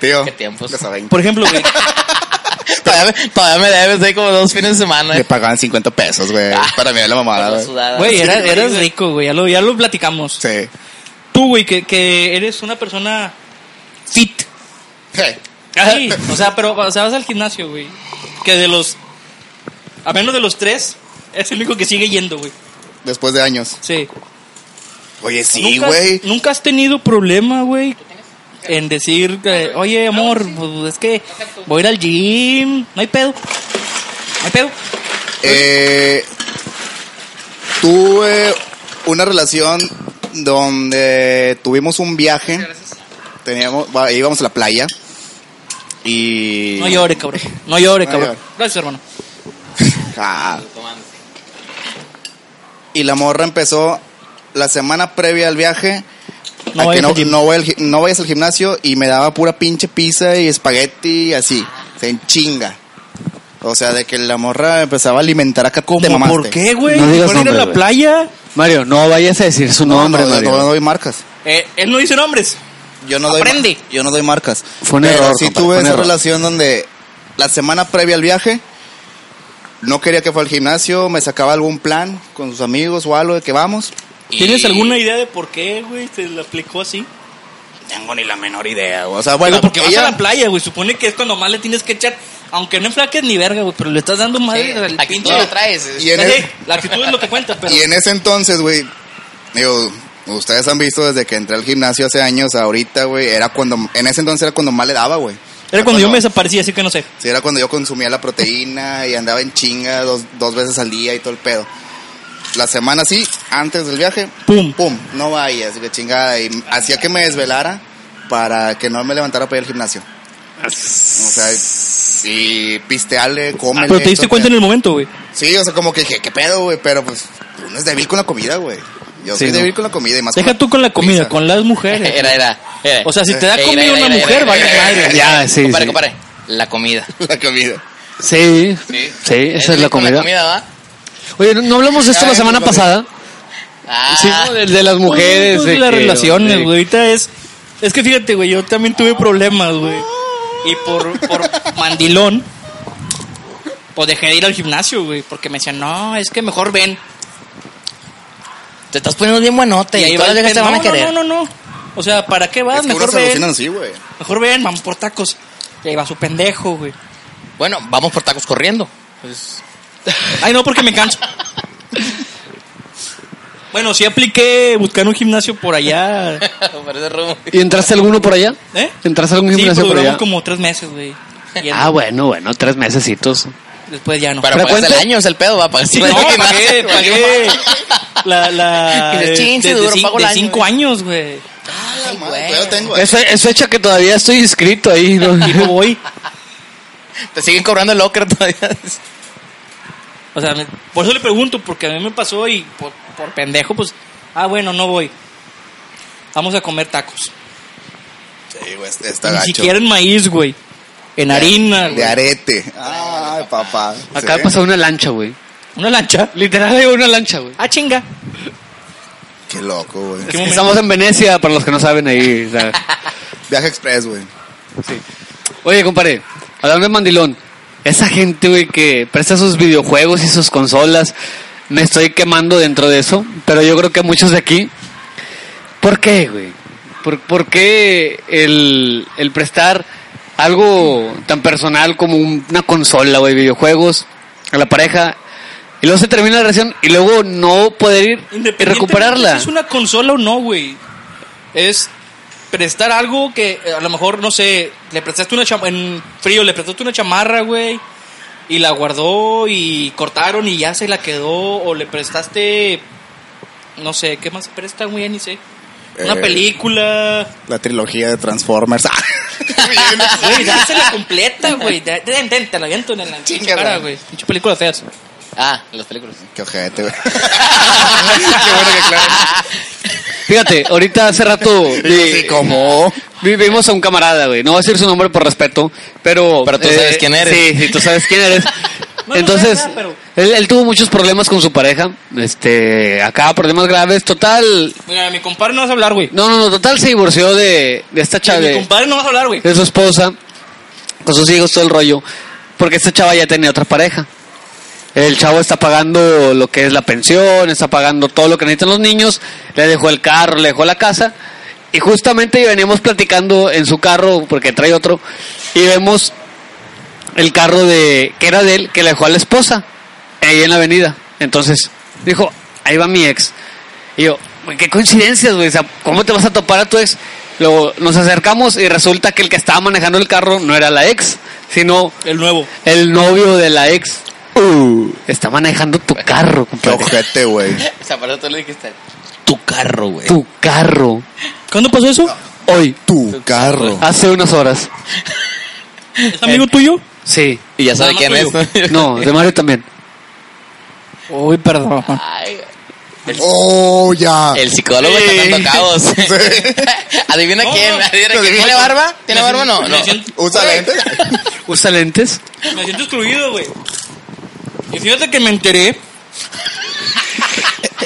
[SPEAKER 3] Tío.
[SPEAKER 4] Qué tiempos.
[SPEAKER 3] los 20.
[SPEAKER 1] Por ejemplo, güey,
[SPEAKER 4] Todavía, me- todavía me debes de como dos fines de semana.
[SPEAKER 3] Me
[SPEAKER 4] eh.
[SPEAKER 3] pagaban 50 pesos, güey, para mirar la mamada,
[SPEAKER 4] Por la
[SPEAKER 3] güey.
[SPEAKER 4] sudada.
[SPEAKER 1] güey, era- eras rico, güey, ya lo, ya lo platicamos.
[SPEAKER 3] Sí.
[SPEAKER 1] Tú, güey, que, que eres una persona fit.
[SPEAKER 3] Hey.
[SPEAKER 1] Sí, o sea, pero o sea, vas al gimnasio, güey. Que de los, a menos de los tres, es el único que sigue yendo, güey.
[SPEAKER 3] Después de años.
[SPEAKER 1] Sí.
[SPEAKER 3] Oye, sí,
[SPEAKER 1] ¿Nunca,
[SPEAKER 3] güey.
[SPEAKER 1] Nunca has tenido problema, güey. En decir, eh, oye, amor, pues, es que voy a ir al gym. No hay pedo. No hay pedo.
[SPEAKER 3] Eh, tuve una relación donde tuvimos un viaje. Teníamos, va- íbamos a la playa. Y.
[SPEAKER 1] No llore, cabrón. No llore,
[SPEAKER 3] No
[SPEAKER 1] cabrón.
[SPEAKER 3] llore.
[SPEAKER 1] Gracias, hermano.
[SPEAKER 3] Ah. Y la morra empezó la semana previa al viaje.
[SPEAKER 1] No
[SPEAKER 3] a que
[SPEAKER 1] vayas
[SPEAKER 3] no,
[SPEAKER 1] al gym.
[SPEAKER 3] no voy al gi- no vayas al gimnasio y me daba pura pinche pizza y espagueti y así. Se enchinga. O sea, de que la morra empezaba a alimentar acá como
[SPEAKER 1] ¿Cómo? ¿Por qué, güey?
[SPEAKER 2] No digas
[SPEAKER 1] Mejor ir a
[SPEAKER 2] nombres,
[SPEAKER 1] la
[SPEAKER 2] güey.
[SPEAKER 1] playa?
[SPEAKER 2] Mario, no vayas a decir su
[SPEAKER 3] No,
[SPEAKER 2] nombre,
[SPEAKER 3] no, no,
[SPEAKER 2] Mario.
[SPEAKER 3] no doy marcas.
[SPEAKER 1] Eh, él no dice nombres.
[SPEAKER 3] Yo no doy
[SPEAKER 1] Aprende.
[SPEAKER 3] mar- Yo no doy marcas.
[SPEAKER 2] Fue un
[SPEAKER 3] Pero
[SPEAKER 2] error,
[SPEAKER 3] sí
[SPEAKER 2] compadre, fue
[SPEAKER 3] tuve
[SPEAKER 2] un
[SPEAKER 3] esa
[SPEAKER 2] error.
[SPEAKER 3] relación donde la semana previa al viaje no quería que fuera al gimnasio, me sacaba algún plan con sus amigos o algo de que vamos.
[SPEAKER 1] ¿Tienes alguna idea de por qué, güey? Te la aplicó así.
[SPEAKER 3] Tengo ni la menor idea, güey. O sea, bueno,
[SPEAKER 1] Bueno, porque vas
[SPEAKER 3] ella-
[SPEAKER 1] a la playa, güey. Supone que es cuando más le tienes que echar. Aunque no enflaques ni verga, güey. Pero le estás dando madre
[SPEAKER 4] Sí,
[SPEAKER 1] al
[SPEAKER 4] Aquí
[SPEAKER 1] pinche.
[SPEAKER 4] tú lo traes.
[SPEAKER 3] Y en
[SPEAKER 1] Sí,
[SPEAKER 3] el-
[SPEAKER 1] la actitud es lo que cuenta, pero.
[SPEAKER 3] <laughs> Y en ese entonces, güey, digo, ustedes han visto desde que entré al gimnasio hace años, ahorita, güey, era cuando, en ese entonces era cuando más le daba, güey.
[SPEAKER 1] Era cuando yo me
[SPEAKER 3] cuando-
[SPEAKER 1] desaparecí, así que no sé.
[SPEAKER 3] Sí, era cuando yo consumía la proteína y andaba en chinga dos, dos veces al día y todo el pedo. La semana sí, antes del viaje,
[SPEAKER 1] Pum.
[SPEAKER 3] pum, no vayas, que chingada. Y hacía que me desvelara para que no me levantara para ir al gimnasio. O sea, y pisteale, cómele.
[SPEAKER 1] Ah, Pero te diste
[SPEAKER 3] todo
[SPEAKER 1] cuenta en
[SPEAKER 3] pedo.
[SPEAKER 1] el momento, güey.
[SPEAKER 3] Sí, o sea, como que dije, ¿qué pedo, güey? Pero pues, uno es débil con la comida, güey. Yo
[SPEAKER 2] Sí,
[SPEAKER 3] soy
[SPEAKER 2] ¿no?
[SPEAKER 3] débil con la comida y más
[SPEAKER 1] Deja
[SPEAKER 3] con
[SPEAKER 1] tú con la comida,
[SPEAKER 3] pizza.
[SPEAKER 1] con las mujeres.
[SPEAKER 4] <laughs> Era, era, era.
[SPEAKER 1] O sea, si te da
[SPEAKER 4] Eh,
[SPEAKER 1] comida
[SPEAKER 4] era, era,
[SPEAKER 1] una
[SPEAKER 4] era,
[SPEAKER 1] mujer,
[SPEAKER 4] era,
[SPEAKER 1] vaya
[SPEAKER 4] era,
[SPEAKER 1] madre.
[SPEAKER 4] era.
[SPEAKER 2] Ya, sí,
[SPEAKER 4] Compare,
[SPEAKER 2] sí.
[SPEAKER 4] compare. La comida.
[SPEAKER 3] <laughs> la comida.
[SPEAKER 2] Sí, sí, esa es la
[SPEAKER 4] Con
[SPEAKER 2] comida.
[SPEAKER 4] ¿va?
[SPEAKER 2] Oye, no, no hablamos de esto
[SPEAKER 3] Ay,
[SPEAKER 2] la semana
[SPEAKER 3] mi padre.
[SPEAKER 2] pasada.
[SPEAKER 4] Ah,
[SPEAKER 2] Sí, ¿no? de, de las mujeres.
[SPEAKER 1] Pues,
[SPEAKER 2] de
[SPEAKER 1] las
[SPEAKER 2] que-
[SPEAKER 1] relaciones,
[SPEAKER 2] de-
[SPEAKER 1] güey. Ahorita es. Es que fíjate, güey, yo también tuve problemas, güey. Y por, por mandilón, pues dejé de ir al gimnasio, güey. Porque me decían, no, es que mejor ven.
[SPEAKER 4] Te estás poniendo bien buenote y,
[SPEAKER 1] ahí
[SPEAKER 4] todas
[SPEAKER 1] va
[SPEAKER 4] las
[SPEAKER 1] el
[SPEAKER 4] viejas te
[SPEAKER 1] pen-
[SPEAKER 4] van a
[SPEAKER 1] no,
[SPEAKER 4] querer.
[SPEAKER 1] No, no, no. O sea, ¿para qué vas?
[SPEAKER 3] Es que unos
[SPEAKER 1] mejor
[SPEAKER 3] se alucinan
[SPEAKER 1] ven.
[SPEAKER 3] así, güey. Ah,
[SPEAKER 1] Mejor ven, vamos por tacos. Y ahí va su pendejo, güey.
[SPEAKER 4] Bueno, vamos por tacos <laughs> corriendo.
[SPEAKER 1] Ay, no, porque me <laughs> canso. Bueno, sí apliqué buscar un gimnasio por allá.
[SPEAKER 4] Parece Romo.
[SPEAKER 2] ¿Y entraste alguno por allá?
[SPEAKER 1] ¿Eh?
[SPEAKER 2] ¿Entraste a algún
[SPEAKER 1] Sí, pero
[SPEAKER 2] gimnasio por
[SPEAKER 1] duramos
[SPEAKER 2] allá?
[SPEAKER 1] como tres meses, güey. Y
[SPEAKER 2] Ah, bueno, bueno, tres mesecitos.
[SPEAKER 1] Después ya no.
[SPEAKER 4] Para
[SPEAKER 2] Pero
[SPEAKER 4] pagarse pues, el
[SPEAKER 2] cuenta-
[SPEAKER 4] año es el pedo, va a pagar. <laughs>
[SPEAKER 1] Sí, no, pagué, pagué. La, la.
[SPEAKER 4] Y dices, "Chin, sí,
[SPEAKER 1] de, de
[SPEAKER 4] duro,
[SPEAKER 1] cin-
[SPEAKER 4] pago el
[SPEAKER 1] de
[SPEAKER 4] año,
[SPEAKER 1] cinco
[SPEAKER 4] güey".
[SPEAKER 1] años, güey.
[SPEAKER 3] Ah, madre,
[SPEAKER 4] güey.
[SPEAKER 3] todavía tengo.
[SPEAKER 2] Es, fe- es fecha que todavía estoy inscrito ahí. ¿no? <laughs>
[SPEAKER 1] Y no voy.
[SPEAKER 4] Te siguen cobrando el locker todavía.
[SPEAKER 1] O sea, me- por eso le pregunto, porque a mí me pasó y por, por pendejo, pues, ah, bueno, no voy. Vamos a comer tacos.
[SPEAKER 3] Sí, güey, este está
[SPEAKER 1] Ni
[SPEAKER 3] gacho.
[SPEAKER 1] siquiera en maíz, güey. En harina,
[SPEAKER 3] De
[SPEAKER 1] güey.
[SPEAKER 3] arete. Ay, papá.
[SPEAKER 2] Acá
[SPEAKER 3] Sí.
[SPEAKER 2] pasó una lancha, güey.
[SPEAKER 1] Una lancha.
[SPEAKER 2] Literal, hay una lancha, güey.
[SPEAKER 1] Ah, chinga.
[SPEAKER 3] Qué loco, güey.
[SPEAKER 1] ¿Qué momento?
[SPEAKER 2] Estamos en Venecia, para los que no saben ahí. o sea.
[SPEAKER 3] Viaje Express, güey.
[SPEAKER 2] Oye, compadre, hablando de mandilón, esa gente, güey, que presta sus videojuegos y sus consolas, me estoy quemando dentro de eso, pero yo creo que muchos de aquí. ¿Por qué, güey? ¿Por, por qué el, el prestar algo tan personal como un- una consola, güey, videojuegos, a la pareja, y luego se termina la relación y luego no poder ir y
[SPEAKER 1] Independientemente
[SPEAKER 2] recuperarla?
[SPEAKER 1] Si es una consola o no, güey. Es prestar algo que eh, a lo mejor, no sé, le prestaste una chamarra, en frío, le prestaste una chamarra, güey. Y la guardó y cortaron y ya se la quedó. O le prestaste, no sé, ¿qué más presta, güey? Ya Ni sé. Una
[SPEAKER 3] Eh.
[SPEAKER 1] película.
[SPEAKER 3] La trilogía de Transformers. <laughs> Ah.
[SPEAKER 1] Güey, dásela completa, güey. Da- Ten, ten, te la aviento en la
[SPEAKER 3] Chingada.
[SPEAKER 1] cara, güey. Pinche película feas.
[SPEAKER 4] <laughs> Ah, las <laughs> películas.
[SPEAKER 3] Qué ojete, güey. Qué bueno que claro.
[SPEAKER 2] Fíjate, ahorita hace rato... vi-
[SPEAKER 3] Sí, como.
[SPEAKER 2] Vi- Vimos a un camarada, güey. No voy a decir su nombre por respeto, pero. eh,
[SPEAKER 4] Pero tú sabes quién eres.
[SPEAKER 2] Sí, sí, tú sabes quién eres.
[SPEAKER 1] No, no
[SPEAKER 2] Entonces,
[SPEAKER 1] sé nada, pero-
[SPEAKER 2] él, él tuvo muchos problemas con su pareja. Este, acá problemas graves. Total.
[SPEAKER 1] Mira, mi compadre no vas a hablar, güey.
[SPEAKER 2] No, no, no, total se divorció de, de esta chava,
[SPEAKER 1] Mi
[SPEAKER 2] de,
[SPEAKER 1] compadre no vas a hablar, güey.
[SPEAKER 2] de su esposa, con sus hijos, todo el rollo. Porque esta chava ya tenía otra pareja. El chavo está pagando lo que es la pensión, está pagando todo lo que necesitan los niños, le dejó el carro, le dejó la casa. Y justamente veníamos platicando en su carro, porque trae otro, y vemos el carro de que era de él, que le dejó a la esposa, ahí en la avenida. Entonces, dijo, ahí va mi ex. Y yo, "Güey, qué coincidencias, güey, o sea, ¿cómo te vas a topar a tu ex? Luego nos acercamos y resulta que el que estaba manejando el carro no era la ex, sino
[SPEAKER 1] El nuevo.
[SPEAKER 2] el novio de la ex está manejando tu carro,
[SPEAKER 3] Uh. Qué
[SPEAKER 2] compadre.
[SPEAKER 3] ojete, güey.
[SPEAKER 4] <laughs> O sea, para tú le dijiste. Tu carro, güey.
[SPEAKER 2] Tu carro.
[SPEAKER 1] ¿Cuándo pasó eso?
[SPEAKER 2] Hoy,
[SPEAKER 3] Tu carro.
[SPEAKER 2] hace unas horas.
[SPEAKER 1] ¿Es amigo tuyo?
[SPEAKER 2] Sí.
[SPEAKER 4] Y ya sabe
[SPEAKER 1] Nada
[SPEAKER 4] quién
[SPEAKER 1] más
[SPEAKER 4] es. ¿no? <laughs>
[SPEAKER 2] No, de Mario también.
[SPEAKER 1] Uy, perdón.
[SPEAKER 4] Ay, güey.
[SPEAKER 3] Oh, ya.
[SPEAKER 4] el psicólogo está dando cabos. <laughs> Adivina
[SPEAKER 1] No,
[SPEAKER 4] quién.
[SPEAKER 1] no.
[SPEAKER 4] Adivina quién.
[SPEAKER 3] Adivina.
[SPEAKER 4] ¿Tiene barba? ¿Tiene barba o no? no?
[SPEAKER 1] Me
[SPEAKER 4] <laughs>
[SPEAKER 1] siento,
[SPEAKER 3] Usa lente.
[SPEAKER 2] ¿Usa
[SPEAKER 1] <laughs>
[SPEAKER 2] lentes?
[SPEAKER 1] me siento excluido, güey. Y fíjate que me enteré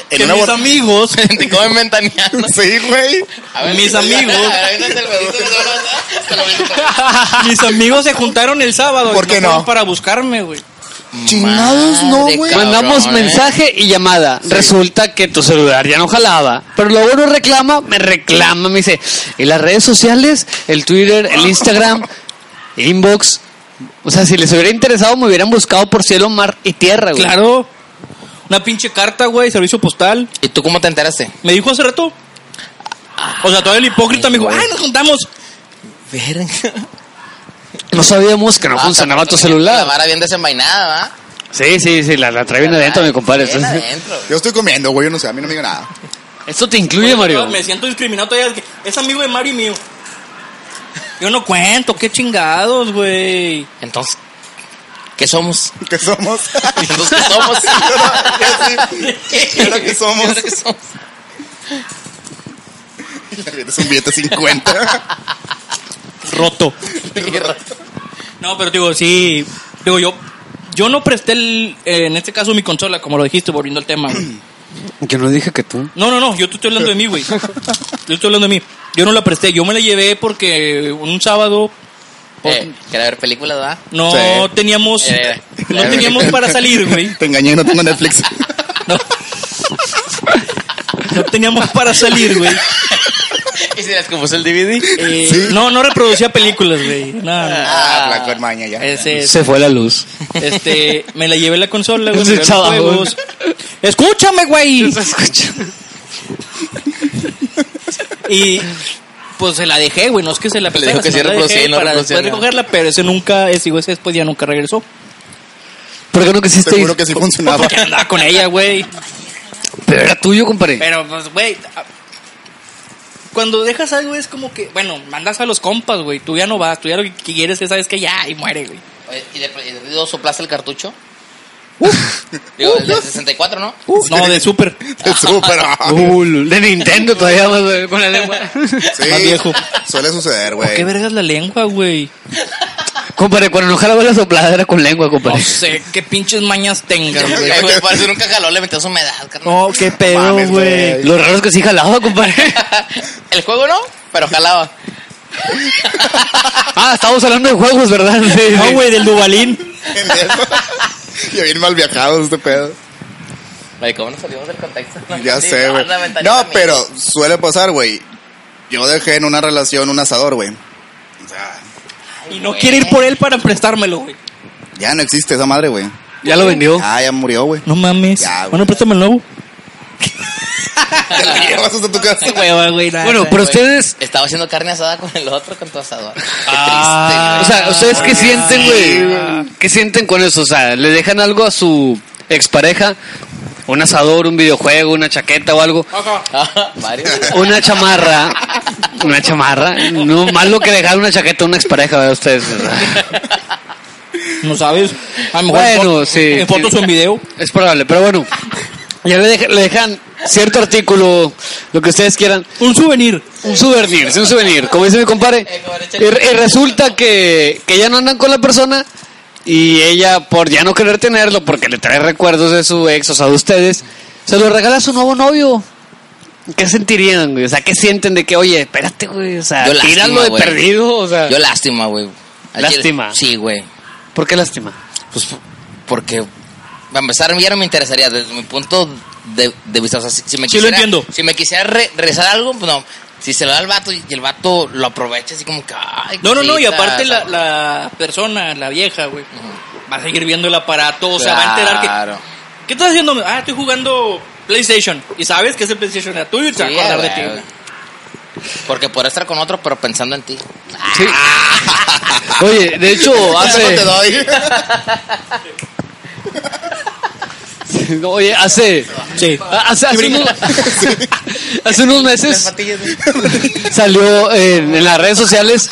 [SPEAKER 1] que
[SPEAKER 3] una
[SPEAKER 1] mis <laughs>
[SPEAKER 3] bot-
[SPEAKER 1] amigos,
[SPEAKER 4] Te comen ventaneando.
[SPEAKER 3] Sí, güey.
[SPEAKER 4] <laughs>
[SPEAKER 1] mis amigos, mis amigos se juntaron el sábado. y
[SPEAKER 3] ¿Por qué no?
[SPEAKER 1] fueron Para buscarme, güey.
[SPEAKER 3] Chingados, no,
[SPEAKER 4] Madre,
[SPEAKER 3] güey.
[SPEAKER 4] cabrón,
[SPEAKER 2] Mandamos
[SPEAKER 4] eh.
[SPEAKER 2] mensaje y llamada. Resulta que tu celular ya no jalaba. Pero luego uno reclama, me reclama, me dice, ¿y las redes sociales? ¿El Twitter? ¿El Instagram?
[SPEAKER 1] <laughs>
[SPEAKER 2] el ¿Inbox? O sea, si les hubiera interesado, me hubieran buscado por cielo, mar y tierra, güey.
[SPEAKER 1] Claro. Una pinche carta, güey, servicio postal.
[SPEAKER 4] ¿Y tú cómo te enteraste?
[SPEAKER 1] Me dijo hace rato. O sea, todavía el hipócrita me dijo, ay, nos juntamos.
[SPEAKER 4] <laughs> Verga.
[SPEAKER 2] No sabíamos
[SPEAKER 1] Ah,
[SPEAKER 2] que no funcionaba tu
[SPEAKER 4] La
[SPEAKER 2] celular.
[SPEAKER 4] vara bien desenvainada, ¿va?
[SPEAKER 2] Sí, sí, sí, la, la trae bien
[SPEAKER 4] La
[SPEAKER 2] adentro,
[SPEAKER 4] vara
[SPEAKER 2] mi compadre.
[SPEAKER 4] bien
[SPEAKER 2] Entonces-
[SPEAKER 1] eh.
[SPEAKER 4] adentro, güey.
[SPEAKER 3] Yo estoy comiendo, güey. Yo no sé, a mí no me digo nada. <laughs>
[SPEAKER 2] Esto te
[SPEAKER 1] <laughs>
[SPEAKER 2] incluye, Mario.
[SPEAKER 1] Me siento discriminado todavía. que Es amigo de Mario y mío. Yo no cuento, qué chingados, güey.
[SPEAKER 4] Entonces, ¿qué somos? <laughs>
[SPEAKER 3] ¿Qué somos? <laughs>
[SPEAKER 4] Entonces, ¿qué somos?
[SPEAKER 3] ¿Y ahora qué somos?
[SPEAKER 4] ¿Y ahora qué somos?
[SPEAKER 3] <laughs> Es un billete 50.
[SPEAKER 1] <laughs> Roto. No, pero digo, sí. Digo, yo yo no presté, el, eh, en este caso, mi consola, como lo dijiste, volviendo al tema. güey.
[SPEAKER 2] Yo no dije <clears throat> que tú.
[SPEAKER 1] No, no, no, yo te estoy hablando de mí,
[SPEAKER 2] <laughs>
[SPEAKER 1] güey. Yo estoy hablando de mí. Yo no la presté, yo me la llevé porque un sábado,
[SPEAKER 2] Pues,
[SPEAKER 4] Eh, quería ver películas, ¿verdad?
[SPEAKER 1] No
[SPEAKER 3] Sí.
[SPEAKER 1] teníamos,
[SPEAKER 4] Eh.
[SPEAKER 1] no teníamos para salir, güey.
[SPEAKER 3] Te engañé, no tengo Netflix.
[SPEAKER 2] <laughs>
[SPEAKER 1] No. No teníamos para salir, güey.
[SPEAKER 4] ¿Y si les compuso el DVD?
[SPEAKER 1] Eh,
[SPEAKER 3] Sí.
[SPEAKER 1] No, no reproducía películas, güey. No, no.
[SPEAKER 3] Ah, blanco en maña ya.
[SPEAKER 1] Ese-
[SPEAKER 2] <laughs> Se fue la luz.
[SPEAKER 1] este, me la llevé la consola, güey. me
[SPEAKER 2] Ese
[SPEAKER 1] llevé los
[SPEAKER 2] chaval.
[SPEAKER 1] juegos. Escúchame, güey. Y pues se la dejé, güey. No es que se la
[SPEAKER 4] Le dijo
[SPEAKER 1] prestara,
[SPEAKER 4] que sí
[SPEAKER 1] sino la
[SPEAKER 4] reproducía y
[SPEAKER 1] dejé
[SPEAKER 4] no
[SPEAKER 1] para
[SPEAKER 4] reproducía
[SPEAKER 1] después
[SPEAKER 4] nada.
[SPEAKER 1] recogerla, pero ese nunca, ese, güey, ese después ya nunca regresó.
[SPEAKER 2] <laughs> ¿Por qué no quisiste ir?
[SPEAKER 3] Seguro que sí
[SPEAKER 4] Ah,
[SPEAKER 3] funcionaba. <laughs>
[SPEAKER 1] Porque andaba con ella,
[SPEAKER 4] <laughs>
[SPEAKER 1] güey.
[SPEAKER 2] Pero era tuyo, compadre.
[SPEAKER 1] Pero, pues, güey. a- Cuando dejas algo es como que, bueno, mandas a los compas, güey. Tú ya no vas, tú ya lo que quieres es, sabes que ya, y muere, güey.
[SPEAKER 4] Oye, ¿Y de, y de ruido soplaste el cartucho? <laughs> Digo, el del 64, ¿no?
[SPEAKER 1] no, de súper.
[SPEAKER 3] Súper. ah,
[SPEAKER 2] Uh, de Nintendo todavía más, güey, con la lengua.
[SPEAKER 3] sí,
[SPEAKER 1] más viejo.
[SPEAKER 3] Suele suceder,
[SPEAKER 1] ¿Qué
[SPEAKER 3] <laughs> güey.
[SPEAKER 1] vergas la lengua, güey?
[SPEAKER 2] compadre, cuando no jalaba la soplada era con lengua,
[SPEAKER 1] No
[SPEAKER 2] compadre.
[SPEAKER 1] sé qué pinches mañas tengas,
[SPEAKER 4] <laughs>
[SPEAKER 1] güey.
[SPEAKER 4] Ay, güey, parece nunca jaló, le metió su humedad, carnal.
[SPEAKER 1] No, qué
[SPEAKER 3] No
[SPEAKER 1] pedo,
[SPEAKER 3] mames,
[SPEAKER 1] güey.
[SPEAKER 3] güey.
[SPEAKER 2] Lo raro es que sí
[SPEAKER 1] <laughs>
[SPEAKER 2] jalaba, compadre.
[SPEAKER 4] <laughs> El juego no, pero jalaba.
[SPEAKER 2] Ah, estábamos hablando de juegos, ¿verdad? Sí, sí.
[SPEAKER 1] No, güey, del Dubalín.
[SPEAKER 3] Ya bien mal viajados este pedo.
[SPEAKER 4] Ay, ¿cómo nos salimos del contexto?
[SPEAKER 3] <laughs> Ya
[SPEAKER 4] Sí,
[SPEAKER 3] sé, güey.
[SPEAKER 4] anda, mentalidad
[SPEAKER 3] No,
[SPEAKER 4] mía.
[SPEAKER 3] pero suele pasar, güey. Yo dejé en una relación un asador, güey. O sea,
[SPEAKER 1] Y no quiere ir por él para prestármelo, güey.
[SPEAKER 3] ya no existe esa madre, güey.
[SPEAKER 2] Ya lo vendió.
[SPEAKER 3] Ah, ya murió, güey.
[SPEAKER 1] No mames.
[SPEAKER 3] Ya, güey.
[SPEAKER 1] bueno, préstame el nuevo.
[SPEAKER 3] <laughs> Te lo llevas hasta tu casa.
[SPEAKER 1] güey.
[SPEAKER 2] Bueno, pero ustedes,
[SPEAKER 4] Estaba haciendo carne asada con el otro, con tu asador. Qué
[SPEAKER 1] Ah.
[SPEAKER 2] o sea, ¿ustedes qué
[SPEAKER 1] Ah,
[SPEAKER 2] sienten,
[SPEAKER 1] sí.
[SPEAKER 2] güey? ¿Qué sienten con eso? O sea, ¿le dejan algo a su expareja? Un asador, un videojuego, una chaqueta o algo.
[SPEAKER 4] triste. <laughs> Mario.
[SPEAKER 2] Una chamarra. Una chamarra. No, más lo que dejar una chaqueta a una expareja, ¿verdad? Ustedes.
[SPEAKER 1] No sabes. A lo mejor en
[SPEAKER 2] Bueno,
[SPEAKER 1] foto-
[SPEAKER 2] sí,
[SPEAKER 1] En
[SPEAKER 2] sí.
[SPEAKER 1] fotos o en video.
[SPEAKER 2] Es probable, pero bueno. Ya le, deja- le dejan cierto artículo, lo que ustedes quieran.
[SPEAKER 1] Un souvenir.
[SPEAKER 2] Un souvenir, sí, un souvenir, como dice mi compadre. Y, y resulta que, que ya no andan con la persona y ella, por ya no querer tenerlo, porque le trae recuerdos de su ex, o sea, de ustedes, se lo regala a su nuevo novio. ¿Qué sentirían, güey? O sea, ¿qué sienten de que, oye, espérate, güey? O sea,
[SPEAKER 4] Yo lástima,
[SPEAKER 2] tíralo de
[SPEAKER 4] güey.
[SPEAKER 2] perdido, o sea.
[SPEAKER 4] Yo lástima, güey. Al chile.
[SPEAKER 2] Lástima.
[SPEAKER 4] Sí, güey.
[SPEAKER 2] ¿Por qué lástima?
[SPEAKER 4] Pues porque para empezar ya no me interesaría desde mi punto de, de vista. O sea, si, si me
[SPEAKER 1] Sí, lo
[SPEAKER 4] quisiera,
[SPEAKER 1] entiendo.
[SPEAKER 4] si me quisiera re- rezar algo, pues no. Si se lo da al vato y el vato lo aprovecha así como que ay,
[SPEAKER 1] No, no, no. Y
[SPEAKER 4] cosita,
[SPEAKER 1] aparte la,
[SPEAKER 4] ¿sabes?
[SPEAKER 1] la persona, la vieja, güey, va a seguir viendo el aparato. O sea, va a enterar que...
[SPEAKER 4] Claro.
[SPEAKER 1] ¿Qué estás haciendo? Ah, estoy jugando PlayStation. Y sabes que ese PlayStation era tuyo y te va
[SPEAKER 4] Sí,
[SPEAKER 1] a acordar de
[SPEAKER 4] güey.
[SPEAKER 1] ti, güey.
[SPEAKER 4] Porque podrá estar con otro, pero pensando en ti.
[SPEAKER 2] Sí. Oye, de
[SPEAKER 4] <laughs>
[SPEAKER 2] hecho,
[SPEAKER 3] Ya no
[SPEAKER 2] hace.
[SPEAKER 1] <laughs>
[SPEAKER 3] te doy.
[SPEAKER 2] <laughs> Oye, hace.
[SPEAKER 1] Sí.
[SPEAKER 2] Ah, Hace, hace unos, <laughs> hace unos
[SPEAKER 1] <laughs>
[SPEAKER 2] meses
[SPEAKER 4] patillas.
[SPEAKER 2] salió en, en las redes sociales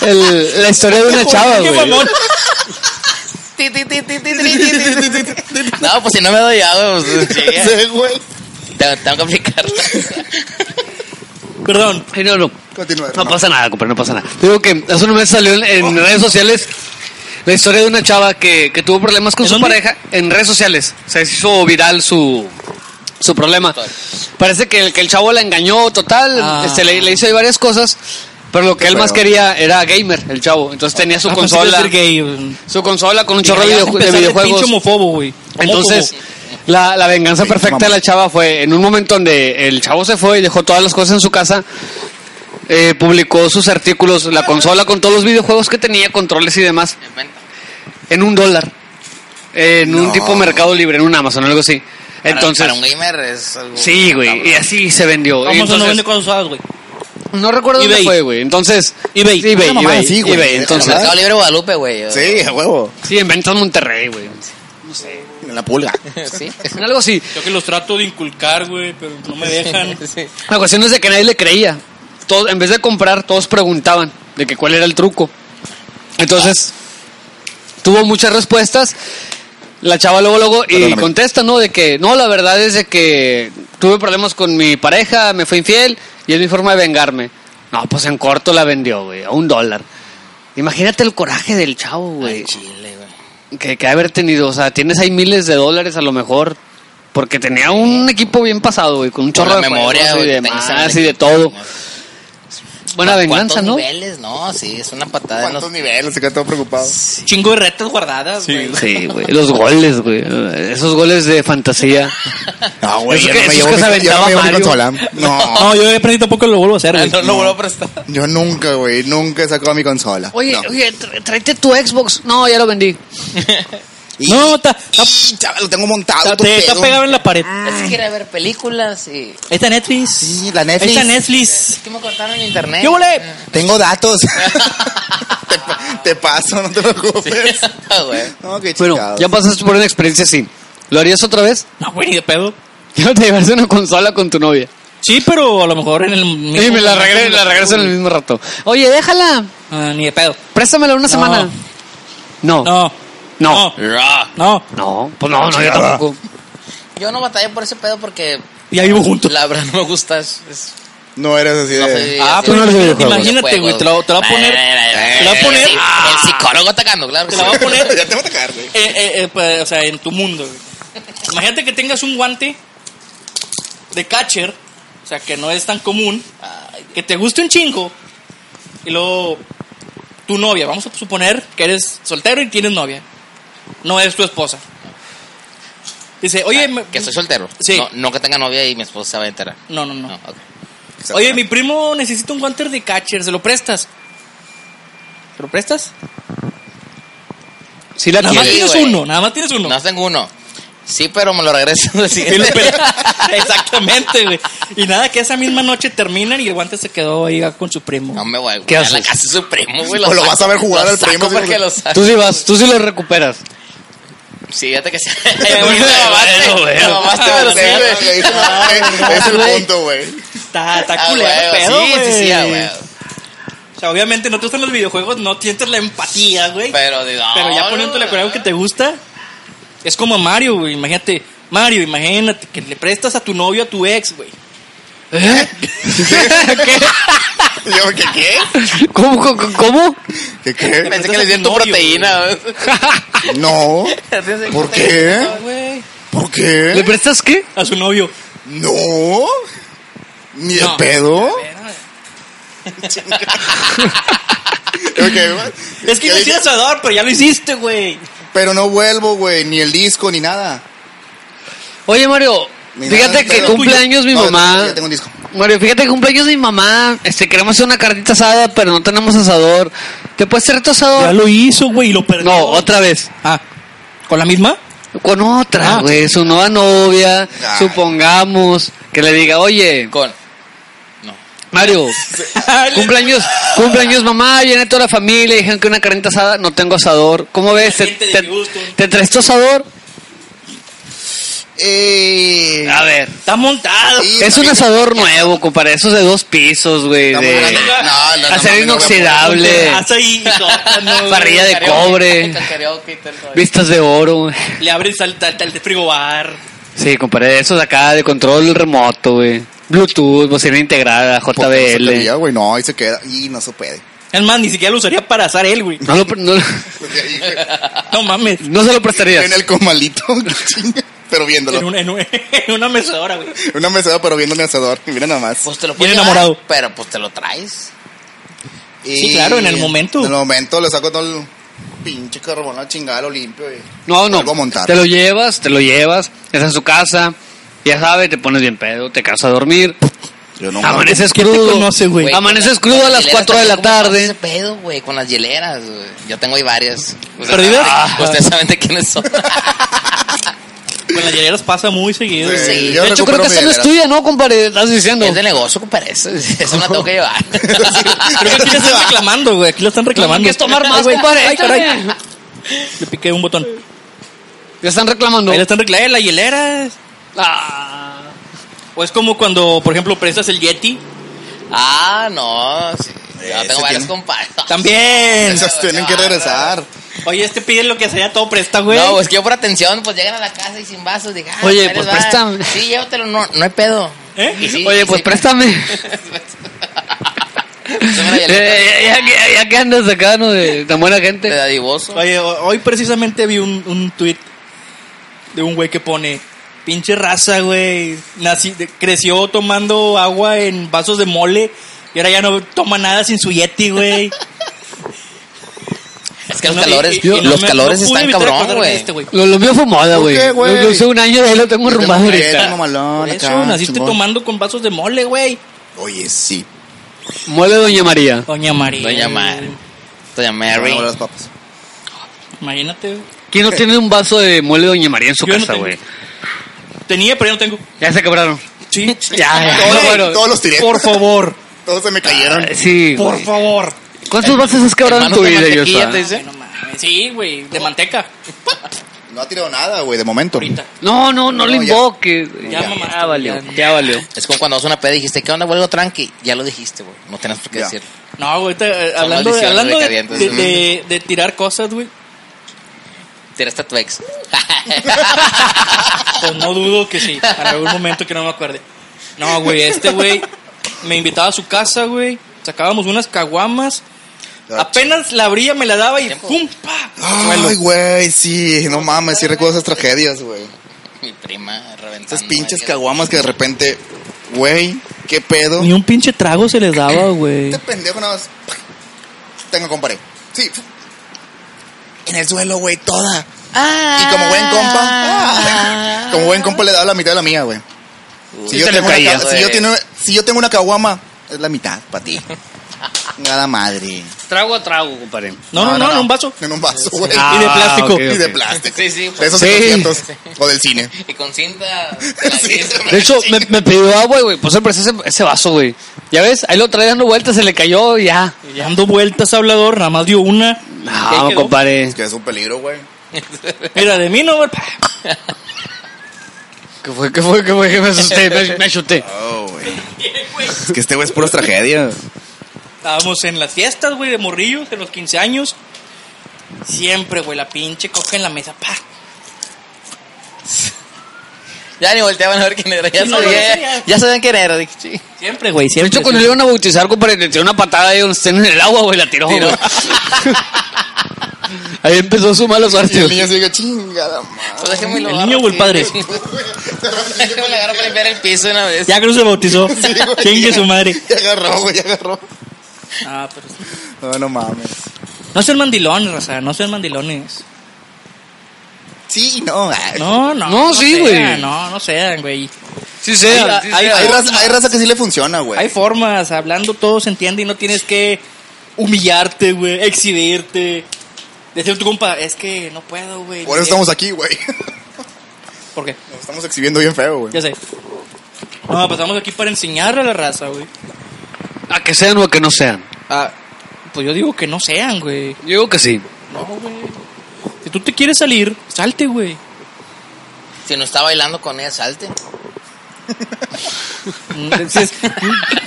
[SPEAKER 2] el- la historia de una chava,
[SPEAKER 1] Qué
[SPEAKER 2] güey.
[SPEAKER 1] mamón.
[SPEAKER 4] No, pues si no me doy ya, güey, pues, sí,
[SPEAKER 3] <laughs> Sí, güey.
[SPEAKER 4] tengo, tengo que <laughs> aplicarla.
[SPEAKER 1] Perdón.
[SPEAKER 2] Ay, no, no.
[SPEAKER 3] Continúa.
[SPEAKER 2] No
[SPEAKER 3] No.
[SPEAKER 2] pasa nada, compadre, no pasa nada. Digo que hace unos meses salió en, en
[SPEAKER 1] Oh.
[SPEAKER 2] redes sociales la historia de una chava que, que tuvo problemas con
[SPEAKER 1] ¿En
[SPEAKER 2] su
[SPEAKER 1] dónde?
[SPEAKER 2] pareja en redes sociales. Se hizo viral su, su problema. Parece que el, que el chavo la engañó total,
[SPEAKER 1] Ah.
[SPEAKER 2] este, le, le hizo ahí varias cosas, pero lo que él más
[SPEAKER 3] feo.
[SPEAKER 2] quería era gamer, el chavo. Entonces tenía su
[SPEAKER 1] Ah, pensé que iba a
[SPEAKER 2] consola.
[SPEAKER 1] ser gay, güey.
[SPEAKER 2] Su consola con un chorro
[SPEAKER 1] Ya
[SPEAKER 2] de,
[SPEAKER 1] vas a
[SPEAKER 2] videojue- de
[SPEAKER 1] empezar de
[SPEAKER 2] videojuegos.
[SPEAKER 1] pinche homofobo, güey.
[SPEAKER 2] Entonces,
[SPEAKER 1] Homófobo.
[SPEAKER 2] la, la venganza
[SPEAKER 3] Sí,
[SPEAKER 2] perfecta
[SPEAKER 3] mamá.
[SPEAKER 2] de la chava fue en un momento donde el chavo se fue y dejó todas las cosas en su casa. eh, publicó sus artículos, la consola con todos los videojuegos que tenía, controles y demás, en un dólar. eh, en un
[SPEAKER 3] No.
[SPEAKER 2] tipo mercado libre, en un Amazon, algo así. Entonces,
[SPEAKER 4] Para, para un gamer es algo.
[SPEAKER 2] sí, güey, y así se vendió. Y
[SPEAKER 1] Vamos a no
[SPEAKER 2] entonces-
[SPEAKER 1] vender cosas usadas, güey.
[SPEAKER 2] no recuerdo dónde
[SPEAKER 1] eBay.
[SPEAKER 2] fue, güey. Entonces,
[SPEAKER 1] eBay.
[SPEAKER 2] eBay,
[SPEAKER 3] Una mamada
[SPEAKER 2] eBay,
[SPEAKER 3] así, güey.
[SPEAKER 2] eBay, Entonces,
[SPEAKER 4] Mercado Libre Guadalupe, güey.
[SPEAKER 3] pues, Sí, a huevo.
[SPEAKER 2] sí, en Ventas Monterrey, güey.
[SPEAKER 3] En la pulga.
[SPEAKER 2] <laughs>
[SPEAKER 4] Sí.
[SPEAKER 2] Algo así.
[SPEAKER 1] Yo que los trato de inculcar, güey, pero no me
[SPEAKER 3] <laughs>
[SPEAKER 1] dejan.
[SPEAKER 4] Sí.
[SPEAKER 2] La cuestión es de que nadie le creía. Todo- en vez de comprar, todos preguntaban de que cuál era el truco. Entonces, tuvo muchas respuestas. La chava luego, luego, y
[SPEAKER 3] Perdóname.
[SPEAKER 2] contesta, ¿no? De que, no, la verdad es de que tuve problemas con mi pareja, me fue infiel, y es mi forma de vengarme. No, pues en corto la vendió, güey, a un dólar. Imagínate el coraje del chavo, güey
[SPEAKER 4] Ay, Chile, güey.
[SPEAKER 2] que, que haber tenido. O sea, tienes ahí miles de dólares a lo mejor. Porque tenía un equipo bien pasado, güey, con un
[SPEAKER 4] Por
[SPEAKER 2] chorro
[SPEAKER 4] la
[SPEAKER 2] de
[SPEAKER 4] memoria,
[SPEAKER 2] memoria
[SPEAKER 4] güey,
[SPEAKER 2] y
[SPEAKER 4] que
[SPEAKER 2] de
[SPEAKER 4] tengas en
[SPEAKER 2] más
[SPEAKER 4] el
[SPEAKER 2] y de
[SPEAKER 4] equipo.
[SPEAKER 2] todo. Buena venganza, ¿no?
[SPEAKER 4] ¿Cuántos niveles? No, sí, es una patada. en los-
[SPEAKER 3] ¿Cuántos niveles? Se queda todo preocupado.
[SPEAKER 5] Chingo de retas guardadas,
[SPEAKER 1] Sí,
[SPEAKER 5] güey.
[SPEAKER 2] Sí, güey. Los goles, güey. Esos goles de fantasía. Esos que-
[SPEAKER 3] Ah, yo no me
[SPEAKER 2] esos
[SPEAKER 3] llevo
[SPEAKER 2] que
[SPEAKER 3] mi-
[SPEAKER 2] se
[SPEAKER 3] yo no
[SPEAKER 2] aventaba
[SPEAKER 3] me llevo mi
[SPEAKER 2] Mario.
[SPEAKER 3] consola. <laughs> No,
[SPEAKER 1] No, yo he aprendido poco y lo vuelvo a hacer,
[SPEAKER 5] Ah,
[SPEAKER 1] güey.
[SPEAKER 5] No lo vuelvo a prestar.
[SPEAKER 3] yo nunca, güey. Nunca he sacado mi consola.
[SPEAKER 2] Oye,
[SPEAKER 3] No.
[SPEAKER 2] oye, tr- tráete tu Xbox. No, ya lo vendí.
[SPEAKER 1] No, está, está,
[SPEAKER 3] Y, chaval, lo tengo montado.
[SPEAKER 1] está-
[SPEAKER 3] todo
[SPEAKER 1] te- está
[SPEAKER 3] pedo. Ah.
[SPEAKER 1] pegado en la pared.
[SPEAKER 4] Es que quiere ver películas y...
[SPEAKER 1] Ahí está Netflix.
[SPEAKER 3] Sí, la
[SPEAKER 1] Ahí
[SPEAKER 3] Netflix.
[SPEAKER 1] está Netflix.
[SPEAKER 4] Es que me cortaron en internet. Ah,
[SPEAKER 1] ¿Qué volé?
[SPEAKER 2] <laughs>
[SPEAKER 3] Tengo datos. te, pa- te paso, no te preocupes.
[SPEAKER 2] Pues,
[SPEAKER 4] <laughs> ah, Güey.
[SPEAKER 3] <laughs> No, qué
[SPEAKER 2] Bueno,
[SPEAKER 3] chingados.
[SPEAKER 2] ya pasaste por una experiencia así. ¿Lo harías otra vez? <laughs>
[SPEAKER 1] No, güey, ni de pedo.
[SPEAKER 2] Ya no te llevaste una consola con tu novia.
[SPEAKER 1] Sí, pero a lo mejor en el mismo
[SPEAKER 2] Y me la,
[SPEAKER 1] momento me
[SPEAKER 2] regre- la regreso en el mismo rato. Oye, déjala.
[SPEAKER 1] Ah, ni de pedo.
[SPEAKER 2] Préstamela una semana. No. No.
[SPEAKER 1] No,
[SPEAKER 2] No.
[SPEAKER 1] no, no.
[SPEAKER 2] Pues no, no, yo tampoco.
[SPEAKER 4] Yo no batallé por ese pedo porque
[SPEAKER 1] Ya vivo juntos.
[SPEAKER 4] la verdad no me gusta. es- es-
[SPEAKER 3] No eres así
[SPEAKER 4] no
[SPEAKER 3] de.
[SPEAKER 4] soy
[SPEAKER 1] Ah,
[SPEAKER 4] así
[SPEAKER 1] pero
[SPEAKER 4] de-
[SPEAKER 2] no eres de
[SPEAKER 4] de
[SPEAKER 2] videojuegos.
[SPEAKER 1] Imagínate, güey, te la- te la voy a poner- te la voy a poner-
[SPEAKER 4] El, el psicólogo atacando, claro. que
[SPEAKER 1] Te la
[SPEAKER 4] sí.
[SPEAKER 1] voy a poner
[SPEAKER 3] <laughs> ya te voy a atacar, güey.
[SPEAKER 1] Eh, eh, eh, pa- o sea, en tu mundo. güey. Imagínate que tengas un guante de catcher, o sea, que no es tan común, que te guste un chingo, y luego tu novia, vamos a suponer que eres soltero y tienes novia, no es tu esposa. Dice, oye, me-
[SPEAKER 4] Ah, Que soy soltero.
[SPEAKER 1] Sí.
[SPEAKER 4] No, no que tenga novia y mi esposa se va a enterar.
[SPEAKER 1] no, no, no.
[SPEAKER 4] No, ok.
[SPEAKER 1] Oye, mi primo necesita un guante de catcher, ¿se lo prestas? ¿Se lo prestas?
[SPEAKER 2] Sí la
[SPEAKER 1] Nada más
[SPEAKER 2] quieres.
[SPEAKER 4] Sí,
[SPEAKER 1] tienes
[SPEAKER 4] güey.
[SPEAKER 1] uno, nada más tienes uno.
[SPEAKER 4] No tengo uno. Sí, pero me lo regreso el <laughs>
[SPEAKER 1] Y lo
[SPEAKER 4] siguiente.
[SPEAKER 1] pela- Este, <laughs> Exactamente, güey. Y nada, que esa misma noche terminan y el guante se quedó ahí con su primo.
[SPEAKER 4] No me voy, güey.
[SPEAKER 2] ¿Qué
[SPEAKER 4] a la
[SPEAKER 2] haces?
[SPEAKER 4] casa de su primo, güey.
[SPEAKER 3] O lo vas
[SPEAKER 4] saco,
[SPEAKER 3] a ver jugar
[SPEAKER 4] lo
[SPEAKER 3] al primo,
[SPEAKER 4] saco
[SPEAKER 3] sí,
[SPEAKER 4] porque
[SPEAKER 3] güey.
[SPEAKER 4] lo saco.
[SPEAKER 2] Tú sí vas, tú sí lo recuperas.
[SPEAKER 4] Sí, fíjate que sí. <laughs>
[SPEAKER 1] bueno,
[SPEAKER 4] Me mamaste,
[SPEAKER 1] bueno, bueno.
[SPEAKER 4] me mamaste, pero
[SPEAKER 3] Sí,
[SPEAKER 4] sí, güey.
[SPEAKER 3] güey, es- <laughs> Es el punto, güey.
[SPEAKER 1] Está, está
[SPEAKER 4] Ah,
[SPEAKER 1] culero el
[SPEAKER 4] güey,
[SPEAKER 1] pedo,
[SPEAKER 4] sí,
[SPEAKER 1] güey.
[SPEAKER 4] sí, sí, ah, güey.
[SPEAKER 1] O sea, obviamente no te gustan los videojuegos, no sientes la empatía, güey. Pero,
[SPEAKER 4] Pero, digo,
[SPEAKER 1] ya
[SPEAKER 4] no,
[SPEAKER 1] poniéndole
[SPEAKER 4] no,
[SPEAKER 1] con algo que te gusta, es como Mario, güey. Imagínate, Mario, imagínate que le prestas a tu novio, a tu ex, güey. <laughs>
[SPEAKER 2] ¿Eh?
[SPEAKER 3] Yo, ¿qué qué?
[SPEAKER 2] ¿Cómo, cómo, cómo?
[SPEAKER 3] ¿Qué qué?
[SPEAKER 4] Pensé que le dieron tu
[SPEAKER 1] Novio,
[SPEAKER 4] proteína. güey.
[SPEAKER 3] No. ¿Por qué?
[SPEAKER 1] Ah, Güey.
[SPEAKER 3] ¿Por
[SPEAKER 2] ¿Le
[SPEAKER 3] qué?
[SPEAKER 2] prestas qué?
[SPEAKER 1] A su novio.
[SPEAKER 3] No. Ni el
[SPEAKER 1] No.
[SPEAKER 3] pedo. Ok, güey.
[SPEAKER 1] Es que
[SPEAKER 3] ¿Qué
[SPEAKER 1] yo
[SPEAKER 3] dije?
[SPEAKER 1] soy asador, pero ya lo hiciste, güey.
[SPEAKER 3] Pero no vuelvo, güey. Ni el disco, ni nada.
[SPEAKER 2] Oye, Mario,
[SPEAKER 3] Mira,
[SPEAKER 2] fíjate
[SPEAKER 3] pero
[SPEAKER 2] que
[SPEAKER 3] lo
[SPEAKER 2] cumple
[SPEAKER 1] tuyo.
[SPEAKER 2] años mi
[SPEAKER 3] No, yo
[SPEAKER 2] mamá.
[SPEAKER 3] tengo- yo tengo un disco.
[SPEAKER 2] Mario, fíjate que cumple años mi mamá. Este, queremos hacer una carnita asada, pero no tenemos asador. ¿Te puedes hacer tu
[SPEAKER 1] Ya
[SPEAKER 2] asador?
[SPEAKER 1] lo hizo, güey, y lo perdió.
[SPEAKER 2] No, otra vez.
[SPEAKER 1] Ah, ¿con la misma?
[SPEAKER 2] Con otra,
[SPEAKER 1] Ah.
[SPEAKER 2] güey. Su nueva novia,
[SPEAKER 3] Ay.
[SPEAKER 2] supongamos, que le diga, oye,
[SPEAKER 4] Con. No.
[SPEAKER 2] Mario, <laughs> cumpleaños, cumpleaños mamá, viene toda la familia, dijeron que una carnita asada, no tengo asador. ¿Cómo ves? ¿Te,
[SPEAKER 1] gente de
[SPEAKER 2] te-
[SPEAKER 1] mi gusto.
[SPEAKER 2] te traes tu asador?
[SPEAKER 3] Eh,
[SPEAKER 2] A ver.
[SPEAKER 1] Está montado.
[SPEAKER 3] sí,
[SPEAKER 2] Es un
[SPEAKER 3] también-
[SPEAKER 2] asador nuevo, compadre, esos de dos pisos, güey.
[SPEAKER 3] Estamos
[SPEAKER 2] de-
[SPEAKER 3] hablando- No, no, no,
[SPEAKER 2] Acero
[SPEAKER 3] mami, no voy a poner-
[SPEAKER 2] inoxidable,
[SPEAKER 1] Hace ahí, sótano, güey.
[SPEAKER 2] parrilla de
[SPEAKER 4] Karaoke,
[SPEAKER 2] cobre,
[SPEAKER 4] con karaoke y todo el rollo.
[SPEAKER 2] vistas de oro. güey.
[SPEAKER 1] Le abres al, al, al de frigobar.
[SPEAKER 2] Sí, compadre, esos de acá de control remoto, güey. Bluetooth, bocina integrada,
[SPEAKER 3] ¿por qué no se
[SPEAKER 2] JBL.
[SPEAKER 3] quería, güey? No, ahí se queda. Y no se puede. <laughs>
[SPEAKER 1] Es más, ni siquiera lo usaría para asar él, güey.
[SPEAKER 2] No, lo- no,
[SPEAKER 1] No mames.
[SPEAKER 2] no se lo prestarías.
[SPEAKER 3] En el comalito. <laughs> pero
[SPEAKER 1] En,
[SPEAKER 3] viéndolo.
[SPEAKER 1] un- en un- en una <laughs> mesadora, güey.
[SPEAKER 3] Una mesadora, pero viendo un asador. Mira nada más.
[SPEAKER 4] Pues te lo
[SPEAKER 1] Bien
[SPEAKER 4] puedes llevar,
[SPEAKER 1] enamorado.
[SPEAKER 4] Pero pues te lo traes.
[SPEAKER 1] Sí, claro, en el momento.
[SPEAKER 3] En el momento le saco todo el pinche carbón a chingar lo limpio. y-
[SPEAKER 2] No, no.
[SPEAKER 3] Vuelvo a montar.
[SPEAKER 2] Te lo llevas, te lo llevas, es en su casa, ya sabes, te pones bien pedo, te casas a dormir,
[SPEAKER 3] Yo no.
[SPEAKER 2] amaneces
[SPEAKER 1] ¿Quién te
[SPEAKER 2] crudo.
[SPEAKER 1] conoce, güey?
[SPEAKER 4] Güey,
[SPEAKER 2] Amaneces
[SPEAKER 4] con
[SPEAKER 2] crudo
[SPEAKER 4] la-
[SPEAKER 2] a
[SPEAKER 4] con
[SPEAKER 2] las
[SPEAKER 4] hieleras
[SPEAKER 2] 4 de
[SPEAKER 4] también,
[SPEAKER 2] la
[SPEAKER 4] ¿cómo pasa
[SPEAKER 2] tarde.
[SPEAKER 4] Ese pedo, güey, con las hieleras, güey. Yo tengo ahí varias. Ustedes
[SPEAKER 1] ¿Perdidas?
[SPEAKER 4] saben- Ustedes saben de quiénes son.
[SPEAKER 1] Con las hieleras pasa muy seguido.
[SPEAKER 3] Sí,
[SPEAKER 1] güey.
[SPEAKER 3] yo
[SPEAKER 2] De hecho,
[SPEAKER 3] recupero
[SPEAKER 2] creo que
[SPEAKER 3] mi
[SPEAKER 2] esa no es
[SPEAKER 3] hielera.
[SPEAKER 2] tuya, ¿no, compadre? Estás diciendo.
[SPEAKER 4] es de negocio, compadre. Eso, eso no tengo que llevar.
[SPEAKER 1] Creo que aquí la están reclamando, güey. Aquí la están reclamando.
[SPEAKER 2] ¿Quieres tomar más,
[SPEAKER 1] Ay, güey.
[SPEAKER 2] compadre?
[SPEAKER 1] Ay,
[SPEAKER 2] Échale.
[SPEAKER 1] caray. Le piqué un botón.
[SPEAKER 2] Ya están reclamando.
[SPEAKER 1] Ahí la están reclamando. Eh, la hielera.
[SPEAKER 2] Ah.
[SPEAKER 1] O es como cuando, por ejemplo, prestas el Yeti.
[SPEAKER 4] ah, no. Sí. Yo
[SPEAKER 3] Ese
[SPEAKER 4] tengo varias,
[SPEAKER 3] tiene-
[SPEAKER 4] compadre.
[SPEAKER 1] También.
[SPEAKER 3] Esas tienen que regresar.
[SPEAKER 1] Oye, este pide lo que sea, todo presta, güey.
[SPEAKER 4] No, es que yo por atención, pues llegan a la casa y sin vasos. Digan, ah,
[SPEAKER 2] Oye,
[SPEAKER 4] ahí les
[SPEAKER 2] pues,
[SPEAKER 4] va.
[SPEAKER 2] préstame.
[SPEAKER 4] Sí, llévatelo, no, no hay pedo.
[SPEAKER 1] ¿Eh?
[SPEAKER 4] Y sí,
[SPEAKER 2] Oye,
[SPEAKER 4] y
[SPEAKER 2] pues
[SPEAKER 4] sí.
[SPEAKER 2] préstame.
[SPEAKER 4] Tengo
[SPEAKER 2] <laughs>
[SPEAKER 4] una hielera
[SPEAKER 2] Eh, ya, que- ya que andas acá, ¿no? De tan buena
[SPEAKER 4] de
[SPEAKER 2] gente.
[SPEAKER 4] dadivoso.
[SPEAKER 1] Oye, ho- hoy precisamente vi un, un tweet de un güey que pone, pinche raza, güey, nací, de- creció tomando agua en vasos de mole Y ahora ya no toma nada sin su Yeti, güey.
[SPEAKER 4] Es que los
[SPEAKER 1] No, y-
[SPEAKER 4] calores,
[SPEAKER 1] y- y no
[SPEAKER 4] los
[SPEAKER 1] me-
[SPEAKER 4] calores
[SPEAKER 1] no pude
[SPEAKER 4] están
[SPEAKER 1] evitar
[SPEAKER 4] cabrón,
[SPEAKER 1] acordarme de
[SPEAKER 4] güey.
[SPEAKER 1] este, güey.
[SPEAKER 2] Lo, lo mío fue moda,
[SPEAKER 3] ¿Tú
[SPEAKER 2] güey.
[SPEAKER 3] qué,
[SPEAKER 2] Lo,
[SPEAKER 3] güey?
[SPEAKER 2] lo usé un año y ahí lo tengo
[SPEAKER 3] Yo
[SPEAKER 2] arrumbado
[SPEAKER 3] tengo
[SPEAKER 2] ahorita.
[SPEAKER 3] Tengo malón
[SPEAKER 1] Por eso
[SPEAKER 3] acá,
[SPEAKER 1] naciste
[SPEAKER 3] chingón.
[SPEAKER 1] tomando con vasos de mole, güey.
[SPEAKER 3] Oye, sí.
[SPEAKER 2] Mole Doña María.
[SPEAKER 1] Doña María.
[SPEAKER 4] Doña Mar. Doña Mary.
[SPEAKER 3] Ahora las papas.
[SPEAKER 1] Imagínate. güey.
[SPEAKER 2] ¿Quién
[SPEAKER 3] <laughs>
[SPEAKER 2] no tiene un vaso de mole Doña María en su
[SPEAKER 1] Yo no
[SPEAKER 2] casa,
[SPEAKER 1] tengo.
[SPEAKER 2] güey?
[SPEAKER 1] Tenía, pero ya no tengo.
[SPEAKER 2] Ya se quebraron.
[SPEAKER 1] Sí.
[SPEAKER 2] Ya, ya.
[SPEAKER 3] Todos,
[SPEAKER 2] No, bueno,
[SPEAKER 3] todos los tiré.
[SPEAKER 1] Por favor.
[SPEAKER 3] Todos se me cayeron.
[SPEAKER 2] Sí,
[SPEAKER 1] Por
[SPEAKER 2] güey.
[SPEAKER 1] favor.
[SPEAKER 2] ¿Cuántos vasos has quebrado en
[SPEAKER 4] Hermano
[SPEAKER 2] tu
[SPEAKER 4] de
[SPEAKER 2] vida,
[SPEAKER 4] mantequilla,
[SPEAKER 2] Joshua?
[SPEAKER 4] te dice.
[SPEAKER 1] Ay, no mames. Sí, güey. De manteca.
[SPEAKER 3] No ha tirado nada, güey, de momento.
[SPEAKER 1] Ahorita.
[SPEAKER 2] No, no, no,
[SPEAKER 3] No,
[SPEAKER 2] le
[SPEAKER 3] ya.
[SPEAKER 2] invoques. güey.
[SPEAKER 1] Ya, mamá.
[SPEAKER 2] ya valió.
[SPEAKER 1] Ya.
[SPEAKER 2] Ya valió.
[SPEAKER 4] Es como cuando vas a una peda y dijiste, ¿qué onda? Vuelvo tranqui. Ya lo dijiste, güey. No tenés por qué
[SPEAKER 3] Ya.
[SPEAKER 4] decirlo.
[SPEAKER 1] No, güey. ahorita, eh, hablando de,
[SPEAKER 4] maldiciones
[SPEAKER 1] hablando de,
[SPEAKER 4] decadentes.
[SPEAKER 1] de- de- de tirar cosas, güey.
[SPEAKER 4] Tiraste a tu <laughs> ex.
[SPEAKER 1] Pues no dudo que sí. En algún momento que no me acuerde. No, güey. Este güey me invitaba a su casa, güey. Sacábamos unas caguamas. Ah, Apenas la abría, me la daba y ¡pum! ¡Pa!
[SPEAKER 3] Ay, güey, sí, no mames, sí recuerdo esas tragedias, güey.
[SPEAKER 4] Mi prima reventando.
[SPEAKER 3] Esas pinches
[SPEAKER 4] ahí.
[SPEAKER 3] caguamas que de repente, güey, qué pedo.
[SPEAKER 1] un pinche trago se les daba, güey.
[SPEAKER 3] Este pendejo nada más. Tengo comparé. Sí. En el suelo, güey, toda. Y como buen compa, como buen compa <laughs> le daba la mitad de la mía, güey. Si,
[SPEAKER 4] Sí
[SPEAKER 3] yo
[SPEAKER 4] se le
[SPEAKER 3] tengo una
[SPEAKER 4] caía,
[SPEAKER 3] ca-
[SPEAKER 4] güey.
[SPEAKER 3] si, yo tengo- si yo tengo una caguama, es la mitad para
[SPEAKER 4] <laughs>
[SPEAKER 3] ti. Nada madre.
[SPEAKER 2] Trago a trago, compadre.
[SPEAKER 1] No, no, no, en un vaso.
[SPEAKER 3] En un vaso, güey.
[SPEAKER 1] Y de
[SPEAKER 2] Ah,
[SPEAKER 1] plástico.
[SPEAKER 2] ok.
[SPEAKER 3] y de plástico.
[SPEAKER 4] Sí, sí,
[SPEAKER 3] De esos
[SPEAKER 2] Sí.
[SPEAKER 3] de conciertos. O del cine.
[SPEAKER 4] Y con <laughs> cinta.
[SPEAKER 3] Sí,
[SPEAKER 2] De hecho, me, me pidió agua, güey. Pues se prestó ese, ese vaso, güey. Ya ves, ahí lo trae dando vueltas, se le cayó y ya.
[SPEAKER 1] Ya ando vueltas, hablador. Nada más dio una. Y ahí
[SPEAKER 2] No,
[SPEAKER 1] quedó.
[SPEAKER 2] compadre.
[SPEAKER 3] Es que es un peligro, güey.
[SPEAKER 1] Mira, de mí no, güey. pa.
[SPEAKER 2] ¿Qué fue, qué fue, qué fue? Que me asusté, me, me asusté.
[SPEAKER 3] Oh, güey. Es que este güey es puras
[SPEAKER 4] <laughs>
[SPEAKER 3] tragedias.
[SPEAKER 1] Estábamos en las fiestas, güey, de morrillos, en los 15 años. Siempre, güey, la pinche coca en la mesa, pa.
[SPEAKER 4] <laughs> Ya ni volteaban a ver quién era. Ya
[SPEAKER 1] No, no,
[SPEAKER 4] sabían,
[SPEAKER 1] no,
[SPEAKER 4] ya sabían quién era. Dije, "Sí".
[SPEAKER 1] Siempre, güey,
[SPEAKER 2] De
[SPEAKER 1] siempre.
[SPEAKER 2] hecho, cuando le
[SPEAKER 1] siempre.
[SPEAKER 2] iban a bautizar, compadre, le tiró una patada ahí donde estén en el agua, güey, la tiró, güey. Ahí empezó su mala
[SPEAKER 3] Y
[SPEAKER 2] suerte,
[SPEAKER 3] el
[SPEAKER 2] güey.
[SPEAKER 3] niño sigue chingada, madre. <laughs>
[SPEAKER 4] Pues déjame
[SPEAKER 1] El niño o el
[SPEAKER 4] <laughs>
[SPEAKER 1] padre.
[SPEAKER 4] Déjame lo agarro para limpiar el piso una vez.
[SPEAKER 1] Ya que no se <laughs> bautizó. Chingue su madre.
[SPEAKER 3] Ya agarró, güey, ya agarró.
[SPEAKER 1] Ah, pero sí.
[SPEAKER 3] No, no mames.
[SPEAKER 1] No sean mandilones, Raza, no sean mandilones.
[SPEAKER 3] Sí, y no. ay.
[SPEAKER 1] No, no. Pues.
[SPEAKER 2] No, sí,
[SPEAKER 1] sean,
[SPEAKER 2] güey.
[SPEAKER 1] No, no sean, güey.
[SPEAKER 2] Sí,
[SPEAKER 1] sea, sí sea.
[SPEAKER 3] Hay raza, hay raza que sí le funciona, güey.
[SPEAKER 1] Hay formas, hablando todo se entiende y no tienes que humillarte, güey, exhibirte. Decir a tu compa, es que no puedo, güey.
[SPEAKER 3] Por eso estamos aquí, güey. <laughs>
[SPEAKER 1] ¿Por qué?
[SPEAKER 3] Nos estamos exhibiendo bien feo, güey.
[SPEAKER 1] Ya sé. No, pues estamos aquí para enseñarle a la raza, güey.
[SPEAKER 2] A que sean o a que no sean.
[SPEAKER 1] Ah, pues yo digo que no sean, güey.
[SPEAKER 2] Yo digo que sí.
[SPEAKER 1] No, güey. Si tú te quieres salir, salte, güey.
[SPEAKER 4] Si no está bailando con ella, salte.
[SPEAKER 1] Entonces,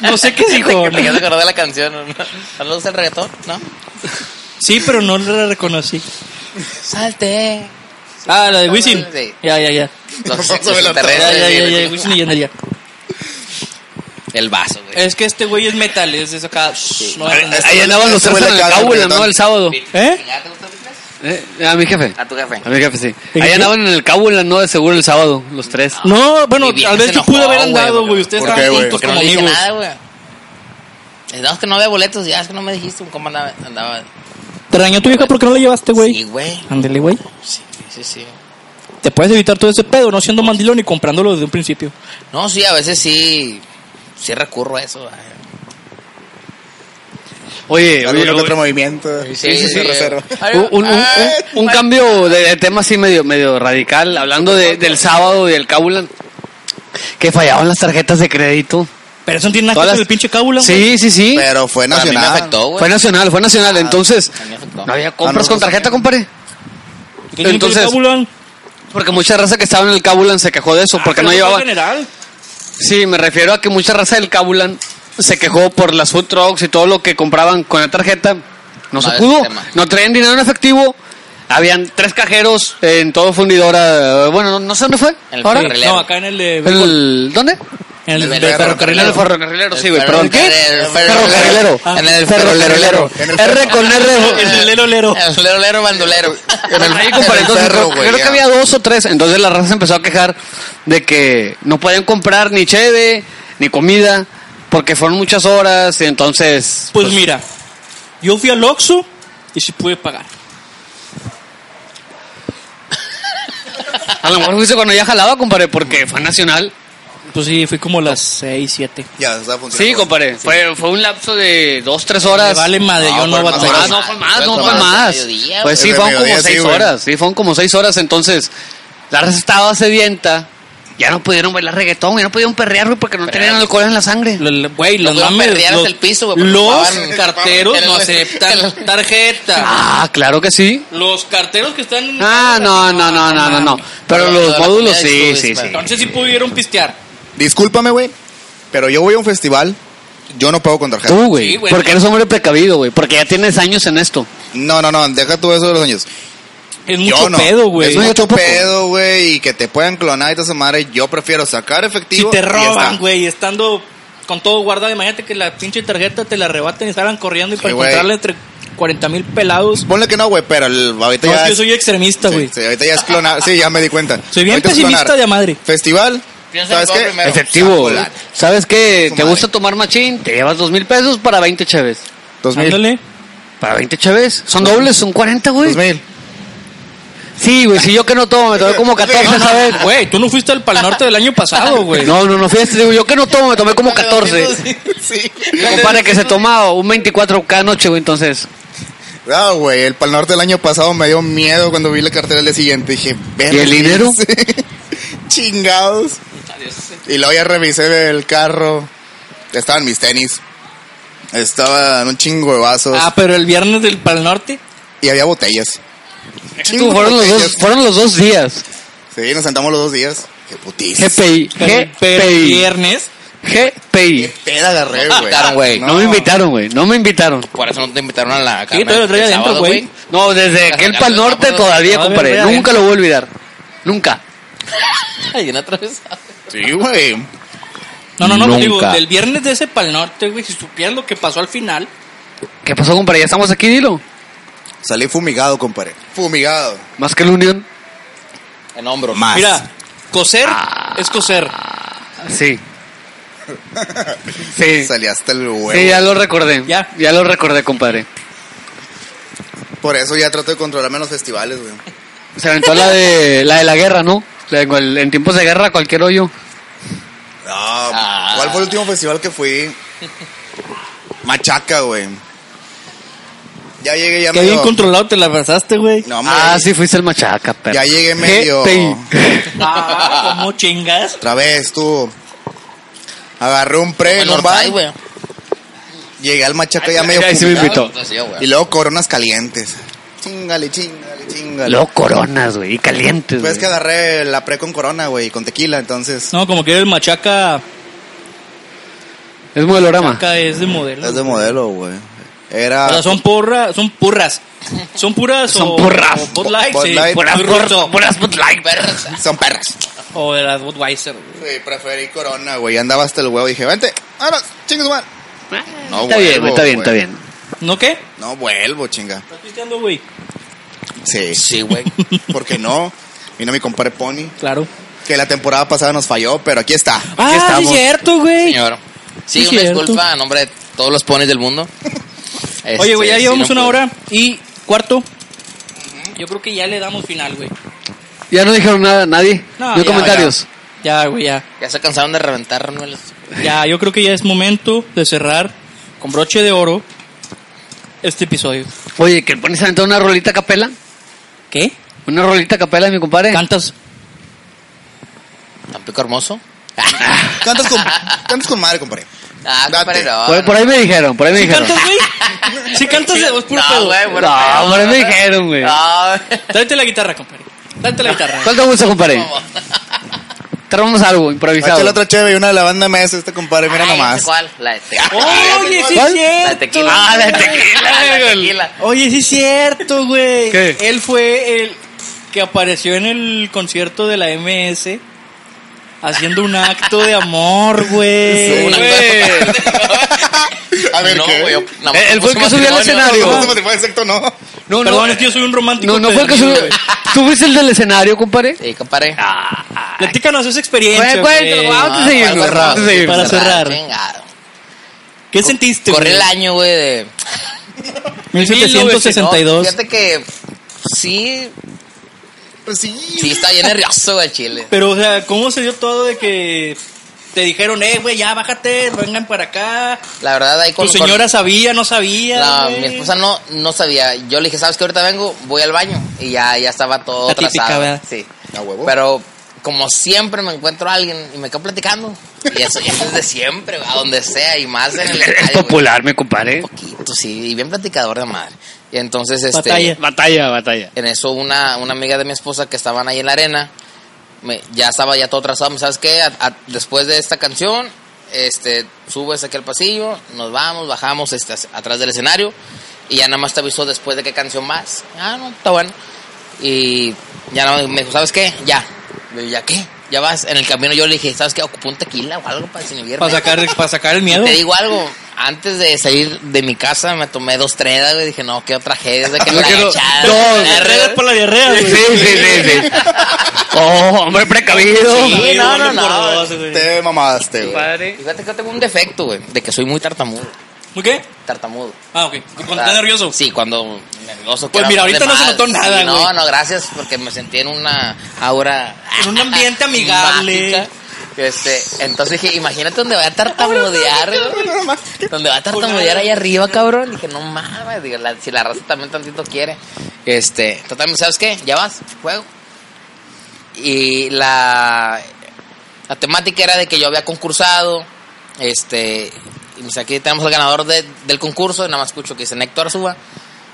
[SPEAKER 1] no sé qué dijo.
[SPEAKER 4] Porque ya se acordó de la canción. ¿no? ¿No le gusta el reggaetón? <laughs> ¿No?
[SPEAKER 1] Sí, pero no la reconocí.
[SPEAKER 4] Salte.
[SPEAKER 1] Ah, la de Wisin.
[SPEAKER 4] Sí.
[SPEAKER 1] Ya, ya, ya.
[SPEAKER 4] Los
[SPEAKER 3] Vamos a adelantar.
[SPEAKER 1] Ya,
[SPEAKER 4] extraterrestres,
[SPEAKER 1] ya, ya,
[SPEAKER 4] güey.
[SPEAKER 1] ya, Wisin y Yandel, ya.
[SPEAKER 4] El vaso, güey.
[SPEAKER 1] Es que este güey es metal, es de eso acá. shh, no, no, no.
[SPEAKER 2] <laughs> Ahí andaban los
[SPEAKER 3] ese
[SPEAKER 2] tres
[SPEAKER 3] güey
[SPEAKER 2] en
[SPEAKER 3] le
[SPEAKER 2] el
[SPEAKER 3] caga el
[SPEAKER 2] cábula, ¿no?
[SPEAKER 3] reggaetón.
[SPEAKER 2] El sábado.
[SPEAKER 1] ¿Eh?
[SPEAKER 4] ¿Ya te gusta el picles?
[SPEAKER 2] Eh, a mi jefe.
[SPEAKER 4] A tu jefe.
[SPEAKER 2] A mi jefe, sí.
[SPEAKER 1] ¿Y
[SPEAKER 2] Ahí
[SPEAKER 1] qué?
[SPEAKER 2] andaban en el cábula, ¿no? De seguro el sábado, los tres.
[SPEAKER 1] No, bueno,
[SPEAKER 4] Y bien
[SPEAKER 1] tal vez
[SPEAKER 4] se
[SPEAKER 1] yo pude
[SPEAKER 4] enojó,
[SPEAKER 1] haber
[SPEAKER 4] güey,
[SPEAKER 1] andado,
[SPEAKER 4] porque-
[SPEAKER 1] güey. Ustedes
[SPEAKER 3] ¿Por
[SPEAKER 1] estaban
[SPEAKER 3] qué, güey?
[SPEAKER 1] juntos
[SPEAKER 4] Porque no
[SPEAKER 1] como
[SPEAKER 4] le dije
[SPEAKER 1] amigos.
[SPEAKER 4] nada, güey. Digamos que no había boletos, ya es que no me dijiste un compa andaba. andaba-
[SPEAKER 1] Te regañó tu vieja porque no la llevaste, güey.
[SPEAKER 4] Sí, güey.
[SPEAKER 1] Ándele, güey.
[SPEAKER 4] Sí, sí, sí.
[SPEAKER 1] Te puedes evitar todo ese pedo no siendo mandilón y comprándolo desde un principio.
[SPEAKER 4] No, sí, a veces sí. Sí recurro a eso. güey.
[SPEAKER 2] Oye,
[SPEAKER 3] Algún
[SPEAKER 2] oye,
[SPEAKER 3] que otro
[SPEAKER 2] oye.
[SPEAKER 3] movimiento.
[SPEAKER 4] Sí, sí, sí.
[SPEAKER 3] reserva.
[SPEAKER 2] Un, un- un- un cambio de, de tema así medio, medio radical, hablando de- del sábado y del cábula, que fallaban las tarjetas de crédito.
[SPEAKER 1] Pero eso no tiene nada que
[SPEAKER 2] Todas
[SPEAKER 1] ver
[SPEAKER 2] las-
[SPEAKER 1] con el pinche cábula. güey.
[SPEAKER 2] Sí, sí, sí.
[SPEAKER 3] Pero fue
[SPEAKER 4] Para mí me
[SPEAKER 3] nacional.
[SPEAKER 4] afectó, güey. Ah,
[SPEAKER 2] Fue nacional, fue nacional. Entonces,
[SPEAKER 4] A mí me afectó.
[SPEAKER 2] no había
[SPEAKER 3] Ah, no,
[SPEAKER 2] compras con
[SPEAKER 3] pues,
[SPEAKER 2] tarjeta, compadre.
[SPEAKER 1] ¿Qué tiene que ver el
[SPEAKER 2] entonces-
[SPEAKER 1] cábula?
[SPEAKER 2] Porque mucha raza que estaba en el Cabulan se quejó de eso, porque
[SPEAKER 1] Ah,
[SPEAKER 2] no
[SPEAKER 1] pero
[SPEAKER 2] llevaba...
[SPEAKER 1] en general.
[SPEAKER 2] Sí, me refiero a que mucha raza del Cabulan se quejó por las food trucks y todo lo que compraban con la tarjeta. No,
[SPEAKER 4] No
[SPEAKER 2] se
[SPEAKER 4] había
[SPEAKER 2] pudo.
[SPEAKER 4] sistema.
[SPEAKER 2] No traían dinero en efectivo. Habían tres cajeros en todo fundidora. eh, Bueno, no, no sé dónde fue.
[SPEAKER 4] En el
[SPEAKER 2] ahora.
[SPEAKER 4] ferrocarril.
[SPEAKER 1] No, acá en el de...
[SPEAKER 2] El- ¿Dónde?
[SPEAKER 1] En el
[SPEAKER 4] el
[SPEAKER 1] de
[SPEAKER 2] En
[SPEAKER 1] ferrocarril.
[SPEAKER 2] el ferrocarrilero, sí, güey. Perdón, ¿qué?
[SPEAKER 4] ferrocarrilero.
[SPEAKER 2] Ferrocarrilero.
[SPEAKER 1] Ah.
[SPEAKER 4] En el
[SPEAKER 2] Ferrocarrilero.
[SPEAKER 4] ferrocarrilero.
[SPEAKER 3] En el
[SPEAKER 2] R con
[SPEAKER 1] En
[SPEAKER 2] R.
[SPEAKER 1] el lero lero.
[SPEAKER 4] El ferrocarrilero bandolero.
[SPEAKER 2] Ahí, compadre, entonces,
[SPEAKER 3] ferro,
[SPEAKER 2] creo,
[SPEAKER 3] güey,
[SPEAKER 2] creo
[SPEAKER 3] ya.
[SPEAKER 2] que había dos o tres. Entonces la raza se empezó a quejar de que no podían comprar ni cheve, ni comida, Porque fueron muchas horas y entonces...
[SPEAKER 1] Pues, mira, yo fui al Oxxo y sí pude pagar.
[SPEAKER 2] A lo mejor fuiste cuando ya jalaba, compadre, porque fue nacional.
[SPEAKER 1] Pues sí, fui como las 6, 7.
[SPEAKER 3] Ya, está funcionando.
[SPEAKER 2] Sí, compadre. Fue, fue un lapso de dos, tres
[SPEAKER 1] Me
[SPEAKER 2] horas.
[SPEAKER 1] vale madre,
[SPEAKER 3] No,
[SPEAKER 1] yo no
[SPEAKER 3] fue más
[SPEAKER 1] batallé.
[SPEAKER 2] Ah, no, fue más, no fue
[SPEAKER 4] Fue como
[SPEAKER 2] más.
[SPEAKER 4] hasta mediodía,
[SPEAKER 2] Pues sí,
[SPEAKER 3] güey.
[SPEAKER 2] fueron como
[SPEAKER 3] Mediodía, sí,
[SPEAKER 2] seis
[SPEAKER 3] güey.
[SPEAKER 2] horas. Sí, fueron como seis horas. Entonces, la raza estaba sedienta. Ya no pudieron bailar reggaetón, ya no pudieron perrear, güey, porque no tenían alcohol en la sangre.
[SPEAKER 1] Lo- lo- Güey, los
[SPEAKER 4] Los
[SPEAKER 1] mames.
[SPEAKER 4] perrear
[SPEAKER 1] los-
[SPEAKER 4] hasta el piso, güey, porque
[SPEAKER 1] Los
[SPEAKER 4] estaban-
[SPEAKER 1] carteros
[SPEAKER 4] en el-
[SPEAKER 1] no
[SPEAKER 3] <laughs>
[SPEAKER 1] aceptan tarjeta.
[SPEAKER 2] Ah, claro que sí.
[SPEAKER 1] Los carteros que están. en-
[SPEAKER 2] Ah, no, no, no, no, no, no. Pero
[SPEAKER 4] Lo de
[SPEAKER 2] los
[SPEAKER 4] la
[SPEAKER 2] módulos
[SPEAKER 4] comida
[SPEAKER 2] sí,
[SPEAKER 4] estuvo
[SPEAKER 2] sí, sí.
[SPEAKER 4] disparado.
[SPEAKER 1] Entonces sí pudieron pistear.
[SPEAKER 3] Discúlpame, güey, pero yo voy a un festival, yo no pago con tarjeta.
[SPEAKER 2] Tú, güey.
[SPEAKER 1] Sí, güey.
[SPEAKER 2] porque eres hombre precavido, güey. Porque ya tienes años en esto.
[SPEAKER 3] No, no, no, deja tú eso de los años.
[SPEAKER 1] Es
[SPEAKER 3] Yo
[SPEAKER 1] mucho
[SPEAKER 3] no.
[SPEAKER 1] pedo, güey.
[SPEAKER 3] Es
[SPEAKER 2] No, yo
[SPEAKER 3] mucho
[SPEAKER 2] tampoco.
[SPEAKER 3] pedo, güey, y que te puedan clonar y toda esa madre. Yo prefiero
[SPEAKER 1] Si
[SPEAKER 3] sacar efectivo.
[SPEAKER 1] te
[SPEAKER 3] y ya
[SPEAKER 1] roban,
[SPEAKER 3] está.
[SPEAKER 1] güey, estando con todo guardado, imagínate que la pinche tarjeta te la arrebaten y salgan corriendo y para
[SPEAKER 3] Sí, güey.
[SPEAKER 1] encontrarla entre 40 mil pelados.
[SPEAKER 3] Ponle que no, güey, pero el- ahorita
[SPEAKER 1] No,
[SPEAKER 3] ya.
[SPEAKER 1] yo
[SPEAKER 3] es-
[SPEAKER 1] soy extremista,
[SPEAKER 3] sí,
[SPEAKER 1] güey.
[SPEAKER 3] sí, ahorita ya es clonar. Sí, ya me di cuenta.
[SPEAKER 1] Soy bien
[SPEAKER 3] Ahorita es
[SPEAKER 1] pesimista
[SPEAKER 3] clonar.
[SPEAKER 1] de madre.
[SPEAKER 3] Festival.
[SPEAKER 4] Piensa en
[SPEAKER 3] ¿Sabes
[SPEAKER 4] todo
[SPEAKER 3] qué?
[SPEAKER 4] primero.
[SPEAKER 2] Efectivo.
[SPEAKER 3] Saco
[SPEAKER 2] güey.
[SPEAKER 3] lana.
[SPEAKER 2] ¿Sabes qué?
[SPEAKER 3] Su
[SPEAKER 2] ¿Te
[SPEAKER 3] madre.
[SPEAKER 2] gusta tomar machín? Te llevas dos mil pesos para 20 cheves.
[SPEAKER 3] Dos mil.
[SPEAKER 1] Ándale.
[SPEAKER 2] ¿Para 20 cheves? Son dobles, son 40, güey.
[SPEAKER 3] Dos mil.
[SPEAKER 2] Sí, güey, si yo que no tomo, me tomé como 14 esa vez.
[SPEAKER 1] Güey, tú no fuiste al Pal Norte del año pasado, güey.
[SPEAKER 2] No, no, no, fíjate, digo, yo que no tomo, me tomé como 14.
[SPEAKER 3] Sí.
[SPEAKER 2] Mi compadre que se tomaba un 24 cada noche, güey, entonces.
[SPEAKER 3] Ah, güey, el Pal Norte del año pasado me dio miedo cuando vi la cartera el día siguiente. Dije,
[SPEAKER 2] ¿Y el dinero?
[SPEAKER 3] <laughs> Chingados. Y luego ya revisé el carro. Estaban mis tenis. Estaban un chingo de vasos.
[SPEAKER 1] Ah, pero el viernes del Pal Norte.
[SPEAKER 3] Y había botellas.
[SPEAKER 2] Tú, fueron los dos, fueron los dos días.
[SPEAKER 3] Sí, nos sentamos los dos días. Qué putis.
[SPEAKER 2] GPI,
[SPEAKER 1] Pero pero el
[SPEAKER 2] GPI,
[SPEAKER 1] viernes.
[SPEAKER 3] Qué
[SPEAKER 2] GPI.
[SPEAKER 3] peda agarré, güey.
[SPEAKER 4] Invitaron, güey.
[SPEAKER 2] No me invitaron, Ah, güey, no me invitaron.
[SPEAKER 4] Por eso no te invitaron a la
[SPEAKER 1] Sí, todavía lo traía
[SPEAKER 4] del
[SPEAKER 1] adentro,
[SPEAKER 4] sábado,
[SPEAKER 1] güey.
[SPEAKER 2] No, desde aquel pal norte todavía, compadre. Nunca lo voy a olvidar. Nunca.
[SPEAKER 4] Ay, una atravesada.
[SPEAKER 3] Sí, güey.
[SPEAKER 1] No, no, no,
[SPEAKER 2] Nunca.
[SPEAKER 1] digo, del viernes de ese Pal Norte, güey, si supieran lo que pasó al final.
[SPEAKER 2] ¿Qué pasó, compadre? Ya estamos aquí, dilo.
[SPEAKER 3] Salí fumigado, compadre. Fumigado.
[SPEAKER 2] Más que la unión.
[SPEAKER 4] En hombro.
[SPEAKER 3] Más.
[SPEAKER 1] Mira, coser
[SPEAKER 3] Ah.
[SPEAKER 1] es coser.
[SPEAKER 2] Sí. Sí.
[SPEAKER 3] Salí hasta el huevo.
[SPEAKER 2] Sí, ya lo recordé.
[SPEAKER 1] Ya.
[SPEAKER 2] Ya lo recordé, compadre.
[SPEAKER 3] Por eso ya trato de controlarme en los festivales, güey.
[SPEAKER 2] Se aventó la de la de la guerra, ¿no? La de cual- en tiempos de guerra cualquier hoyo.
[SPEAKER 3] No,
[SPEAKER 2] Ah.
[SPEAKER 3] ¿cuál fue el último festival que fui? Machaca, güey. Ya llegué, ya
[SPEAKER 1] Qué
[SPEAKER 3] medio.
[SPEAKER 1] bien controlado te la pasaste, güey.
[SPEAKER 3] No, hombre,
[SPEAKER 2] Ah, sí, fuiste el machaca, pero.
[SPEAKER 3] Ya llegué medio.
[SPEAKER 1] <laughs>
[SPEAKER 3] <laughs>
[SPEAKER 1] Ah, ¿Cómo chingas?
[SPEAKER 3] Otra vez, tú. Agarré un
[SPEAKER 1] Eh,
[SPEAKER 3] pre en
[SPEAKER 4] En
[SPEAKER 3] un
[SPEAKER 4] Orsay,
[SPEAKER 3] bar.
[SPEAKER 4] güey.
[SPEAKER 3] Llegué al Machaca ya medio.
[SPEAKER 2] Ahí sí me
[SPEAKER 3] fumigado.
[SPEAKER 2] invitó.
[SPEAKER 4] Entonces, yo, güey.
[SPEAKER 3] Y luego coronas calientes. Chingale, chingale, chingale.
[SPEAKER 2] Luego coronas, güey, y calientes.
[SPEAKER 3] Pues es que
[SPEAKER 2] güey.
[SPEAKER 3] agarré la pre con corona, güey, con tequila, entonces.
[SPEAKER 1] No, como que el machaca,
[SPEAKER 2] Es modelorama.
[SPEAKER 1] machaca es de modelo.
[SPEAKER 3] Es de modelo, güey. Era.
[SPEAKER 1] O sea, son porras, son purras. Son puras
[SPEAKER 2] Son
[SPEAKER 1] o,
[SPEAKER 2] purras.
[SPEAKER 1] o Bud Light,
[SPEAKER 3] Bud
[SPEAKER 1] sí.
[SPEAKER 3] Light.
[SPEAKER 1] Muy
[SPEAKER 2] Puras
[SPEAKER 1] ruso.
[SPEAKER 2] por- puras Bud Light, perro.
[SPEAKER 3] Son perras.
[SPEAKER 1] O de las Budweiser. güey.
[SPEAKER 3] Sí, preferí corona, güey. Andaba hasta el huevo. Dije, vente, ahora, chingas, man. No
[SPEAKER 2] Está bien,
[SPEAKER 3] vuelvo,
[SPEAKER 2] güey, está bien,
[SPEAKER 3] güey.
[SPEAKER 2] está bien.
[SPEAKER 1] ¿No qué?
[SPEAKER 3] No vuelvo, chinga.
[SPEAKER 1] ¿Estás pisteando, güey?
[SPEAKER 3] Sí.
[SPEAKER 1] <laughs>
[SPEAKER 4] Sí, güey.
[SPEAKER 3] ¿Por qué no? Vino mi compadre Pony,
[SPEAKER 1] Claro.
[SPEAKER 3] que la temporada pasada nos falló, pero aquí está.
[SPEAKER 1] Ah, sí,
[SPEAKER 2] estamos.
[SPEAKER 1] cierto, güey.
[SPEAKER 4] Señor.
[SPEAKER 1] Sí,
[SPEAKER 4] Sí, una
[SPEAKER 1] cierto.
[SPEAKER 4] disculpa a nombre de todos los ponis del mundo.
[SPEAKER 1] <laughs> Oye, güey, ya
[SPEAKER 4] Este,
[SPEAKER 1] llevamos
[SPEAKER 4] sí, no
[SPEAKER 1] una
[SPEAKER 4] pude.
[SPEAKER 1] hora y cuarto. Yo creo que ya le damos final, güey.
[SPEAKER 2] Ya no dijeron nada, nadie.
[SPEAKER 1] No,
[SPEAKER 2] No,
[SPEAKER 1] ya,
[SPEAKER 2] comentarios.
[SPEAKER 1] Ya, güey, ya.
[SPEAKER 4] Ya se cansaron de reventar, ¿no?
[SPEAKER 1] Ya, yo creo que ya es momento de cerrar con broche de oro este episodio.
[SPEAKER 2] Oye, que pones a aventar una rolita a capela.
[SPEAKER 1] ¿Qué?
[SPEAKER 2] Una rolita a capela, mi compadre.
[SPEAKER 1] ¿Cantas?
[SPEAKER 4] Tampico hermoso.
[SPEAKER 3] Cantas con, cantas con madre, compadre.
[SPEAKER 4] Ah,
[SPEAKER 3] Date.
[SPEAKER 4] compadre, no,
[SPEAKER 2] por, por ahí me dijeron, por ahí me
[SPEAKER 1] ¿Sí
[SPEAKER 2] dijeron.
[SPEAKER 1] cantas, güey? ¿Sí cantas de voz puro
[SPEAKER 4] No,
[SPEAKER 1] pedo?
[SPEAKER 4] güey, bueno.
[SPEAKER 2] No,
[SPEAKER 4] pero-
[SPEAKER 2] por ahí me dijeron, güey.
[SPEAKER 4] No,
[SPEAKER 1] Date la guitarra, compadre. Date la guitarra.
[SPEAKER 2] ¿Cuál te gusta,
[SPEAKER 1] <laughs>
[SPEAKER 2] compadre?
[SPEAKER 4] ¿cómo?
[SPEAKER 2] Traemos algo improvisado.
[SPEAKER 3] Échale otra chévere y una de la banda MS, este compadre, mira
[SPEAKER 4] Ay, ya
[SPEAKER 3] <laughs>
[SPEAKER 4] sé
[SPEAKER 3] nomás.
[SPEAKER 4] ¿Cuál? La de tequila.
[SPEAKER 1] Oye, sí es
[SPEAKER 2] ¿Cuál?
[SPEAKER 1] cierto.
[SPEAKER 4] La de tequila. Ah, la de tequila. La de tequila.
[SPEAKER 1] Oye, sí es cierto, güey.
[SPEAKER 2] ¿Qué?
[SPEAKER 1] Él fue el que apareció en el concierto de la MS haciendo un acto de
[SPEAKER 2] <laughs>
[SPEAKER 1] amor, güey.
[SPEAKER 4] Una-
[SPEAKER 1] <laughs>
[SPEAKER 3] A ver,
[SPEAKER 4] no,
[SPEAKER 3] ¿qué?
[SPEAKER 4] güey, yo nada más
[SPEAKER 2] Eh, él fue el que
[SPEAKER 4] puse
[SPEAKER 2] subió al
[SPEAKER 4] matrimonio.
[SPEAKER 2] escenario.
[SPEAKER 3] ¿Cómo se matrimonio exacto? No.
[SPEAKER 2] No, no.
[SPEAKER 1] Perdón, es que yo soy un romántico.
[SPEAKER 2] No, no fue el que
[SPEAKER 1] empedernido,
[SPEAKER 2] subió.
[SPEAKER 1] güey.
[SPEAKER 2] ¿Tú fuiste el del escenario, compadre?
[SPEAKER 4] Sí, compadre.
[SPEAKER 1] Platícanos esa experiencia.
[SPEAKER 2] Güey, cuéntalo,
[SPEAKER 1] güey.
[SPEAKER 4] <laughs>
[SPEAKER 2] guau. antes de
[SPEAKER 4] Ah,
[SPEAKER 2] irnos,
[SPEAKER 4] para cerrar,
[SPEAKER 2] antes de
[SPEAKER 4] sí,
[SPEAKER 1] irnos. Para cerrar.
[SPEAKER 4] Chingado.
[SPEAKER 1] ¿Qué sentiste,
[SPEAKER 4] Corre
[SPEAKER 1] güey?
[SPEAKER 4] el año, güey, de... No,
[SPEAKER 1] 1762.
[SPEAKER 4] fíjate que sí,
[SPEAKER 3] Pues sí.
[SPEAKER 4] sí está bien nervioso, güey, Chile.
[SPEAKER 1] Pero, o sea, ¿cómo se dio todo de que te dijeron, eh, güey, ya bájate, vengan para acá?
[SPEAKER 4] La verdad, ahí
[SPEAKER 1] ¿Tu
[SPEAKER 4] con... con-
[SPEAKER 1] señora sabía, no sabía?
[SPEAKER 4] No,
[SPEAKER 1] güey?
[SPEAKER 4] mi esposa no, no sabía. Yo le dije, ¿sabes qué? Ahorita vengo, voy al baño. Y ya, ya estaba todo
[SPEAKER 1] La típica,
[SPEAKER 4] atrasado.
[SPEAKER 1] ¿verdad?
[SPEAKER 4] Sí.
[SPEAKER 3] A huevo.
[SPEAKER 4] Pero como siempre me encuentro a alguien y me quedo platicando. Y eso, y eso es de siempre, a donde sea. Y más en
[SPEAKER 1] <laughs>
[SPEAKER 4] el
[SPEAKER 2] Es
[SPEAKER 4] estadio, güey.
[SPEAKER 2] popular, mi compadre.
[SPEAKER 4] Poquito, sí. Y bien platicador de madre. Y entonces, este...
[SPEAKER 1] Batalla.
[SPEAKER 2] Batalla, batalla.
[SPEAKER 4] En eso una, una amiga de mi esposa que estaban ahí en la arena, me- ya estaba ya todo trazado, me, ¿sabes qué? A- a- después de esta canción, este, subes aquí al pasillo, nos vamos, bajamos este, hacia- atrás del escenario y ya nada más te avisó después de qué canción más. Ah, no, está bueno. Y ya nada más me dijo, ¿sabes qué? Ya. Le digo, ¿ya qué? Ya vas. En el camino yo le dije, ¿sabes qué? Ocupó un tequila o algo para desinhibirme.
[SPEAKER 1] Para sacar, para sacar el miedo.
[SPEAKER 4] Te digo algo, antes de salir de mi casa me tomé dos tredas, güey, dije, no, qué tragedia, de que
[SPEAKER 2] <laughs> Yo
[SPEAKER 4] <laughs> me la
[SPEAKER 2] quiero
[SPEAKER 4] echaron,
[SPEAKER 2] dos,
[SPEAKER 4] la
[SPEAKER 1] Diarrea
[SPEAKER 4] redes
[SPEAKER 1] por la diarrea, güey.
[SPEAKER 2] Sí, sí, sí,
[SPEAKER 4] <laughs>
[SPEAKER 2] sí. Oh, hombre precavido.
[SPEAKER 4] Sí. no, no,
[SPEAKER 1] uno por
[SPEAKER 4] no.
[SPEAKER 1] dos, güey.
[SPEAKER 3] Te mamaste, güey.
[SPEAKER 4] Padre. Fíjate que yo tengo un defecto, güey, de que soy muy tartamudo.
[SPEAKER 1] ¿Muy qué?
[SPEAKER 4] Tartamudo.
[SPEAKER 1] Ah, ok. Cuando estás
[SPEAKER 4] Ah,
[SPEAKER 1] nervioso.
[SPEAKER 4] Sí, cuando nervioso.
[SPEAKER 1] Pues
[SPEAKER 4] que
[SPEAKER 1] mira,
[SPEAKER 4] hablo de
[SPEAKER 1] ahorita no se
[SPEAKER 4] más.
[SPEAKER 1] notó nada,
[SPEAKER 4] Sí, No,
[SPEAKER 1] güey.
[SPEAKER 4] no, gracias, porque me sentí en una aura...
[SPEAKER 1] En un ambiente amigable.
[SPEAKER 4] mágica. Este, entonces dije, imagínate donde va a tartamudear, güey. Donde va a tartamudear ahí arriba, cabrón. Dije, no mames, digo, la- si la raza también tantito quiere. Este, totalmente, ¿sabes qué? Ya vas, juego. Y la, la temática era de que yo había concursado, este, y me dice, aquí tenemos al ganador de- del concurso, y nada más escucho que dicen Héctor Suba.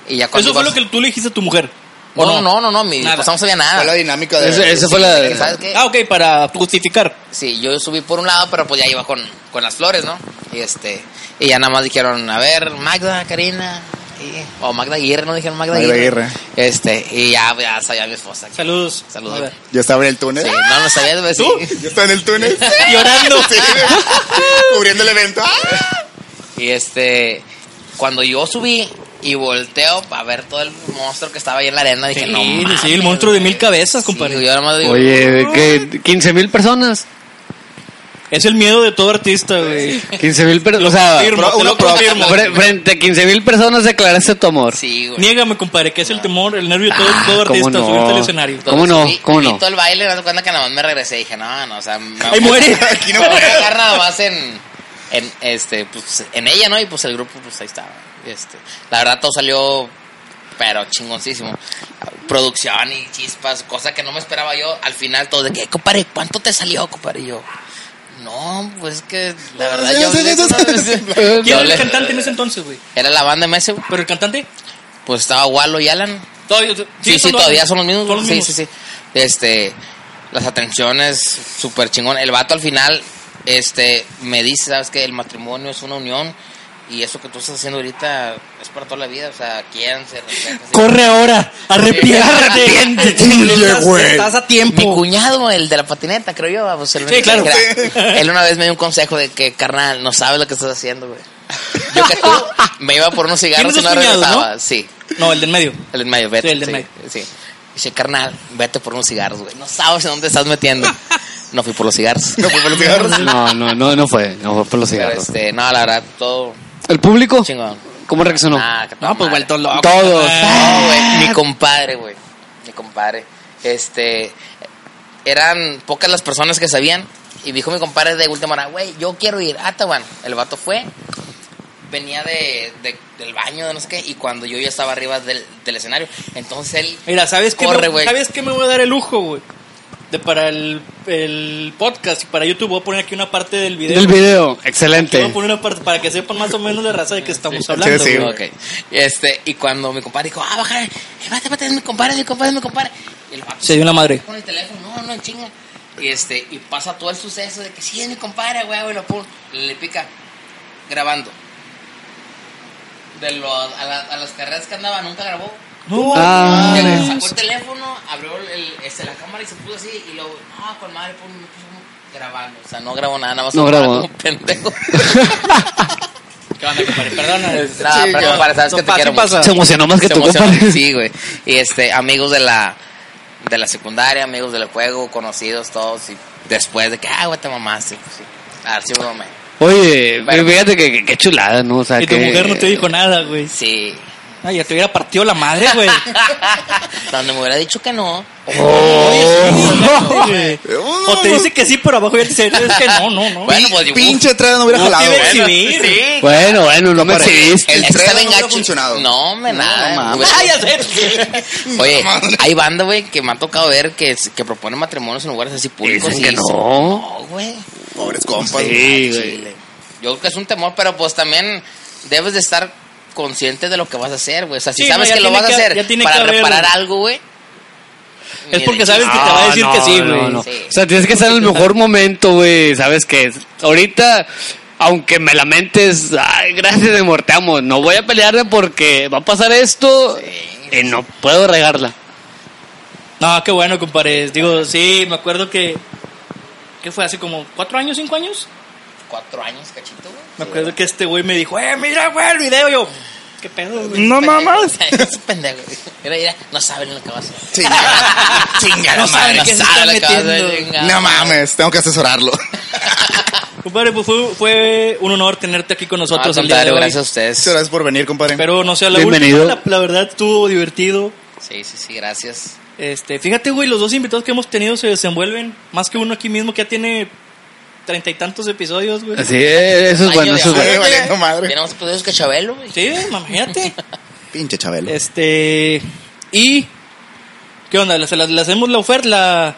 [SPEAKER 4] Y ya cuando
[SPEAKER 1] Eso fue
[SPEAKER 4] digo,
[SPEAKER 1] lo que tú le dijiste a tu mujer. ¿o
[SPEAKER 4] No, no, no, no, no, mi
[SPEAKER 1] Nada.
[SPEAKER 4] pues, no sabía
[SPEAKER 3] Fue la
[SPEAKER 4] nada.
[SPEAKER 3] dinámica de.
[SPEAKER 2] Esa, esa fue
[SPEAKER 4] Dije,
[SPEAKER 2] la...
[SPEAKER 4] ¿Sabes qué?
[SPEAKER 1] Ah, ok, para justificar.
[SPEAKER 4] Sí, yo subí por un lado, pero pues ya iba con, con las flores, ¿no? Y este, y ya nada más dijeron, a ver, Magda, Karina, y- o Magda Aguirre, no dijeron Magda,
[SPEAKER 3] Magda
[SPEAKER 4] Aguirre.
[SPEAKER 3] Aguirre.
[SPEAKER 4] Este, y ya, ya sabía mi esposa. que-
[SPEAKER 1] Saludos.
[SPEAKER 4] Saludos.
[SPEAKER 1] A ver.
[SPEAKER 3] Yo estaba en el túnel.
[SPEAKER 4] Sí, no, no sabía, güey, sí.
[SPEAKER 3] Yo estaba en el túnel.
[SPEAKER 1] Llorando.
[SPEAKER 3] Sí. <laughs> Cubriendo el
[SPEAKER 4] <laughs>
[SPEAKER 3] evento. ¡Ah!
[SPEAKER 4] Y este, cuando yo subí y volteo para ver todo el monstruo que estaba ahí en la arena, dije,
[SPEAKER 1] Sí,
[SPEAKER 4] no
[SPEAKER 1] sí,
[SPEAKER 4] mames,
[SPEAKER 1] el monstruo de mil
[SPEAKER 4] güey".
[SPEAKER 1] cabezas,
[SPEAKER 4] Sí,
[SPEAKER 1] compadre.
[SPEAKER 4] yo nada más digo,
[SPEAKER 2] Oye, que 15 mil personas.
[SPEAKER 1] Es el miedo de todo artista, güey.
[SPEAKER 2] 15 mil personas. O sea,
[SPEAKER 1] Firmo,
[SPEAKER 3] pro-
[SPEAKER 1] te lo
[SPEAKER 3] uno pro-
[SPEAKER 1] confirmo.
[SPEAKER 2] fre- frente a 15 mil personas declaraste tu amor.
[SPEAKER 4] sí, güey.
[SPEAKER 1] Niégame, compadre, que es el temor, el nervio de todo,
[SPEAKER 2] Ah,
[SPEAKER 1] todo
[SPEAKER 2] ¿cómo
[SPEAKER 1] artista
[SPEAKER 2] no?
[SPEAKER 1] subirte al escenario.
[SPEAKER 2] ¿Cómo no?
[SPEAKER 4] Vi-
[SPEAKER 2] ¿Cómo
[SPEAKER 4] vi
[SPEAKER 2] no?
[SPEAKER 4] todo el baile, me doy cuenta que nada más me regresé y dije, no, no, o sea, me
[SPEAKER 1] ¡Ahí
[SPEAKER 4] <laughs>
[SPEAKER 1] muere!
[SPEAKER 3] Aquí no
[SPEAKER 4] me voy a
[SPEAKER 3] puedo.
[SPEAKER 4] cagar nada más en, en, este, pues, en ella, ¿no? Y pues el grupo, pues ahí estaba. Este, la verdad todo salió, pero chingoncísimo. Producción y chispas, cosa que no me esperaba yo. Al final todo de que, compadre, ¿cuánto te salió, compadre? Y yo, no, pues que la verdad yo...
[SPEAKER 1] <laughs> ¿Quién
[SPEAKER 4] yo
[SPEAKER 1] era el
[SPEAKER 4] le-
[SPEAKER 1] cantante en ese entonces, güey?
[SPEAKER 4] Era la banda MS, güey.
[SPEAKER 1] ¿Pero el cantante?
[SPEAKER 4] pues estaba Wallo y Alan.
[SPEAKER 1] Todavía,
[SPEAKER 4] Sí, sí,
[SPEAKER 1] son los-
[SPEAKER 4] todavía son los mismos.
[SPEAKER 1] Son los
[SPEAKER 4] sí,
[SPEAKER 1] mismos.
[SPEAKER 4] sí, sí. Este, las atenciones, súper chingón. El vato al final, este, me dice, ¿sabes que El matrimonio es una unión y eso que tú estás haciendo ahorita es para toda la vida. O sea, quién se
[SPEAKER 1] Corre ahora, <laughs> arrepiéntete.
[SPEAKER 4] Arrepiéntete,
[SPEAKER 1] Estás-
[SPEAKER 3] güey.
[SPEAKER 1] Estás a
[SPEAKER 4] Mi
[SPEAKER 1] tiempo.
[SPEAKER 4] cuñado, el de la patineta, creo yo. Pues, el-
[SPEAKER 1] Sí, claro.
[SPEAKER 4] era- <laughs> Él una vez me dio un consejo de que, carnal, no sabes lo que estás haciendo, güey. Yo que
[SPEAKER 1] <laughs>
[SPEAKER 4] tú me iba por unos cigarros y
[SPEAKER 1] ¿Tienes
[SPEAKER 4] no
[SPEAKER 1] un cuñado,
[SPEAKER 4] regresaba. Sí.
[SPEAKER 1] No, el del medio.
[SPEAKER 4] El en medio, vete.
[SPEAKER 1] Sí, el de
[SPEAKER 4] sí,
[SPEAKER 1] en medio.
[SPEAKER 4] sí. Dice, carnal, vete por unos cigarros, güey. No sabes en dónde estás metiendo. No fui por los cigarros.
[SPEAKER 3] No pues, fue por los cigarros.
[SPEAKER 2] No, no, no, no fue. No fue por los
[SPEAKER 4] Pero
[SPEAKER 2] cigarros.
[SPEAKER 4] este, no, la verdad, todo
[SPEAKER 2] ¿El público?
[SPEAKER 4] chingón.
[SPEAKER 2] ¿Cómo reaccionó?
[SPEAKER 4] Ah, que toda
[SPEAKER 1] No, pues
[SPEAKER 4] madre.
[SPEAKER 1] vuelto loco. Ah.
[SPEAKER 2] Todos.
[SPEAKER 4] No, güey, mi compadre, güey. Mi compadre. Este, eran pocas las personas que sabían. Y me dijo mi compadre de última hora, güey, yo quiero ir. Ah, está bueno. El vato fue. Venía de, de- del baño, de no sé qué. Y cuando yo ya estaba arriba del, del escenario. Entonces él
[SPEAKER 1] Mira, ¿sabes qué,
[SPEAKER 4] Corre,
[SPEAKER 1] me-
[SPEAKER 4] güey.
[SPEAKER 1] ¿sabes qué me voy a dar el lujo, güey? De para el, el podcast y para YouTube voy a poner aquí una parte del video.
[SPEAKER 2] El video,
[SPEAKER 1] Voy a
[SPEAKER 2] excelente.
[SPEAKER 1] poner una parte para que sepan más o menos la raza de que estamos
[SPEAKER 4] Sí,
[SPEAKER 1] hablando.
[SPEAKER 3] sí,
[SPEAKER 1] güey.
[SPEAKER 3] güey.
[SPEAKER 4] Ok. Este, y cuando mi compadre dijo, ah, baja, eh, vete, vete, es mi compadre, es mi compadre, es mi compadre. Y el vato
[SPEAKER 1] Se dio la madre.
[SPEAKER 4] con el teléfono, no, no, en chinga. Y este, y pasa todo el suceso de que sí es mi compadre, güey, güey, lo pum, le pica grabando. De lo, a, la- a las carreras que andaba, nunca grabó.
[SPEAKER 1] No,
[SPEAKER 2] Ah,
[SPEAKER 4] Ya
[SPEAKER 2] madres.
[SPEAKER 4] sacó el teléfono, abrió el, este, la cámara y se puso así, y luego, ah, con madre, pum, me puso como grabando. O sea, no grabó nada, nada más
[SPEAKER 2] No
[SPEAKER 4] un
[SPEAKER 2] grabó.
[SPEAKER 4] aparato, un
[SPEAKER 2] <laughs>
[SPEAKER 4] pendejo.
[SPEAKER 1] ¿Qué onda, compadre? Perdona.
[SPEAKER 4] Nada, pero compadre, sabes
[SPEAKER 1] No
[SPEAKER 4] que te
[SPEAKER 1] pasa,
[SPEAKER 4] quiero
[SPEAKER 1] pasa.
[SPEAKER 4] mucho.
[SPEAKER 2] Se emocionó más que
[SPEAKER 4] Se
[SPEAKER 2] tú,
[SPEAKER 4] emocionó,
[SPEAKER 2] compadre.
[SPEAKER 4] Sí, güey. Y este, amigos de la de la secundaria, amigos del juego, conocidos todos y después de que, ah, güey, te mamaste. Pues, sí. A ver si me mamé.
[SPEAKER 2] Oye,
[SPEAKER 4] Bueno.
[SPEAKER 2] fíjate que, que- que chulada, ¿no? O sea,
[SPEAKER 1] Y tu
[SPEAKER 2] que-
[SPEAKER 1] mujer no te dijo nada, güey.
[SPEAKER 4] Sí. <laughs>
[SPEAKER 1] Ay, ya te hubiera partido la madre, güey.
[SPEAKER 4] Donde me hubiera dicho que no.
[SPEAKER 2] Oh.
[SPEAKER 1] Oye, sí, o te dice que sí, pero abajo ya te dice es que no, no, no.
[SPEAKER 4] Bueno, pues digo,
[SPEAKER 3] Pinche traga no hubiera
[SPEAKER 1] No te
[SPEAKER 3] jalado.
[SPEAKER 1] iba a
[SPEAKER 3] güey.
[SPEAKER 1] exhibir.
[SPEAKER 4] sí.
[SPEAKER 2] Bueno, bueno, no me
[SPEAKER 3] Para-
[SPEAKER 2] exhibiste.
[SPEAKER 3] El
[SPEAKER 4] Es que
[SPEAKER 3] tren
[SPEAKER 4] estaba
[SPEAKER 3] no hubiera
[SPEAKER 4] engacho-
[SPEAKER 3] funcionado.
[SPEAKER 4] No, me
[SPEAKER 3] No,
[SPEAKER 4] nada.
[SPEAKER 3] mames.
[SPEAKER 4] Hubiera-
[SPEAKER 5] Ah, ya sé.
[SPEAKER 4] Oye,
[SPEAKER 3] No, madre.
[SPEAKER 4] hay banda, güey, que me ha tocado ver que, que proponen matrimonios en lugares así públicos.
[SPEAKER 2] Dicen
[SPEAKER 4] y
[SPEAKER 2] que no.
[SPEAKER 4] No, güey. Pues,
[SPEAKER 3] Pobres compas.
[SPEAKER 2] Sí, güey.
[SPEAKER 4] Chile. Yo creo que es un temor, pero pues también debes de estar consciente de lo que vas a hacer, güey. O sea, si
[SPEAKER 1] Sí, no,
[SPEAKER 4] sabes
[SPEAKER 1] ya
[SPEAKER 4] que lo
[SPEAKER 1] tiene
[SPEAKER 4] vas a
[SPEAKER 1] que-
[SPEAKER 4] hacer
[SPEAKER 1] ya tiene que
[SPEAKER 4] para
[SPEAKER 1] haber-
[SPEAKER 4] reparar algo, güey. ni
[SPEAKER 1] Es
[SPEAKER 4] de
[SPEAKER 1] porque sabes que te
[SPEAKER 4] chiste.
[SPEAKER 1] va a decir que sí, güey.
[SPEAKER 2] Ah, no, no.
[SPEAKER 4] Sí.
[SPEAKER 2] O sea, tienes que estar en el mejor momento, güey. ¿Sabes qué? Ahorita, aunque me lamentes, ay, gracias, de morteamos. No voy a pelearme porque va a pasar esto y no puedo regarla.
[SPEAKER 1] No, qué bueno, compadre. Digo, sí, me acuerdo que. ¿Qué fue? ¿Hace como cuatro años, cinco años?
[SPEAKER 4] Cuatro años, cachito, güey.
[SPEAKER 1] Me acuerdo que este güey me dijo, eh, mira, güey, el video. Yo, ¿qué pedo, güey?
[SPEAKER 3] No
[SPEAKER 4] Pendejo,
[SPEAKER 3] mamas.
[SPEAKER 4] <laughs> Es un pendejo. Mira, mira, no saben lo que va a hacer.
[SPEAKER 3] Chinga,
[SPEAKER 1] No
[SPEAKER 3] no
[SPEAKER 1] saben
[SPEAKER 3] mames.
[SPEAKER 1] qué se
[SPEAKER 4] saben
[SPEAKER 1] están
[SPEAKER 4] lo que va a hacer,
[SPEAKER 1] metiendo.
[SPEAKER 4] chingada.
[SPEAKER 3] No mames, tengo
[SPEAKER 1] <laughs>
[SPEAKER 3] que asesorarlo.
[SPEAKER 1] Compadre, pues fue, fue un honor tenerte aquí con
[SPEAKER 4] No, al
[SPEAKER 1] nosotros el día de
[SPEAKER 4] contrario,
[SPEAKER 1] hoy.
[SPEAKER 4] Ah, gracias a ustedes.
[SPEAKER 3] Muchas gracias por venir, compadre.
[SPEAKER 1] Pero no sea la
[SPEAKER 2] Bienvenido.
[SPEAKER 1] última, la, la verdad estuvo divertido.
[SPEAKER 4] Sí, sí, sí, gracias.
[SPEAKER 1] Este, fíjate, güey, los dos invitados que hemos tenido se desenvuelven más que uno aquí mismo que ya tiene treinta y tantos episodios, güey.
[SPEAKER 2] Así es, eso es
[SPEAKER 4] Año
[SPEAKER 2] bueno,
[SPEAKER 4] de
[SPEAKER 2] eso es bueno.
[SPEAKER 3] Ay,
[SPEAKER 4] amor,
[SPEAKER 3] valiendo
[SPEAKER 4] güey.
[SPEAKER 3] madre.
[SPEAKER 4] Tenemos podido que Chabelo, güey.
[SPEAKER 1] Sí, imagínate.
[SPEAKER 3] Pinche Chabelo.
[SPEAKER 1] Este. ¿Y qué onda? ¿Le, le- le hacemos la oferta? La,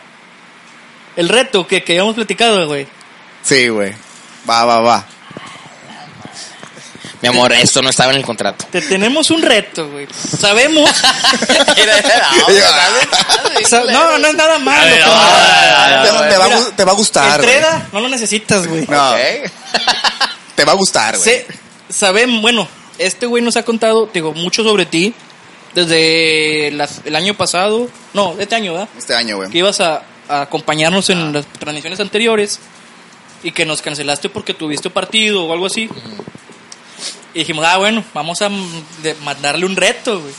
[SPEAKER 1] el reto que, que habíamos platicado, güey.
[SPEAKER 3] Sí, güey. Va, va, va.
[SPEAKER 4] Mi amor, esto no estaba en
[SPEAKER 3] <laughs>
[SPEAKER 4] el contrato.
[SPEAKER 1] Te tenemos un reto, güey. Sabemos. Ah,
[SPEAKER 3] <laughs>
[SPEAKER 1] sa- no, no es nada malo.
[SPEAKER 2] ver,
[SPEAKER 3] Ah,
[SPEAKER 1] compadre.
[SPEAKER 2] a
[SPEAKER 3] Te, te va, a
[SPEAKER 1] Mira,
[SPEAKER 3] gu- te va a gustar. güey.
[SPEAKER 1] Entrega, no lo necesitas, güey.
[SPEAKER 3] No, te va a gustar, güey.
[SPEAKER 1] Se- sabemos, bueno, este güey nos ha contado, te digo, mucho sobre ti. Desde las- el año pasado. No, este año, ¿verdad?
[SPEAKER 3] Este año,
[SPEAKER 1] que
[SPEAKER 3] güey.
[SPEAKER 1] ibas a, a acompañarnos
[SPEAKER 2] Ah.
[SPEAKER 1] en las transmisiones anteriores y que nos cancelaste porque tuviste partido o algo así. Y dijimos, ah, bueno, vamos a m- de- mandarle un reto, güey.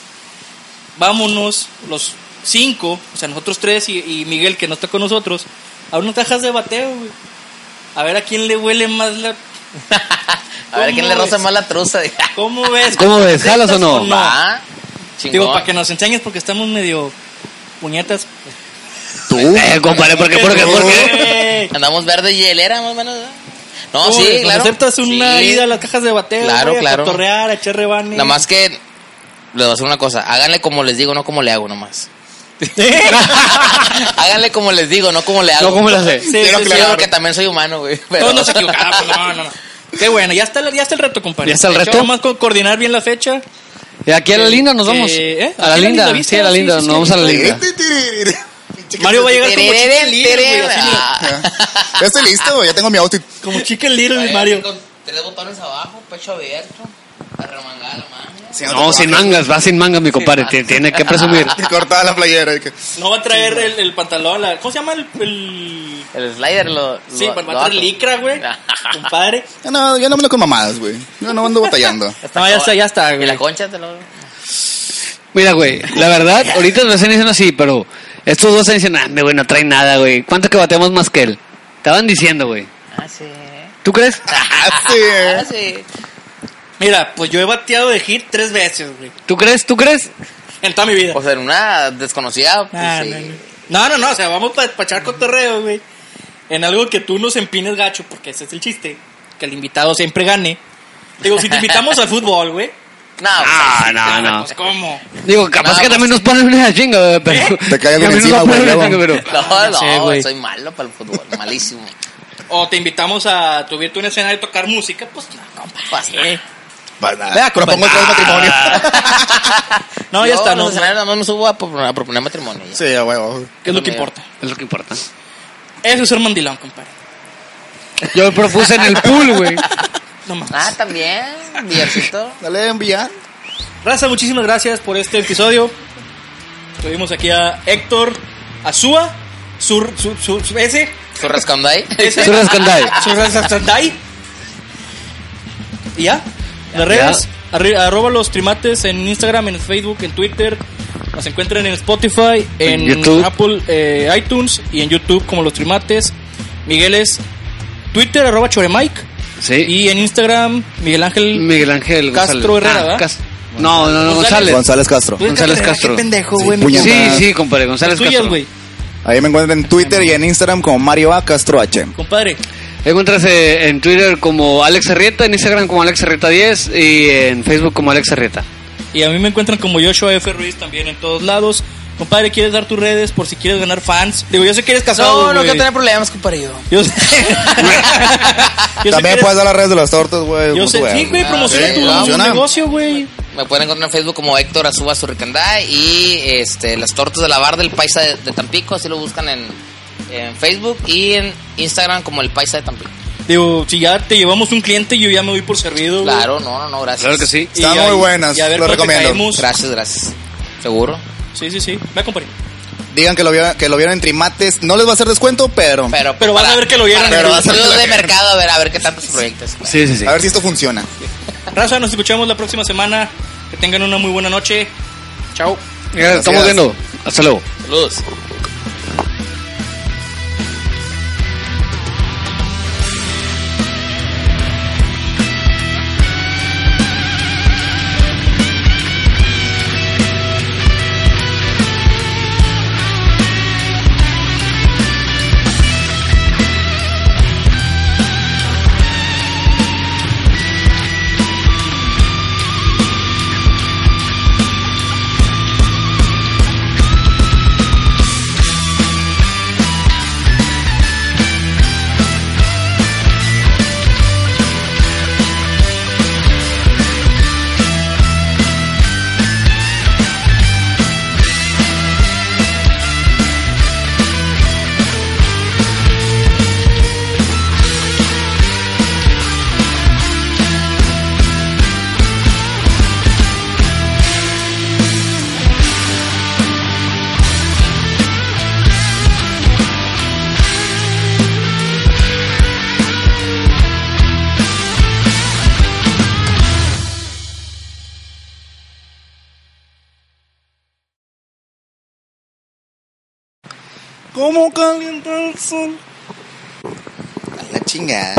[SPEAKER 1] Vámonos los cinco, o sea, nosotros tres y, y Miguel que no está con nosotros, a unas cajas de bateo, güey. A ver a quién le huele más la...
[SPEAKER 4] A ver, ¿quién le
[SPEAKER 1] ¿Cómo
[SPEAKER 4] roza
[SPEAKER 1] ves?
[SPEAKER 4] más la truza? <laughs> Ah,
[SPEAKER 1] ¿Cómo ves?
[SPEAKER 2] ¿Cómo ves? ¿Jalas o no?
[SPEAKER 4] Va. Chingón.
[SPEAKER 1] Digo, para que nos enseñes porque estamos medio puñetas.
[SPEAKER 2] Tú, eh, compadre, ¿por qué? ¿Por
[SPEAKER 1] <laughs>
[SPEAKER 2] qué? ¿Por qué?
[SPEAKER 1] Güey.
[SPEAKER 4] Andamos verde y hielera, más o menos. ¿verdad? No,
[SPEAKER 1] Oye,
[SPEAKER 4] sí,
[SPEAKER 1] pues
[SPEAKER 4] claro.
[SPEAKER 1] aceptas una
[SPEAKER 4] Sí.
[SPEAKER 1] ida a las cajas de bateo,
[SPEAKER 4] Claro,
[SPEAKER 1] güey,
[SPEAKER 4] claro.
[SPEAKER 1] a cotorrear, a echar rebane.
[SPEAKER 4] Nada más que les voy a hacer una cosa. Háganle como les digo, no como le
[SPEAKER 1] <laughs>
[SPEAKER 4] hago nomás. Háganle como les digo, no como le hago.
[SPEAKER 2] No, <laughs> ¿cómo lo haces?
[SPEAKER 1] Sí,
[SPEAKER 4] Sí,
[SPEAKER 1] sí,
[SPEAKER 4] sí,
[SPEAKER 1] sí,
[SPEAKER 4] porque también soy humano, güey. pero-
[SPEAKER 1] Todos nos equivocamos, no, no, no. Qué bueno, ya está, el- ya está el reto, compadre.
[SPEAKER 2] ¿Ya está el
[SPEAKER 1] De hecho,
[SPEAKER 2] reto?
[SPEAKER 1] Nada más co- coordinar bien la fecha.
[SPEAKER 2] ¿Y aquí a la
[SPEAKER 1] Eh,
[SPEAKER 2] linda nos vamos?
[SPEAKER 1] eh, ¿eh?
[SPEAKER 2] A la
[SPEAKER 1] Aquí
[SPEAKER 2] linda,
[SPEAKER 1] ¿viste?
[SPEAKER 2] sí, a la
[SPEAKER 1] Sí,
[SPEAKER 2] linda,
[SPEAKER 1] sí, sí,
[SPEAKER 2] nos vamos a la
[SPEAKER 1] sí.
[SPEAKER 3] <laughs>
[SPEAKER 2] linda.
[SPEAKER 1] Mario va a llegar como chicken
[SPEAKER 4] Tererén,
[SPEAKER 1] little, güey,
[SPEAKER 4] tererén.
[SPEAKER 1] así,
[SPEAKER 4] Ah.
[SPEAKER 3] Ya estoy listo, güey. Ya tengo mi outfit.
[SPEAKER 1] como chicken little
[SPEAKER 4] Vale,
[SPEAKER 1] Mario.
[SPEAKER 4] Con tres botones abajo, pecho abierto, arremangada la mano.
[SPEAKER 3] Sí,
[SPEAKER 2] No, sin mangas, va sin mangas, mi compadre, te- tiene que <laughs> presumir.
[SPEAKER 3] <laughs> Cortada la playera. y que-
[SPEAKER 1] No va a traer el, el pantalón, la- ¿cómo se llama el...? el-
[SPEAKER 4] El slider lo.
[SPEAKER 1] Sí, pues,
[SPEAKER 4] lo-
[SPEAKER 1] va a traer
[SPEAKER 4] lo hago.
[SPEAKER 1] licra,
[SPEAKER 4] <laughs>
[SPEAKER 1] güey, compadre.
[SPEAKER 3] Ya no, ya no me lo con mamadas, güey. Yo no
[SPEAKER 1] <laughs>
[SPEAKER 3] ando batallando.
[SPEAKER 1] No, ya está, ya está,
[SPEAKER 4] Y
[SPEAKER 1] güey.
[SPEAKER 4] la concha te lo.
[SPEAKER 2] Mira, güey, la verdad, ahorita nos están diciendo así, pero estos dos están diciendo, "Ande, güey, no traen nada, güey. ¿Cuánto que bateamos más que él? Estaban diciendo, güey.
[SPEAKER 4] Ah, sí.
[SPEAKER 2] ¿Tú crees?
[SPEAKER 3] Ah, sí.
[SPEAKER 4] Ah, sí.
[SPEAKER 1] Mira, pues yo he bateado de hit tres veces, güey,
[SPEAKER 2] ¿Tú crees? ¿Tú crees?
[SPEAKER 1] en toda mi vida.
[SPEAKER 4] O sea, en una desconocida. Pues,
[SPEAKER 1] Ah,
[SPEAKER 4] sí.
[SPEAKER 1] No, no, no, o sea, vamos para echar cotorreo, güey. En algo que tú nos empines gacho, porque ese es el chiste, que el invitado siempre gane. Digo, si te invitamos al fútbol, güey,
[SPEAKER 4] No,
[SPEAKER 2] Ah,
[SPEAKER 4] pues,
[SPEAKER 2] no, no.
[SPEAKER 1] pues cómo.
[SPEAKER 2] Digo, capaz
[SPEAKER 4] Nada
[SPEAKER 2] que
[SPEAKER 4] más.
[SPEAKER 2] también nos ponen una chinga, güey, pero...
[SPEAKER 3] Te cae algo
[SPEAKER 2] también nos
[SPEAKER 3] encima,
[SPEAKER 2] va a poner una
[SPEAKER 3] güey, luego.
[SPEAKER 2] chinga, pero-
[SPEAKER 4] No, no,
[SPEAKER 1] sé, güey.
[SPEAKER 4] soy malo para el fútbol, malísimo.
[SPEAKER 1] O te invitamos a subirte a un escenario y tocar música, pues no, compadre.
[SPEAKER 3] Para nada. Vea, que lo pongo otra
[SPEAKER 1] <laughs>
[SPEAKER 3] vez matrimonio.
[SPEAKER 1] No, ya
[SPEAKER 4] Yo
[SPEAKER 1] está,
[SPEAKER 4] en los
[SPEAKER 1] no,
[SPEAKER 4] escenarios nada más me subo a, pro- a proponer matrimonio. ya.
[SPEAKER 3] Sí, a huevo.
[SPEAKER 1] ¿Qué es lo que importa?
[SPEAKER 2] Es lo que importa.
[SPEAKER 1] Eso es ser mandilón, compadre.
[SPEAKER 2] Yo propuse en el pool, güey.
[SPEAKER 1] No más.
[SPEAKER 4] Ah, también, Diosito.
[SPEAKER 3] Dale, envía.
[SPEAKER 1] Raza, muchísimas gracias por este episodio. Tuvimos aquí a Héctor Azúa, Sur, Sur, Sur, Sur- ese,
[SPEAKER 4] ¿Su rascanday?
[SPEAKER 1] ese.
[SPEAKER 2] Sur Escandal.
[SPEAKER 1] Sur Escandal. Y ya, las redes, arri- arroba los trimates en Instagram, en Facebook, en Twitter. Nos encuentran en Spotify,
[SPEAKER 2] En
[SPEAKER 1] en,
[SPEAKER 2] YouTube.
[SPEAKER 1] Apple, eh, iTunes y en YouTube como los trimates. Miguel es Twitter, arroba choremike.
[SPEAKER 2] Sí.
[SPEAKER 1] Y en Instagram, Miguel Ángel.
[SPEAKER 2] Miguel Ángel
[SPEAKER 1] Castro
[SPEAKER 2] González. Ah,
[SPEAKER 1] Herrera, ¿verdad?
[SPEAKER 2] Cas- No, no, no, González.
[SPEAKER 3] González, Castro.
[SPEAKER 2] González Castro.
[SPEAKER 4] Qué pendejo,
[SPEAKER 3] Sí,
[SPEAKER 4] güey. me
[SPEAKER 3] puñal.
[SPEAKER 4] llamo.
[SPEAKER 2] Sí,
[SPEAKER 3] González.
[SPEAKER 2] sí, compadre, González
[SPEAKER 1] Las tuyas,
[SPEAKER 2] Castro.
[SPEAKER 1] güey.
[SPEAKER 3] Ahí me encuentran en Twitter y en Instagram como Mario A. Castro H.
[SPEAKER 1] Compadre.
[SPEAKER 2] Encuentras eh, en Twitter como Alex Arrieta, en Instagram como Alex Arrieta 10 y en Facebook como Alex Arrieta.
[SPEAKER 1] Y a mí me encuentran como Joshua F. Ruiz también en todos lados. Compadre, ¿quieres dar tus redes por si quieres ganar fans? Digo, yo sé que eres casado.
[SPEAKER 4] No, no
[SPEAKER 1] güey.
[SPEAKER 4] quiero tener problemas, compadre. Yo.
[SPEAKER 1] Yo
[SPEAKER 3] <laughs>
[SPEAKER 1] sé. Yo sé que
[SPEAKER 3] También
[SPEAKER 1] eres-
[SPEAKER 3] puedes dar las redes de las tortas, güey.
[SPEAKER 1] Yo
[SPEAKER 3] como
[SPEAKER 1] sé,
[SPEAKER 3] tú,
[SPEAKER 1] sí, güey, promociona
[SPEAKER 3] Sí,
[SPEAKER 1] tu- tu,
[SPEAKER 3] promociona.
[SPEAKER 1] negocio, güey.
[SPEAKER 4] Me pueden encontrar en Facebook como Héctor Azuba Surricandá y este, las tortas de la bar del Paisa de, de Tampico, así lo buscan en, en Facebook y en Instagram como el Paisa de Tampico.
[SPEAKER 1] Digo, si ya te llevamos un cliente, yo ya me voy por servido. güey.
[SPEAKER 4] Claro, no, no, no, gracias.
[SPEAKER 2] Claro que sí.
[SPEAKER 1] Y
[SPEAKER 3] Están
[SPEAKER 1] ahí-
[SPEAKER 3] muy buenas,
[SPEAKER 1] y a ver
[SPEAKER 3] lo
[SPEAKER 1] cuál te
[SPEAKER 3] recomiendo.
[SPEAKER 1] caemos.
[SPEAKER 4] Gracias, gracias. ¿Seguro?
[SPEAKER 1] Sí, sí, sí. Me acompañé.
[SPEAKER 3] Digan que lo, vieron, que lo vieron en Trimates. No les va a hacer descuento, pero...
[SPEAKER 4] Pero,
[SPEAKER 1] Pero vas
[SPEAKER 4] para-
[SPEAKER 1] a ver que lo vieron.
[SPEAKER 4] para
[SPEAKER 3] Pero
[SPEAKER 4] los
[SPEAKER 3] vas a ver
[SPEAKER 4] estudios
[SPEAKER 3] que
[SPEAKER 4] de
[SPEAKER 3] lo-
[SPEAKER 4] mercado, a ver, a ver qué tantos proyectos.
[SPEAKER 2] Sí, sí, sí.
[SPEAKER 3] A ver si esto funciona.
[SPEAKER 1] Raza, nos escuchamos la próxima semana. Que tengan una muy buena noche. Chao.
[SPEAKER 2] Ya, Estamos
[SPEAKER 3] Gracias.
[SPEAKER 2] viendo. Hasta luego.
[SPEAKER 4] Saludos.
[SPEAKER 3] ¿Cómo calienta el sol? A la chingada.